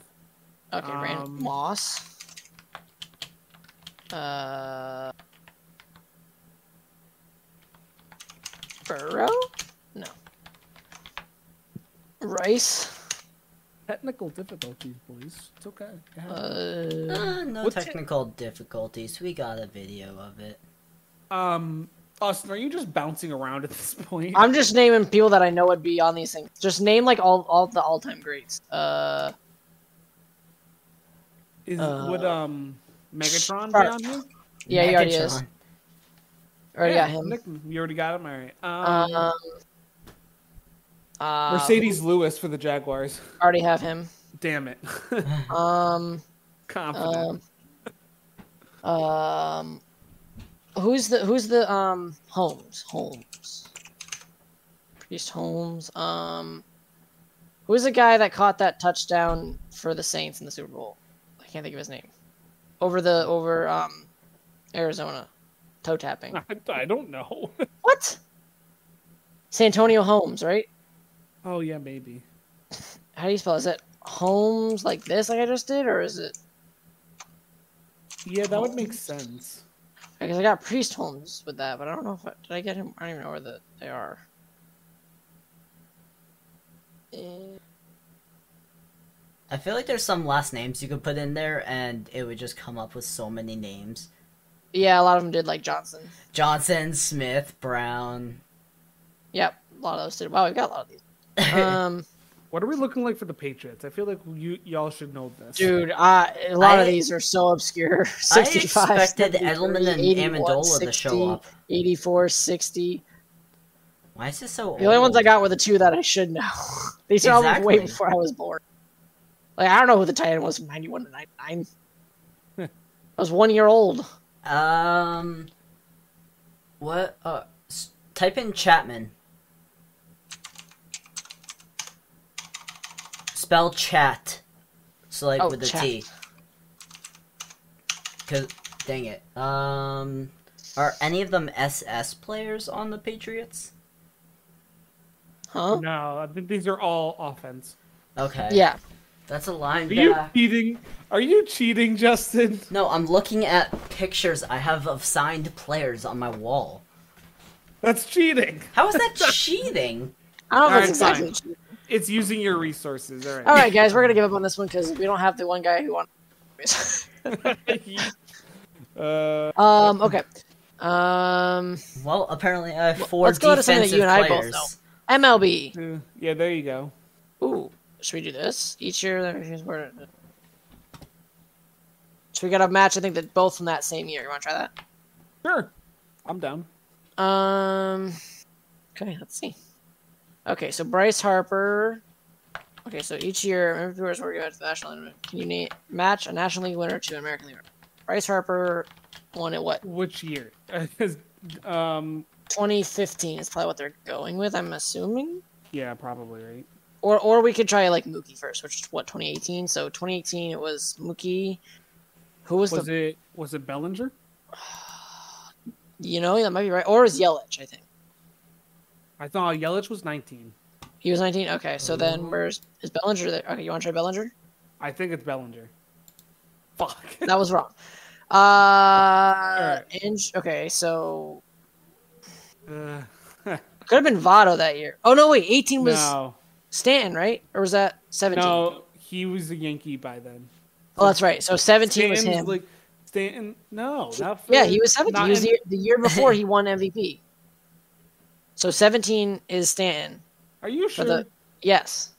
Speaker 2: Okay, Rand
Speaker 3: Um,
Speaker 2: Moss. Uh. Burrow? No. Rice?
Speaker 3: Technical difficulties, boys. It's okay. It happens.
Speaker 2: Uh,
Speaker 4: Uh, no
Speaker 3: What's it-
Speaker 4: technical difficulties. We got a video of it.
Speaker 3: Um, Austin, are you just bouncing around at this point?
Speaker 2: I'm just naming people that I know would be on these things. Just name like all all the all time greats. Uh,
Speaker 3: Is
Speaker 2: uh,
Speaker 3: would um Megatron be
Speaker 2: sorry.
Speaker 3: on here?
Speaker 2: Yeah, he already is.
Speaker 4: Megatron.
Speaker 2: already got
Speaker 3: Yeah,
Speaker 2: him.
Speaker 3: Nick, you already got him. All right. Um,
Speaker 2: Um, uh,
Speaker 3: Mercedes Lewis for the Jaguars.
Speaker 2: already have him.
Speaker 3: Damn it.
Speaker 2: Um,
Speaker 3: Confident.
Speaker 2: um, um, who's the who's the um Holmes Holmes Priest Holmes um who's the guy that caught that touchdown for the Saints in the Super Bowl? I can't think of his name. Over the over um Arizona, toe tapping.
Speaker 3: I, I don't know.
Speaker 2: What? Santonio Holmes, right?
Speaker 3: oh yeah, maybe.
Speaker 2: How do you spell? it? Is it Holmes like this, like I just did, or is it?
Speaker 3: Yeah, that would make sense.
Speaker 2: Because I got Priest Holmes with that, but I don't know if I, did I get him. I don't even know where the, they are. Eh,
Speaker 4: I feel like there's some last names you could put in there, and it would just come up with so many names:
Speaker 2: Yeah, a lot of them did like Johnson.
Speaker 4: Johnson, Smith, Brown.
Speaker 2: Yep, a lot of those did. Wow, we've got a lot of these. Um,
Speaker 3: What are we looking like for the Patriots? I feel like you y'all should know this.
Speaker 2: dude, I, a lot
Speaker 4: I-
Speaker 2: of these are so obscure.
Speaker 4: I
Speaker 2: 65,
Speaker 4: expected
Speaker 2: 70,
Speaker 4: Edelman and
Speaker 2: 81,
Speaker 4: Amendola to show
Speaker 2: 60,
Speaker 4: up.
Speaker 2: 84, 60.
Speaker 4: Why is this so old?
Speaker 2: The only ones I got were the two that I should know. These are all
Speaker 4: Oh. Exactly.
Speaker 2: way before I was born. Like I don't know who the tight end was from '91 to '99. I was one year old.
Speaker 4: Um, what? Uh, s- type in Chapman. Spell chat. So like
Speaker 2: Oh,
Speaker 4: with a
Speaker 2: chat.
Speaker 4: T. Cause dang it. Um, are any of them SS players on the Patriots?
Speaker 2: Huh?
Speaker 3: No, I think these are all offense.
Speaker 4: Okay.
Speaker 2: Yeah.
Speaker 4: That's a line.
Speaker 3: Are you
Speaker 4: back.
Speaker 3: cheating? Are you cheating, Justin?
Speaker 4: No, I'm looking at pictures I have of signed players on my wall.
Speaker 3: That's cheating.
Speaker 4: How is that cheating?
Speaker 2: I don't know if
Speaker 3: Alright,
Speaker 2: that's exactly.
Speaker 3: fine. It's using your resources. All right.
Speaker 2: All right, guys, we're gonna give up on this one because we don't have the one guy who won.
Speaker 3: uh,
Speaker 2: um. Okay. Um.
Speaker 4: Well, apparently I have 4
Speaker 2: let's go to something
Speaker 4: defensive
Speaker 2: that you and I both
Speaker 4: players.
Speaker 2: know. MLB.
Speaker 3: yeah, there you go.
Speaker 2: Ooh. Should we do this each year? Here's where- So we got a match. I think that both from that same year. You want to try
Speaker 3: Sure. I'm down.
Speaker 2: that? Um. Okay. Let's see. Okay. So Bryce Harper. Okay. So each year, remember viewers where you at the national. League. Can you name, match a National League winner to an American League? winner? Bryce Harper won it. What?
Speaker 3: Which year? 'Cause, um,
Speaker 2: 2015 is probably what they're going with. I'm assuming.
Speaker 3: yeah, probably right.
Speaker 2: Or or we could try like Mookie first, which is what 2018. So 2018 it was Mookie. Who was,
Speaker 3: Was
Speaker 2: the
Speaker 3: it was it Bellinger?
Speaker 2: you know that might be right, or it was Yelich? I think
Speaker 3: I thought Yelich was 19.
Speaker 2: he was 19. Okay, so
Speaker 3: Mm-hmm.
Speaker 2: then where's is Bellinger there? Okay, you want to try Bellinger?
Speaker 3: I think it's Bellinger. Fuck.
Speaker 2: That was wrong. Uh, Ange- okay, so
Speaker 3: Uh,
Speaker 2: could have been Votto that year. Oh no, wait, 18 was
Speaker 3: no,
Speaker 2: Stanton, right? Or was that 17?
Speaker 3: no, he was a Yankee by then.
Speaker 2: Oh, that's right. So 17 was
Speaker 3: Stanton's
Speaker 2: him.
Speaker 3: Like Stanton, no, not
Speaker 2: Yeah,
Speaker 3: for-
Speaker 2: he was 17.
Speaker 3: not
Speaker 2: He was
Speaker 3: in-
Speaker 2: the, year- the year before he won MVP. So 17 is Stanton.
Speaker 3: Are you
Speaker 2: For
Speaker 3: sure?
Speaker 2: the, yes.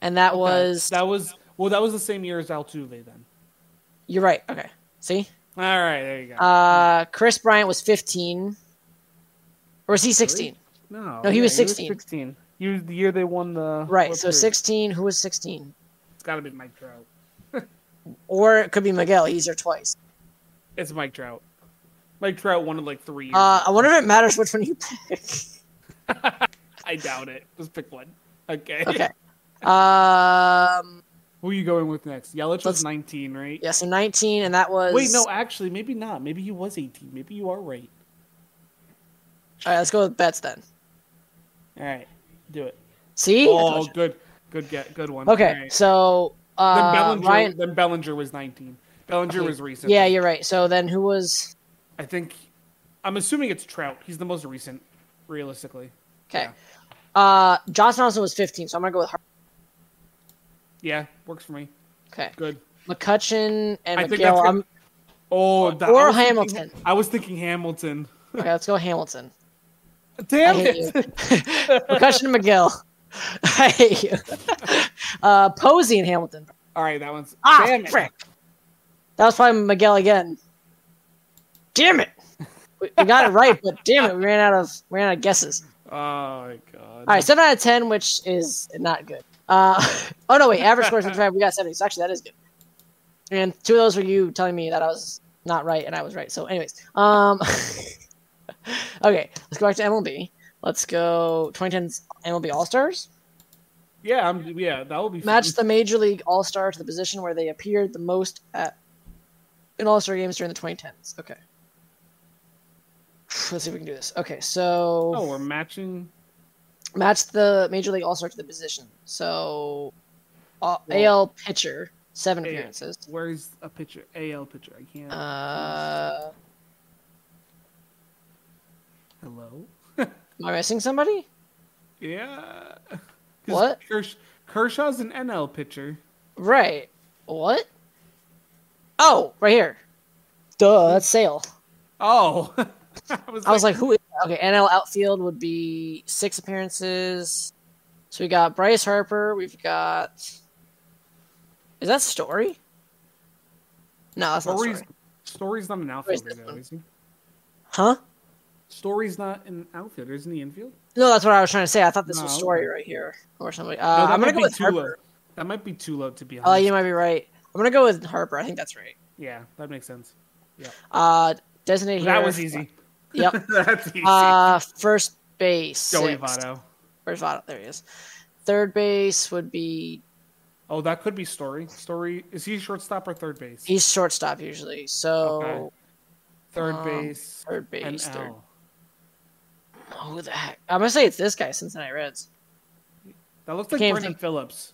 Speaker 2: And that was.
Speaker 3: that was well? That was the same year as Altuve then.
Speaker 2: you're right. Okay. See?
Speaker 3: All right, there you go.
Speaker 2: Uh, Chris Bryant was 15. Or was he 16?
Speaker 3: no,
Speaker 2: no, he
Speaker 3: yeah,
Speaker 2: was 16.
Speaker 3: 16. He was the year they won the
Speaker 2: Right.
Speaker 3: World
Speaker 2: So
Speaker 3: Series.
Speaker 2: 16. Who was 16?
Speaker 3: It's got to be Mike Trout.
Speaker 2: Or it could be Miguel. He's there twice.
Speaker 3: It's Mike Trout. Mike Trout won it like three years.
Speaker 2: Uh, I wonder if it matters which one you pick.
Speaker 3: I doubt it. Just pick one. Okay.
Speaker 2: Okay. Um,
Speaker 3: Who are you going with next? Yelich
Speaker 2: Let's-
Speaker 3: was 19, right?
Speaker 2: yeah, so 19, and that was.
Speaker 3: Wait, no,
Speaker 2: All
Speaker 3: actually, maybe not. Maybe he was 18. Maybe you are right.
Speaker 2: right, let's go with bets then.
Speaker 3: All right, do it.
Speaker 2: See? I
Speaker 3: Oh,
Speaker 2: told you.
Speaker 3: good, good, get, good one. All
Speaker 2: Okay,
Speaker 3: right.
Speaker 2: so
Speaker 3: Then
Speaker 2: uh,
Speaker 3: Bellinger,
Speaker 2: Ryan.
Speaker 3: then Bellinger was 19. Bellinger was recent.
Speaker 2: Yeah, you're right. So then who was?
Speaker 3: I think, I'm assuming it's Trout. He's the most recent, realistically.
Speaker 2: Okay, uh, Josh Johnson was 15, so I'm gonna go with. Har-
Speaker 3: Yeah, works for me.
Speaker 2: okay,
Speaker 3: Good.
Speaker 2: McCutcheon and
Speaker 3: I think
Speaker 2: McGill.
Speaker 3: that's
Speaker 2: I'm,
Speaker 3: Oh, that,
Speaker 2: or
Speaker 3: I was thinking-
Speaker 2: Hamilton.
Speaker 3: I was thinking Hamilton.
Speaker 2: okay, let's go Hamilton. I
Speaker 3: Damn
Speaker 2: hate
Speaker 3: it!
Speaker 2: you. McCutcheon and McGill. I hate you. Uh, Posey and Hamilton.
Speaker 3: All right, that one's.
Speaker 2: Ah,
Speaker 3: damn it.
Speaker 2: frick. That was probably Miguel again. Damn it. We, we got it right, but damn it, we ran out of we ran out of guesses.
Speaker 3: Oh my god.
Speaker 2: All right, seven out of ten, which is not good. Uh, oh no, wait, average score is fifty-five. We got seventy, so actually that is good. And two of those were you telling me that I was not right and I was right. So, anyways, um, okay, let's go back to MLB. Let's go 2010's MLB All Stars.
Speaker 3: Yeah, I'm, yeah, that will be fun.
Speaker 2: Match the Major League All Star to the position where they appeared the most at in All Star games during the 2010s. Okay, let's see if we can do this. Okay, so
Speaker 3: Oh, we're matching.
Speaker 2: match the major league all star to the position. So, uh,
Speaker 3: Well-
Speaker 2: AL pitcher seven
Speaker 3: Yeah.
Speaker 2: appearances.
Speaker 3: Where's a pitcher? AL pitcher. I can't.
Speaker 2: Uh,
Speaker 3: Hello.
Speaker 2: am I missing somebody?
Speaker 3: Yeah. 'Cause
Speaker 2: What?
Speaker 3: Kersh- Kershaw's an NL pitcher.
Speaker 2: Right. What? Oh, right here. Duh, that's Sale.
Speaker 3: Oh. I was,
Speaker 2: I was like, who? Is- okay, NL outfield would be six appearances. So we got Bryce Harper. We've got. Is that Story? No, that's not
Speaker 3: Story's,
Speaker 2: Story.
Speaker 3: Story's not an
Speaker 2: this
Speaker 3: outfielder, though,
Speaker 2: one?
Speaker 3: is he?
Speaker 2: Huh?
Speaker 3: Story's not an outfielder, isn't he? Infield?
Speaker 2: No, that's what I was trying to say. I thought this was
Speaker 3: No.
Speaker 2: Story right here or somebody.
Speaker 3: No,
Speaker 2: Uh,
Speaker 3: that
Speaker 2: I'm gonna
Speaker 3: might
Speaker 2: go
Speaker 3: be
Speaker 2: with
Speaker 3: too
Speaker 2: Harper.
Speaker 3: low. That might be too low, to be
Speaker 2: Oh,
Speaker 3: honest.
Speaker 2: you might be right. I'm gonna go with Harper. I think that's right.
Speaker 3: Yeah, that makes sense.
Speaker 2: Uh, designated.
Speaker 3: That
Speaker 2: hitter-
Speaker 3: was easy.
Speaker 2: Yep.
Speaker 3: That's easy.
Speaker 2: Uh, first base.
Speaker 3: Joey
Speaker 2: six.
Speaker 3: Votto.
Speaker 2: Where's Votto? There he is. Third base would be
Speaker 3: Oh, that could be Story. Story is he shortstop or third base?
Speaker 2: he's shortstop usually. So
Speaker 3: Okay. third
Speaker 2: um,
Speaker 3: base.
Speaker 2: third
Speaker 3: and
Speaker 2: base. Third.
Speaker 3: L.
Speaker 2: Oh, who the heck? I'm gonna say it's this guy, Cincinnati Reds.
Speaker 3: That looks like
Speaker 2: Can't
Speaker 3: Brendan
Speaker 2: think.
Speaker 3: Phillips.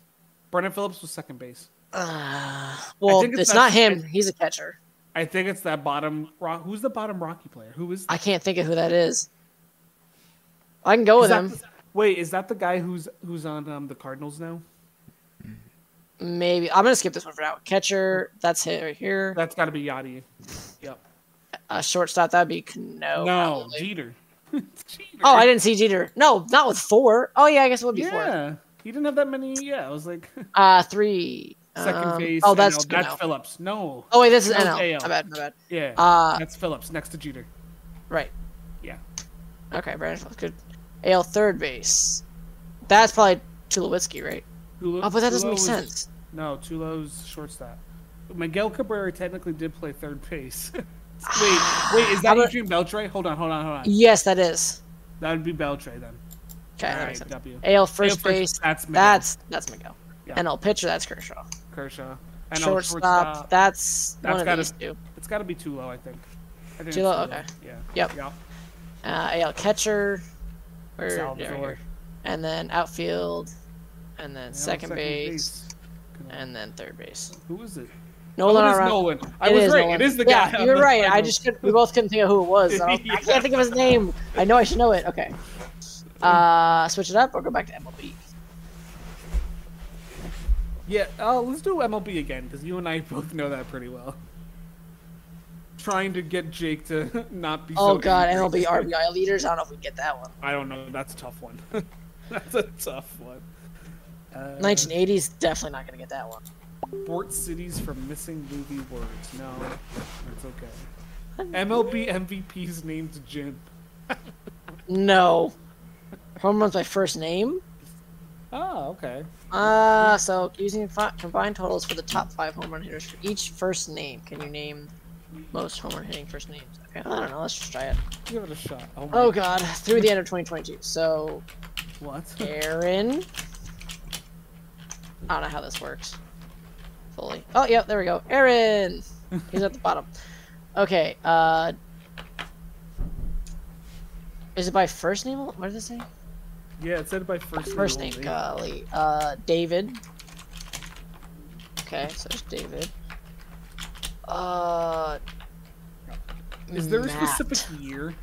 Speaker 3: Brendan Phillips was second base.
Speaker 2: Uh, well,
Speaker 3: think
Speaker 2: it's,
Speaker 3: it's
Speaker 2: not
Speaker 3: not-
Speaker 2: him. He's a catcher.
Speaker 3: I think it's that bottom. Ro- Who's the bottom Rocky player? Who is?
Speaker 2: I can't think of who that is. I can go
Speaker 3: Is
Speaker 2: with
Speaker 3: that
Speaker 2: him.
Speaker 3: the- wait, is that the guy who's who's on um, the Cardinals now?
Speaker 2: Maybe I'm gonna skip this one for now. Catcher, that's hit right here.
Speaker 3: That's got to be Yachty. Yep.
Speaker 2: Uh, shortstop, that'd be Cano.
Speaker 3: No,
Speaker 2: Oh, probably.
Speaker 3: Jeter. Jeter.
Speaker 2: Oh, I didn't see Jeter. No, not with four. Oh yeah, I guess it would be four.
Speaker 3: Yeah, he didn't have that many. Yeah, I was like
Speaker 2: Uh, three.
Speaker 3: second
Speaker 2: Um,
Speaker 3: base.
Speaker 2: Oh, that's
Speaker 3: NL.
Speaker 2: Cano.
Speaker 3: that's Phillips. No.
Speaker 2: Oh wait, this is
Speaker 3: That was
Speaker 2: NL.
Speaker 3: AL.
Speaker 2: My bad. My bad.
Speaker 3: Yeah.
Speaker 2: Uh,
Speaker 3: that's Phillips next to Jeter.
Speaker 2: Right.
Speaker 3: Yeah.
Speaker 2: Okay, Brandon Phillips. Good. AL third base. That's probably Tulowitzki, right?
Speaker 3: Tulo-
Speaker 2: Oh, but that doesn't make
Speaker 3: Tulo's-
Speaker 2: sense.
Speaker 3: No, Tulo's shortstop. Miguel Cabrera technically did play third base. wait, wait, is that
Speaker 2: How about-
Speaker 3: Adrian Beltre? Hold on, hold on, hold on.
Speaker 2: Yes, that is.
Speaker 3: That would be Beltre then.
Speaker 2: Okay,
Speaker 3: All
Speaker 2: that
Speaker 3: right,
Speaker 2: makes sense.
Speaker 3: W.
Speaker 2: AL first
Speaker 3: first-
Speaker 2: base.
Speaker 3: that's Miguel.
Speaker 2: that's that's Miguel.
Speaker 3: Yeah.
Speaker 2: NL pitcher. That's Kershaw.
Speaker 3: Kershaw. I know
Speaker 2: Shortstop. That's, one of
Speaker 3: gotta,
Speaker 2: these two.
Speaker 3: It's got to be Tulo, I think. I think
Speaker 2: Tulo,
Speaker 3: it's
Speaker 2: okay.
Speaker 3: Yeah.
Speaker 2: Yep.
Speaker 3: Yeah.
Speaker 2: Uh, AL catcher. Where- there we
Speaker 3: Salvador.
Speaker 2: go. and then outfield, and then
Speaker 3: Yeah,
Speaker 2: second, base,
Speaker 3: Good
Speaker 2: and then third base.
Speaker 3: Who is it?
Speaker 2: Nolan
Speaker 3: oh, it is
Speaker 2: Arra-
Speaker 3: Nolan. I
Speaker 2: It
Speaker 3: was
Speaker 2: is
Speaker 3: right.
Speaker 2: Nolan.
Speaker 3: It is the
Speaker 2: yeah,
Speaker 3: guy. on
Speaker 2: You're
Speaker 3: the
Speaker 2: right. I
Speaker 3: Cardinals.
Speaker 2: just could, we both couldn't think of who it was. I, don't- I
Speaker 3: Yeah.
Speaker 2: can't think of his name. I know I should know it. Okay. Uh, switch it up or go back to MLB.
Speaker 3: Yeah, uh, let's do MLB again because you and I both know that pretty well. Trying to get Jake to not be.
Speaker 2: Oh
Speaker 3: so
Speaker 2: god,
Speaker 3: angry.
Speaker 2: MLB RBI leaders. I don't know if we get that one.
Speaker 3: I don't know. That's a tough one. That's a tough one. Uh,
Speaker 2: 1980s definitely not gonna get that one.
Speaker 3: Sport cities for missing movie words. No, that's okay. MLB MVP's named Jim.
Speaker 2: No. Home runs by first name.
Speaker 3: Oh, okay.
Speaker 2: Uh, so using fi- combined totals for the top five home run hitters for each first name. Can you name most home run hitting first names? Okay, I don't know. Let's just try it.
Speaker 3: Give it a shot. Oh, my
Speaker 2: Oh god, through the end of 2022. So
Speaker 3: What?
Speaker 2: Aaron. I don't know how this works. Fully. Oh, yeah, there we go. Aaron! He's at the bottom. Okay, uh. Is it by first name? What does it say?
Speaker 3: Yeah, it said by first
Speaker 2: First name,
Speaker 3: only.
Speaker 2: golly. Uh, David. Okay, so it's David. Uh.
Speaker 3: Is there a
Speaker 2: Matt.
Speaker 3: specific year?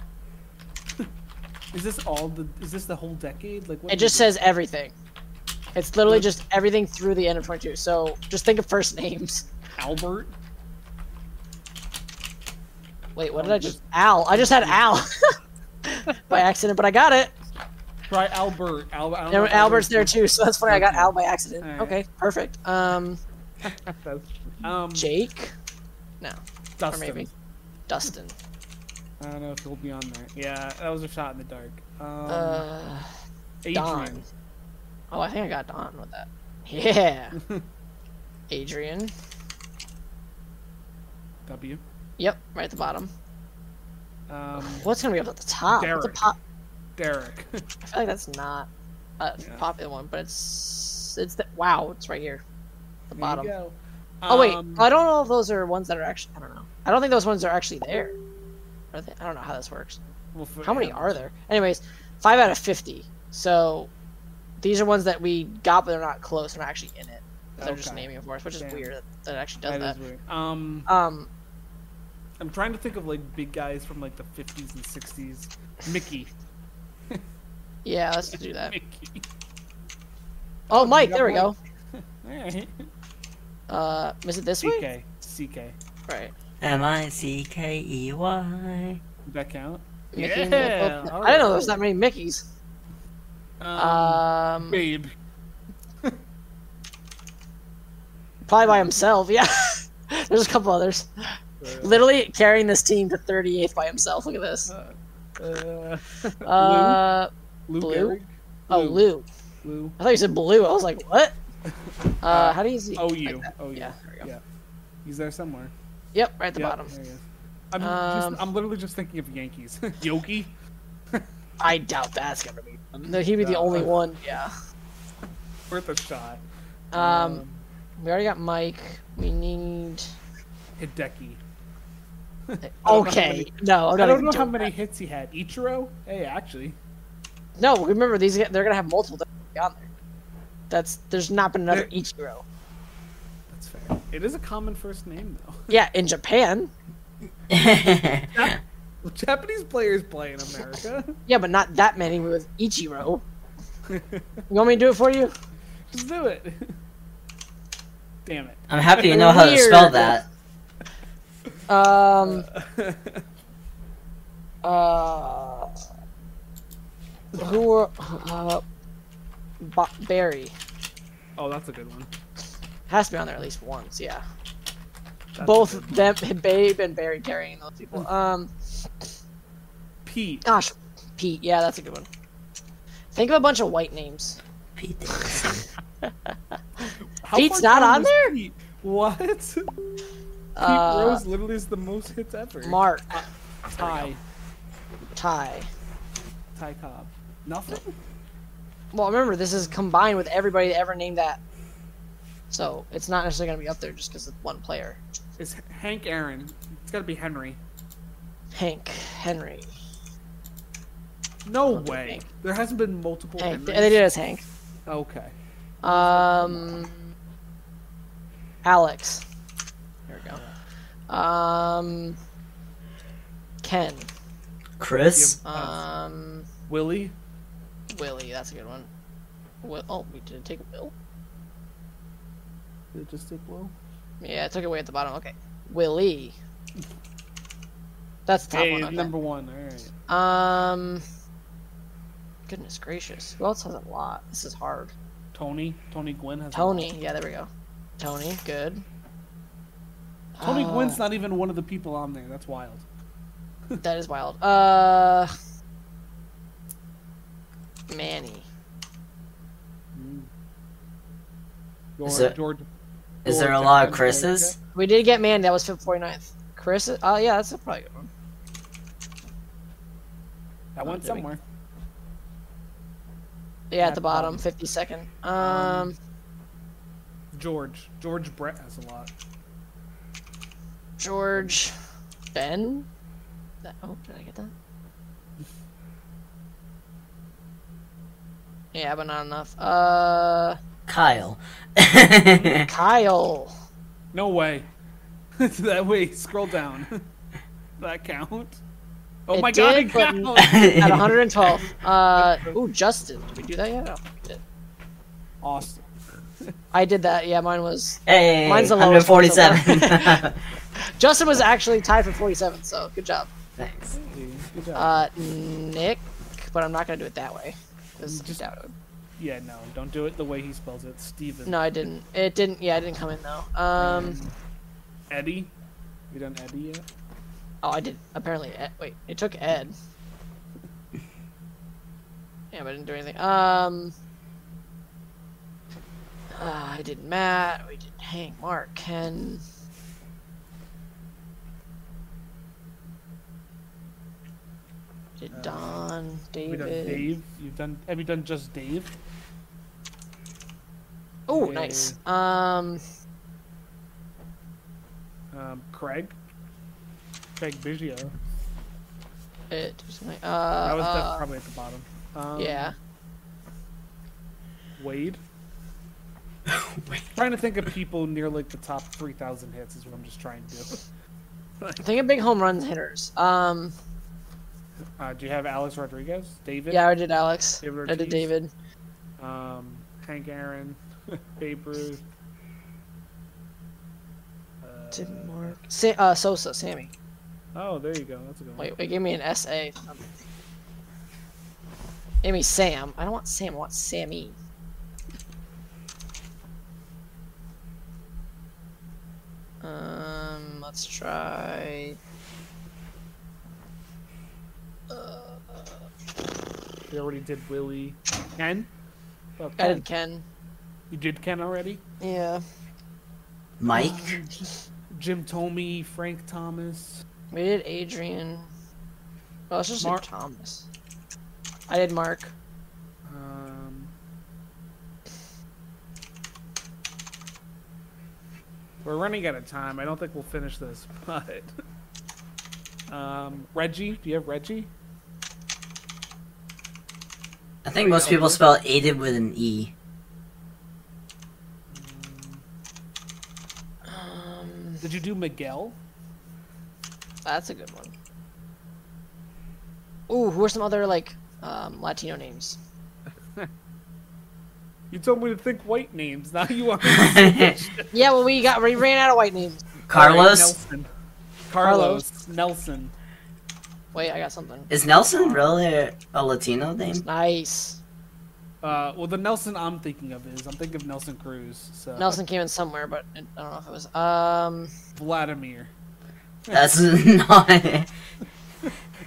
Speaker 3: is this all the? Is this the whole decade? Like what
Speaker 2: It just
Speaker 3: is
Speaker 2: says everything. It's literally just everything through the end of 22. So just think of first names.
Speaker 3: Albert.
Speaker 2: Wait, what did
Speaker 3: Oh,
Speaker 2: I just? Al. I just had Al by accident, but I got it.
Speaker 3: Try Albert. Al- I don't
Speaker 2: There,
Speaker 3: know if
Speaker 2: Albert's there too, so that's funny. I got Al by accident.
Speaker 3: Alright.
Speaker 2: Okay, perfect. Um,
Speaker 3: Um,
Speaker 2: Jake. No, or
Speaker 3: Dustin.
Speaker 2: maybe Dustin.
Speaker 3: I don't know if he'll be on there. Yeah, that was a shot in the dark. Um,
Speaker 2: Uh,
Speaker 3: Adrian.
Speaker 2: Don. Oh, I think I got Don with that. Yeah. Adrian.
Speaker 3: W.
Speaker 2: Yep, right at the bottom.
Speaker 3: Um,
Speaker 2: What's gonna be up at the top? What's a
Speaker 3: Derek.
Speaker 2: pop?
Speaker 3: Derek.
Speaker 2: I feel like that's not a
Speaker 3: Yeah.
Speaker 2: popular one, but it's it's the wow, it's right here, the bottom.
Speaker 3: There you go.
Speaker 2: Oh wait,
Speaker 3: Um,
Speaker 2: I don't know if those are ones that are actually. I don't know. I don't think those ones are actually there. Are they? I don't know how this works.
Speaker 3: well, for-
Speaker 2: How many
Speaker 3: yeah.
Speaker 2: are there? Anyways, five out of fifty. So these are ones that we got, but they're not close. They're not actually in it. They're just
Speaker 3: Okay.
Speaker 2: naming it for us, which is
Speaker 3: Damn.
Speaker 2: weird that, that it actually does
Speaker 3: That
Speaker 2: that.
Speaker 3: is weird. Um,
Speaker 2: Um,
Speaker 3: I'm trying to think of like big guys from like the 50s and 60s. Mickey.
Speaker 2: yeah, let's do that.
Speaker 3: Mickey.
Speaker 2: Oh, Mike,
Speaker 3: got
Speaker 2: there we go.
Speaker 3: Mike. Alright.
Speaker 2: Uh, is it this way?
Speaker 3: CK. CK.
Speaker 2: Right.
Speaker 4: M I C K E Y.
Speaker 3: Did that count?
Speaker 2: Mickey,
Speaker 3: Yeah,
Speaker 2: Mickey. I
Speaker 3: alright.
Speaker 2: didn't know there was that many Mickeys.
Speaker 3: Um,
Speaker 2: Um,
Speaker 3: babe.
Speaker 2: probably by himself. Yeah, there's a couple others. Literally carrying this team to 38th by himself. Look at this.
Speaker 3: Uh, uh,
Speaker 2: Uh,
Speaker 3: Lou.
Speaker 2: Blue?
Speaker 3: Gehrig?
Speaker 2: oh, Lou.
Speaker 3: Lou.
Speaker 2: I thought you said blue. I was like, what? Uh, how do you see?
Speaker 3: Oh, you.
Speaker 2: that.
Speaker 3: Oh, you.
Speaker 2: Yeah, there we go.
Speaker 3: Yeah. He's there somewhere.
Speaker 2: Yep, right at the
Speaker 3: Yeah,
Speaker 2: bottom.
Speaker 3: there he is. I'm,
Speaker 2: Um,
Speaker 3: just, I'm literally just thinking of Yankees. Yogi.
Speaker 2: I doubt that's gonna be. No, he'd be the
Speaker 3: Uh,
Speaker 2: only one. Yeah.
Speaker 3: Worth a shot.
Speaker 2: Um, we already got Mike. We need.
Speaker 3: Hideki. know how
Speaker 2: Okay.
Speaker 3: many-
Speaker 2: No, I'm
Speaker 3: I
Speaker 2: not
Speaker 3: don't
Speaker 2: even
Speaker 3: know how
Speaker 2: doing
Speaker 3: many hits he had. Ichiro? Hey, actually.
Speaker 2: that. No, remember these. They're gonna have multiple that are on there. That's there's not been another Ichiro.
Speaker 3: That's fair. It is a common first name, though.
Speaker 2: Yeah, in Japan.
Speaker 3: Japanese players play in America.
Speaker 2: Yeah, but not that many with Ichiro. You want me to do it for you?
Speaker 3: Just do it. Damn it.
Speaker 4: I'm happy you know how to spell
Speaker 2: Weird.
Speaker 4: that.
Speaker 2: Um. Uh. Who are. Uh, Ba Barry.
Speaker 3: Oh, that's a good one.
Speaker 2: Has to be on there at least once, yeah.
Speaker 3: That's a good
Speaker 2: Both
Speaker 3: one.
Speaker 2: them, Babe and Barry carrying those people. Um.
Speaker 3: Pete.
Speaker 2: Gosh, Pete. Yeah, that's a good one. Think of a bunch of white names.
Speaker 4: Pete Davidson.
Speaker 3: How
Speaker 2: Pete's not
Speaker 3: far down
Speaker 2: on
Speaker 3: was
Speaker 2: there?
Speaker 3: Pete? What? Pete
Speaker 2: Uh,
Speaker 3: Rose literally is the most hits ever.
Speaker 2: Mark.
Speaker 3: Ty.
Speaker 2: Ty.
Speaker 3: Ty Cobb. Nothing?
Speaker 2: Well, remember this is combined with everybody that ever named that, so it's not necessarily going to be up there just because it's one player.
Speaker 3: It's Hank Aaron. It's gotta be Henry.
Speaker 2: Hank, Henry,
Speaker 3: No
Speaker 2: don't think
Speaker 3: way.
Speaker 2: Hank.
Speaker 3: There hasn't been multiple
Speaker 2: Hank. They
Speaker 3: Henrys.
Speaker 2: they did it as Hank.
Speaker 3: Okay.
Speaker 2: Um, Alex. There we go. Um, Ken.
Speaker 4: Chris?
Speaker 3: You have, uh,
Speaker 2: Um,
Speaker 3: Willie?
Speaker 2: Willie. That's a good one. Will, oh, we didn't take Will.
Speaker 3: Did it just take Will?
Speaker 2: Yeah, I took it away at the bottom. Okay, Willie. That's the top
Speaker 3: Hey,
Speaker 2: one. okay.
Speaker 3: number one. Alright.
Speaker 2: Um. Goodness gracious. Who else has a lot? This is hard.
Speaker 3: Tony. Tony Gwynn has a
Speaker 2: Tony. Yeah, there we go. Tony. Good.
Speaker 3: lot. Tony
Speaker 2: Uh,
Speaker 3: Gwynn's not even one of the people on there. That's wild.
Speaker 2: That is wild. Uh. Manny.
Speaker 3: Mm. George,
Speaker 4: Is there-
Speaker 3: George,
Speaker 4: Is
Speaker 3: George
Speaker 4: there a lot of
Speaker 3: Allen,
Speaker 4: Chris's?
Speaker 2: We did get Manny. That was 49th. Chris. Oh, yeah, that's a probably good one.
Speaker 3: That went
Speaker 2: Did we-
Speaker 3: somewhere.
Speaker 2: Yeah, at the bottom, 52nd. Um,
Speaker 3: George. George Brett has a lot.
Speaker 2: George. Ben? That, oh, did I get that? Yeah, but not enough. Uh.
Speaker 4: Kyle.
Speaker 2: Kyle.
Speaker 3: No way. that way. Scroll down. Does that count? Oh
Speaker 2: It
Speaker 3: my god!
Speaker 2: did,
Speaker 3: It
Speaker 2: but-
Speaker 3: counts.
Speaker 2: at 112. Uh, ooh, Justin. Did we do that yet? No, we did.
Speaker 3: Austin.
Speaker 2: I did that. Yeah, mine was.
Speaker 4: hey,
Speaker 2: Mine's the lowest one so
Speaker 4: 147.
Speaker 2: Justin was actually tied for 47, so good job.
Speaker 4: Thanks.
Speaker 3: Good job.
Speaker 2: Uh, Nick, but I'm not gonna do it that way. 'cause I doubt it would-
Speaker 3: yeah, no, don't do it the way he spells it. Steven.
Speaker 2: No, I didn't. It didn't. Yeah, I didn't come in though. Um,
Speaker 3: Eddie. You done Eddie yet?
Speaker 2: oh, I did. Apparently, Ed, wait, it took Ed. Yeah, but I didn't do anything. Um, uh, I did Matt. We did Hank, Mark, Ken. Did Don,
Speaker 3: Uh, We done
Speaker 2: David.
Speaker 3: Dave. You've done. Have you done just Dave?
Speaker 2: Oh, nice. Um,
Speaker 3: Um, Craig. Craig Biggio.
Speaker 2: it, uh,
Speaker 3: That was def-
Speaker 2: uh,
Speaker 3: probably at the bottom. Um,
Speaker 2: yeah.
Speaker 3: Wade. trying to think of people near like the top three thousand hits is what I'm just trying to do.
Speaker 2: Think of big home runs hitters. Um,
Speaker 3: Uh, do you have Alex Rodriguez, David?
Speaker 2: yeah, I did Alex.
Speaker 3: David
Speaker 2: I did
Speaker 3: Ortiz.
Speaker 2: David.
Speaker 3: Um, Hank Aaron, Babe Ruth. Uh,
Speaker 2: Did Mark. Sa- uh, Sosa, Sammy.
Speaker 3: oh, there you go. That's a good one.
Speaker 2: Wait, wait, give me an SA. Give me Sam. I don't want Sam. I want Sammy. Um, let's try.
Speaker 3: We already did Willie. Ken. Oh,
Speaker 2: I
Speaker 3: Ken.
Speaker 2: did Ken.
Speaker 3: You did Ken already.
Speaker 2: Yeah.
Speaker 4: Mike?
Speaker 3: Jim Tomey, Frank Thomas.
Speaker 2: We did Adrian. Well, it's just
Speaker 3: Mark.
Speaker 2: Thomas. I did Mark.
Speaker 3: Um, we're running out of time. I don't think we'll finish this, but um, Reggie. Do you have Reggie?
Speaker 4: I think most people spell aided with an E.
Speaker 3: Did you do Miguel?
Speaker 2: That's a good one. Ooh, who are some other like um, Latino names?
Speaker 3: You told me to think white names. Now you want me to say
Speaker 2: Yeah, well, we got we ran out of white names.
Speaker 4: Carlos?
Speaker 3: Nelson. Carlos Nelson.
Speaker 2: Wait, I got something.
Speaker 4: Is Nelson really a Latino name?
Speaker 2: Nice.
Speaker 3: Uh, well, the Nelson I'm thinking of is I'm thinking of Nelson Cruz. So
Speaker 2: Nelson came in somewhere, but I don't know if it was. Um,
Speaker 3: Vladimir.
Speaker 4: That's not.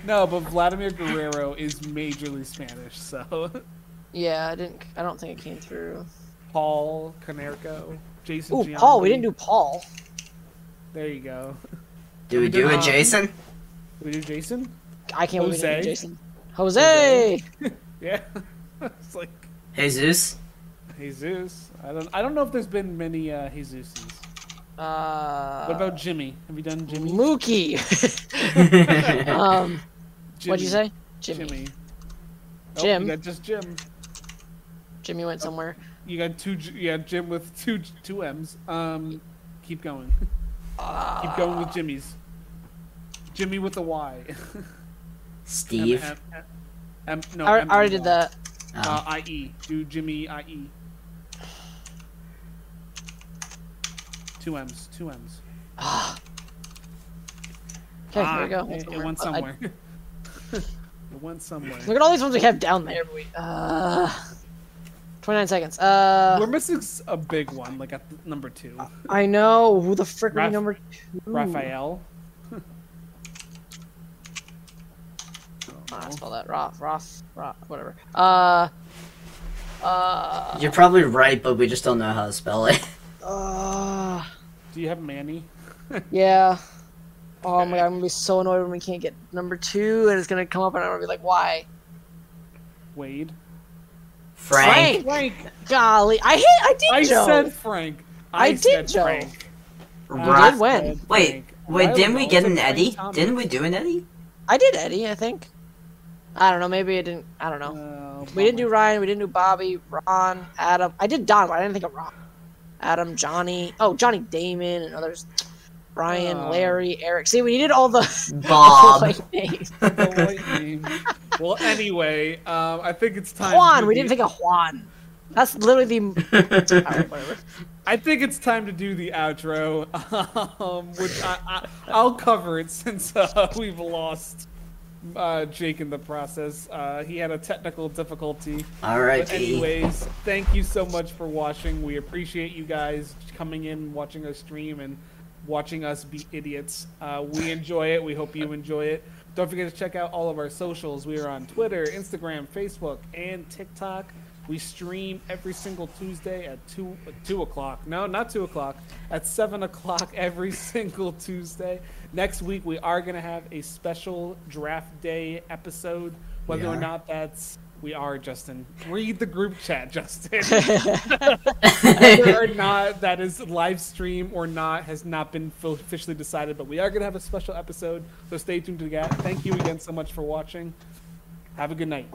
Speaker 3: No, but Vladimir Guerrero is majorly Spanish. So
Speaker 2: yeah, I didn't. I don't think it came through.
Speaker 3: Paul Canerco, Jason.
Speaker 2: Ooh,
Speaker 3: Giambi.
Speaker 2: Paul. We didn't do Paul.
Speaker 3: There you go.
Speaker 4: Do we do
Speaker 2: Um,
Speaker 4: a Jason?
Speaker 3: We do Jason.
Speaker 2: I can't believe we didn't do
Speaker 3: Jose?
Speaker 2: Jason. Jose.
Speaker 3: Yeah. it's like
Speaker 4: Jesus?
Speaker 3: Jesus. I don't. I don't know if there's been many uh, Jesuses.
Speaker 2: Uh,
Speaker 3: What about Jimmy? Have you done Jimmy?
Speaker 2: Mookie? um,
Speaker 3: Jimmy.
Speaker 2: what'd you say? Jimmy.
Speaker 3: Jimmy.
Speaker 2: Jimmy,
Speaker 3: Oh,
Speaker 2: Jim.
Speaker 3: you got just Jim. Oh,
Speaker 2: went somewhere.
Speaker 3: You got two. J- Yeah, Jim with two J- two M's. Um, keep going.
Speaker 2: Ah.
Speaker 3: keep going with Jimmy's. Jimmy with a Y.
Speaker 4: Steve?
Speaker 3: M- M- M- no,
Speaker 2: I,
Speaker 3: M-
Speaker 2: I already did that.
Speaker 3: Uh,
Speaker 4: Oh.
Speaker 3: I E. Do Jimmy I E. Two M's. Two M's.
Speaker 2: Okay,
Speaker 3: Ah,
Speaker 2: there we go.
Speaker 3: It, it went
Speaker 2: But I-
Speaker 3: somewhere. it went somewhere.
Speaker 2: Look at all these ones we have down there. but we- Uh, 29 seconds. Uh,
Speaker 3: We're missing s- a big one, like at th- number two.
Speaker 2: I know. Who the frick are we
Speaker 3: Raph-
Speaker 2: number two?
Speaker 3: Raphael.
Speaker 2: Ah, I spell that. Roth, Roth, Roth, whatever. Uh, uh,
Speaker 4: You're probably right, but we just don't know how to spell it.
Speaker 2: uh,
Speaker 3: Do you have Manny?
Speaker 2: yeah. Oh my god, I'm gonna be so annoyed when we can't get number two, and it's gonna come up, and I'm gonna be like, why?
Speaker 3: Wade.
Speaker 4: Frank?
Speaker 3: Frank.
Speaker 2: Golly, I hate, I did
Speaker 3: I
Speaker 2: Joe.
Speaker 3: said Frank.
Speaker 2: I
Speaker 3: I
Speaker 2: did
Speaker 3: said
Speaker 2: Joe.
Speaker 3: Frank.
Speaker 4: Ra-
Speaker 2: did when?
Speaker 3: said
Speaker 4: Wait,
Speaker 3: Frank. A
Speaker 4: wait,
Speaker 3: while
Speaker 4: didn't we
Speaker 3: ago,
Speaker 4: get
Speaker 3: I said
Speaker 4: an
Speaker 3: Frank
Speaker 4: Eddie?
Speaker 3: Thomas.
Speaker 4: Didn't we do an Eddie?
Speaker 2: I did Eddie, I think. I don't know, maybe I didn't. I don't know.
Speaker 3: Oh,
Speaker 2: we didn't do
Speaker 3: bummer.
Speaker 2: Ryan. We didn't do Bobby, Ron, Adam. I did Don, but I didn't think of Ron. Adam, Johnny. Oh, Johnny Damon and others. Brian,
Speaker 3: Oh.
Speaker 2: Larry, Eric. See, we needed all the
Speaker 4: Bob.
Speaker 2: like, names.
Speaker 3: The white name. well, anyway, um, I think it's time.
Speaker 2: Juan.
Speaker 3: to
Speaker 2: We
Speaker 3: do-
Speaker 2: didn't think of Juan. That's literally the. Oh, whatever.
Speaker 3: I think it's time to do the outro, um, which I, I, I'll cover it since uh, we've lost uh, Jake in the process. Uh, he had a technical difficulty. But
Speaker 4: R.I.P.
Speaker 3: anyways, thank you so much for watching. We appreciate you guys coming in, watching us stream, and watching us be idiots. Uh, we enjoy it. We hope you enjoy it. Don't forget to check out all of our socials. We are on Twitter, Instagram, Facebook, and TikTok. We stream every single Tuesday at two two o'clock. No, not two o'clock. At seven o'clock every single Tuesday. Next week we are gonna have a special draft day episode. Whether or
Speaker 4: are.
Speaker 3: not that's we are Justin. Read the group chat, Justin. Whether or not that is live stream or not has not been fo- officially decided, but we are gonna have a special episode. So stay tuned to that. Thank you again so much for watching. Have a good night.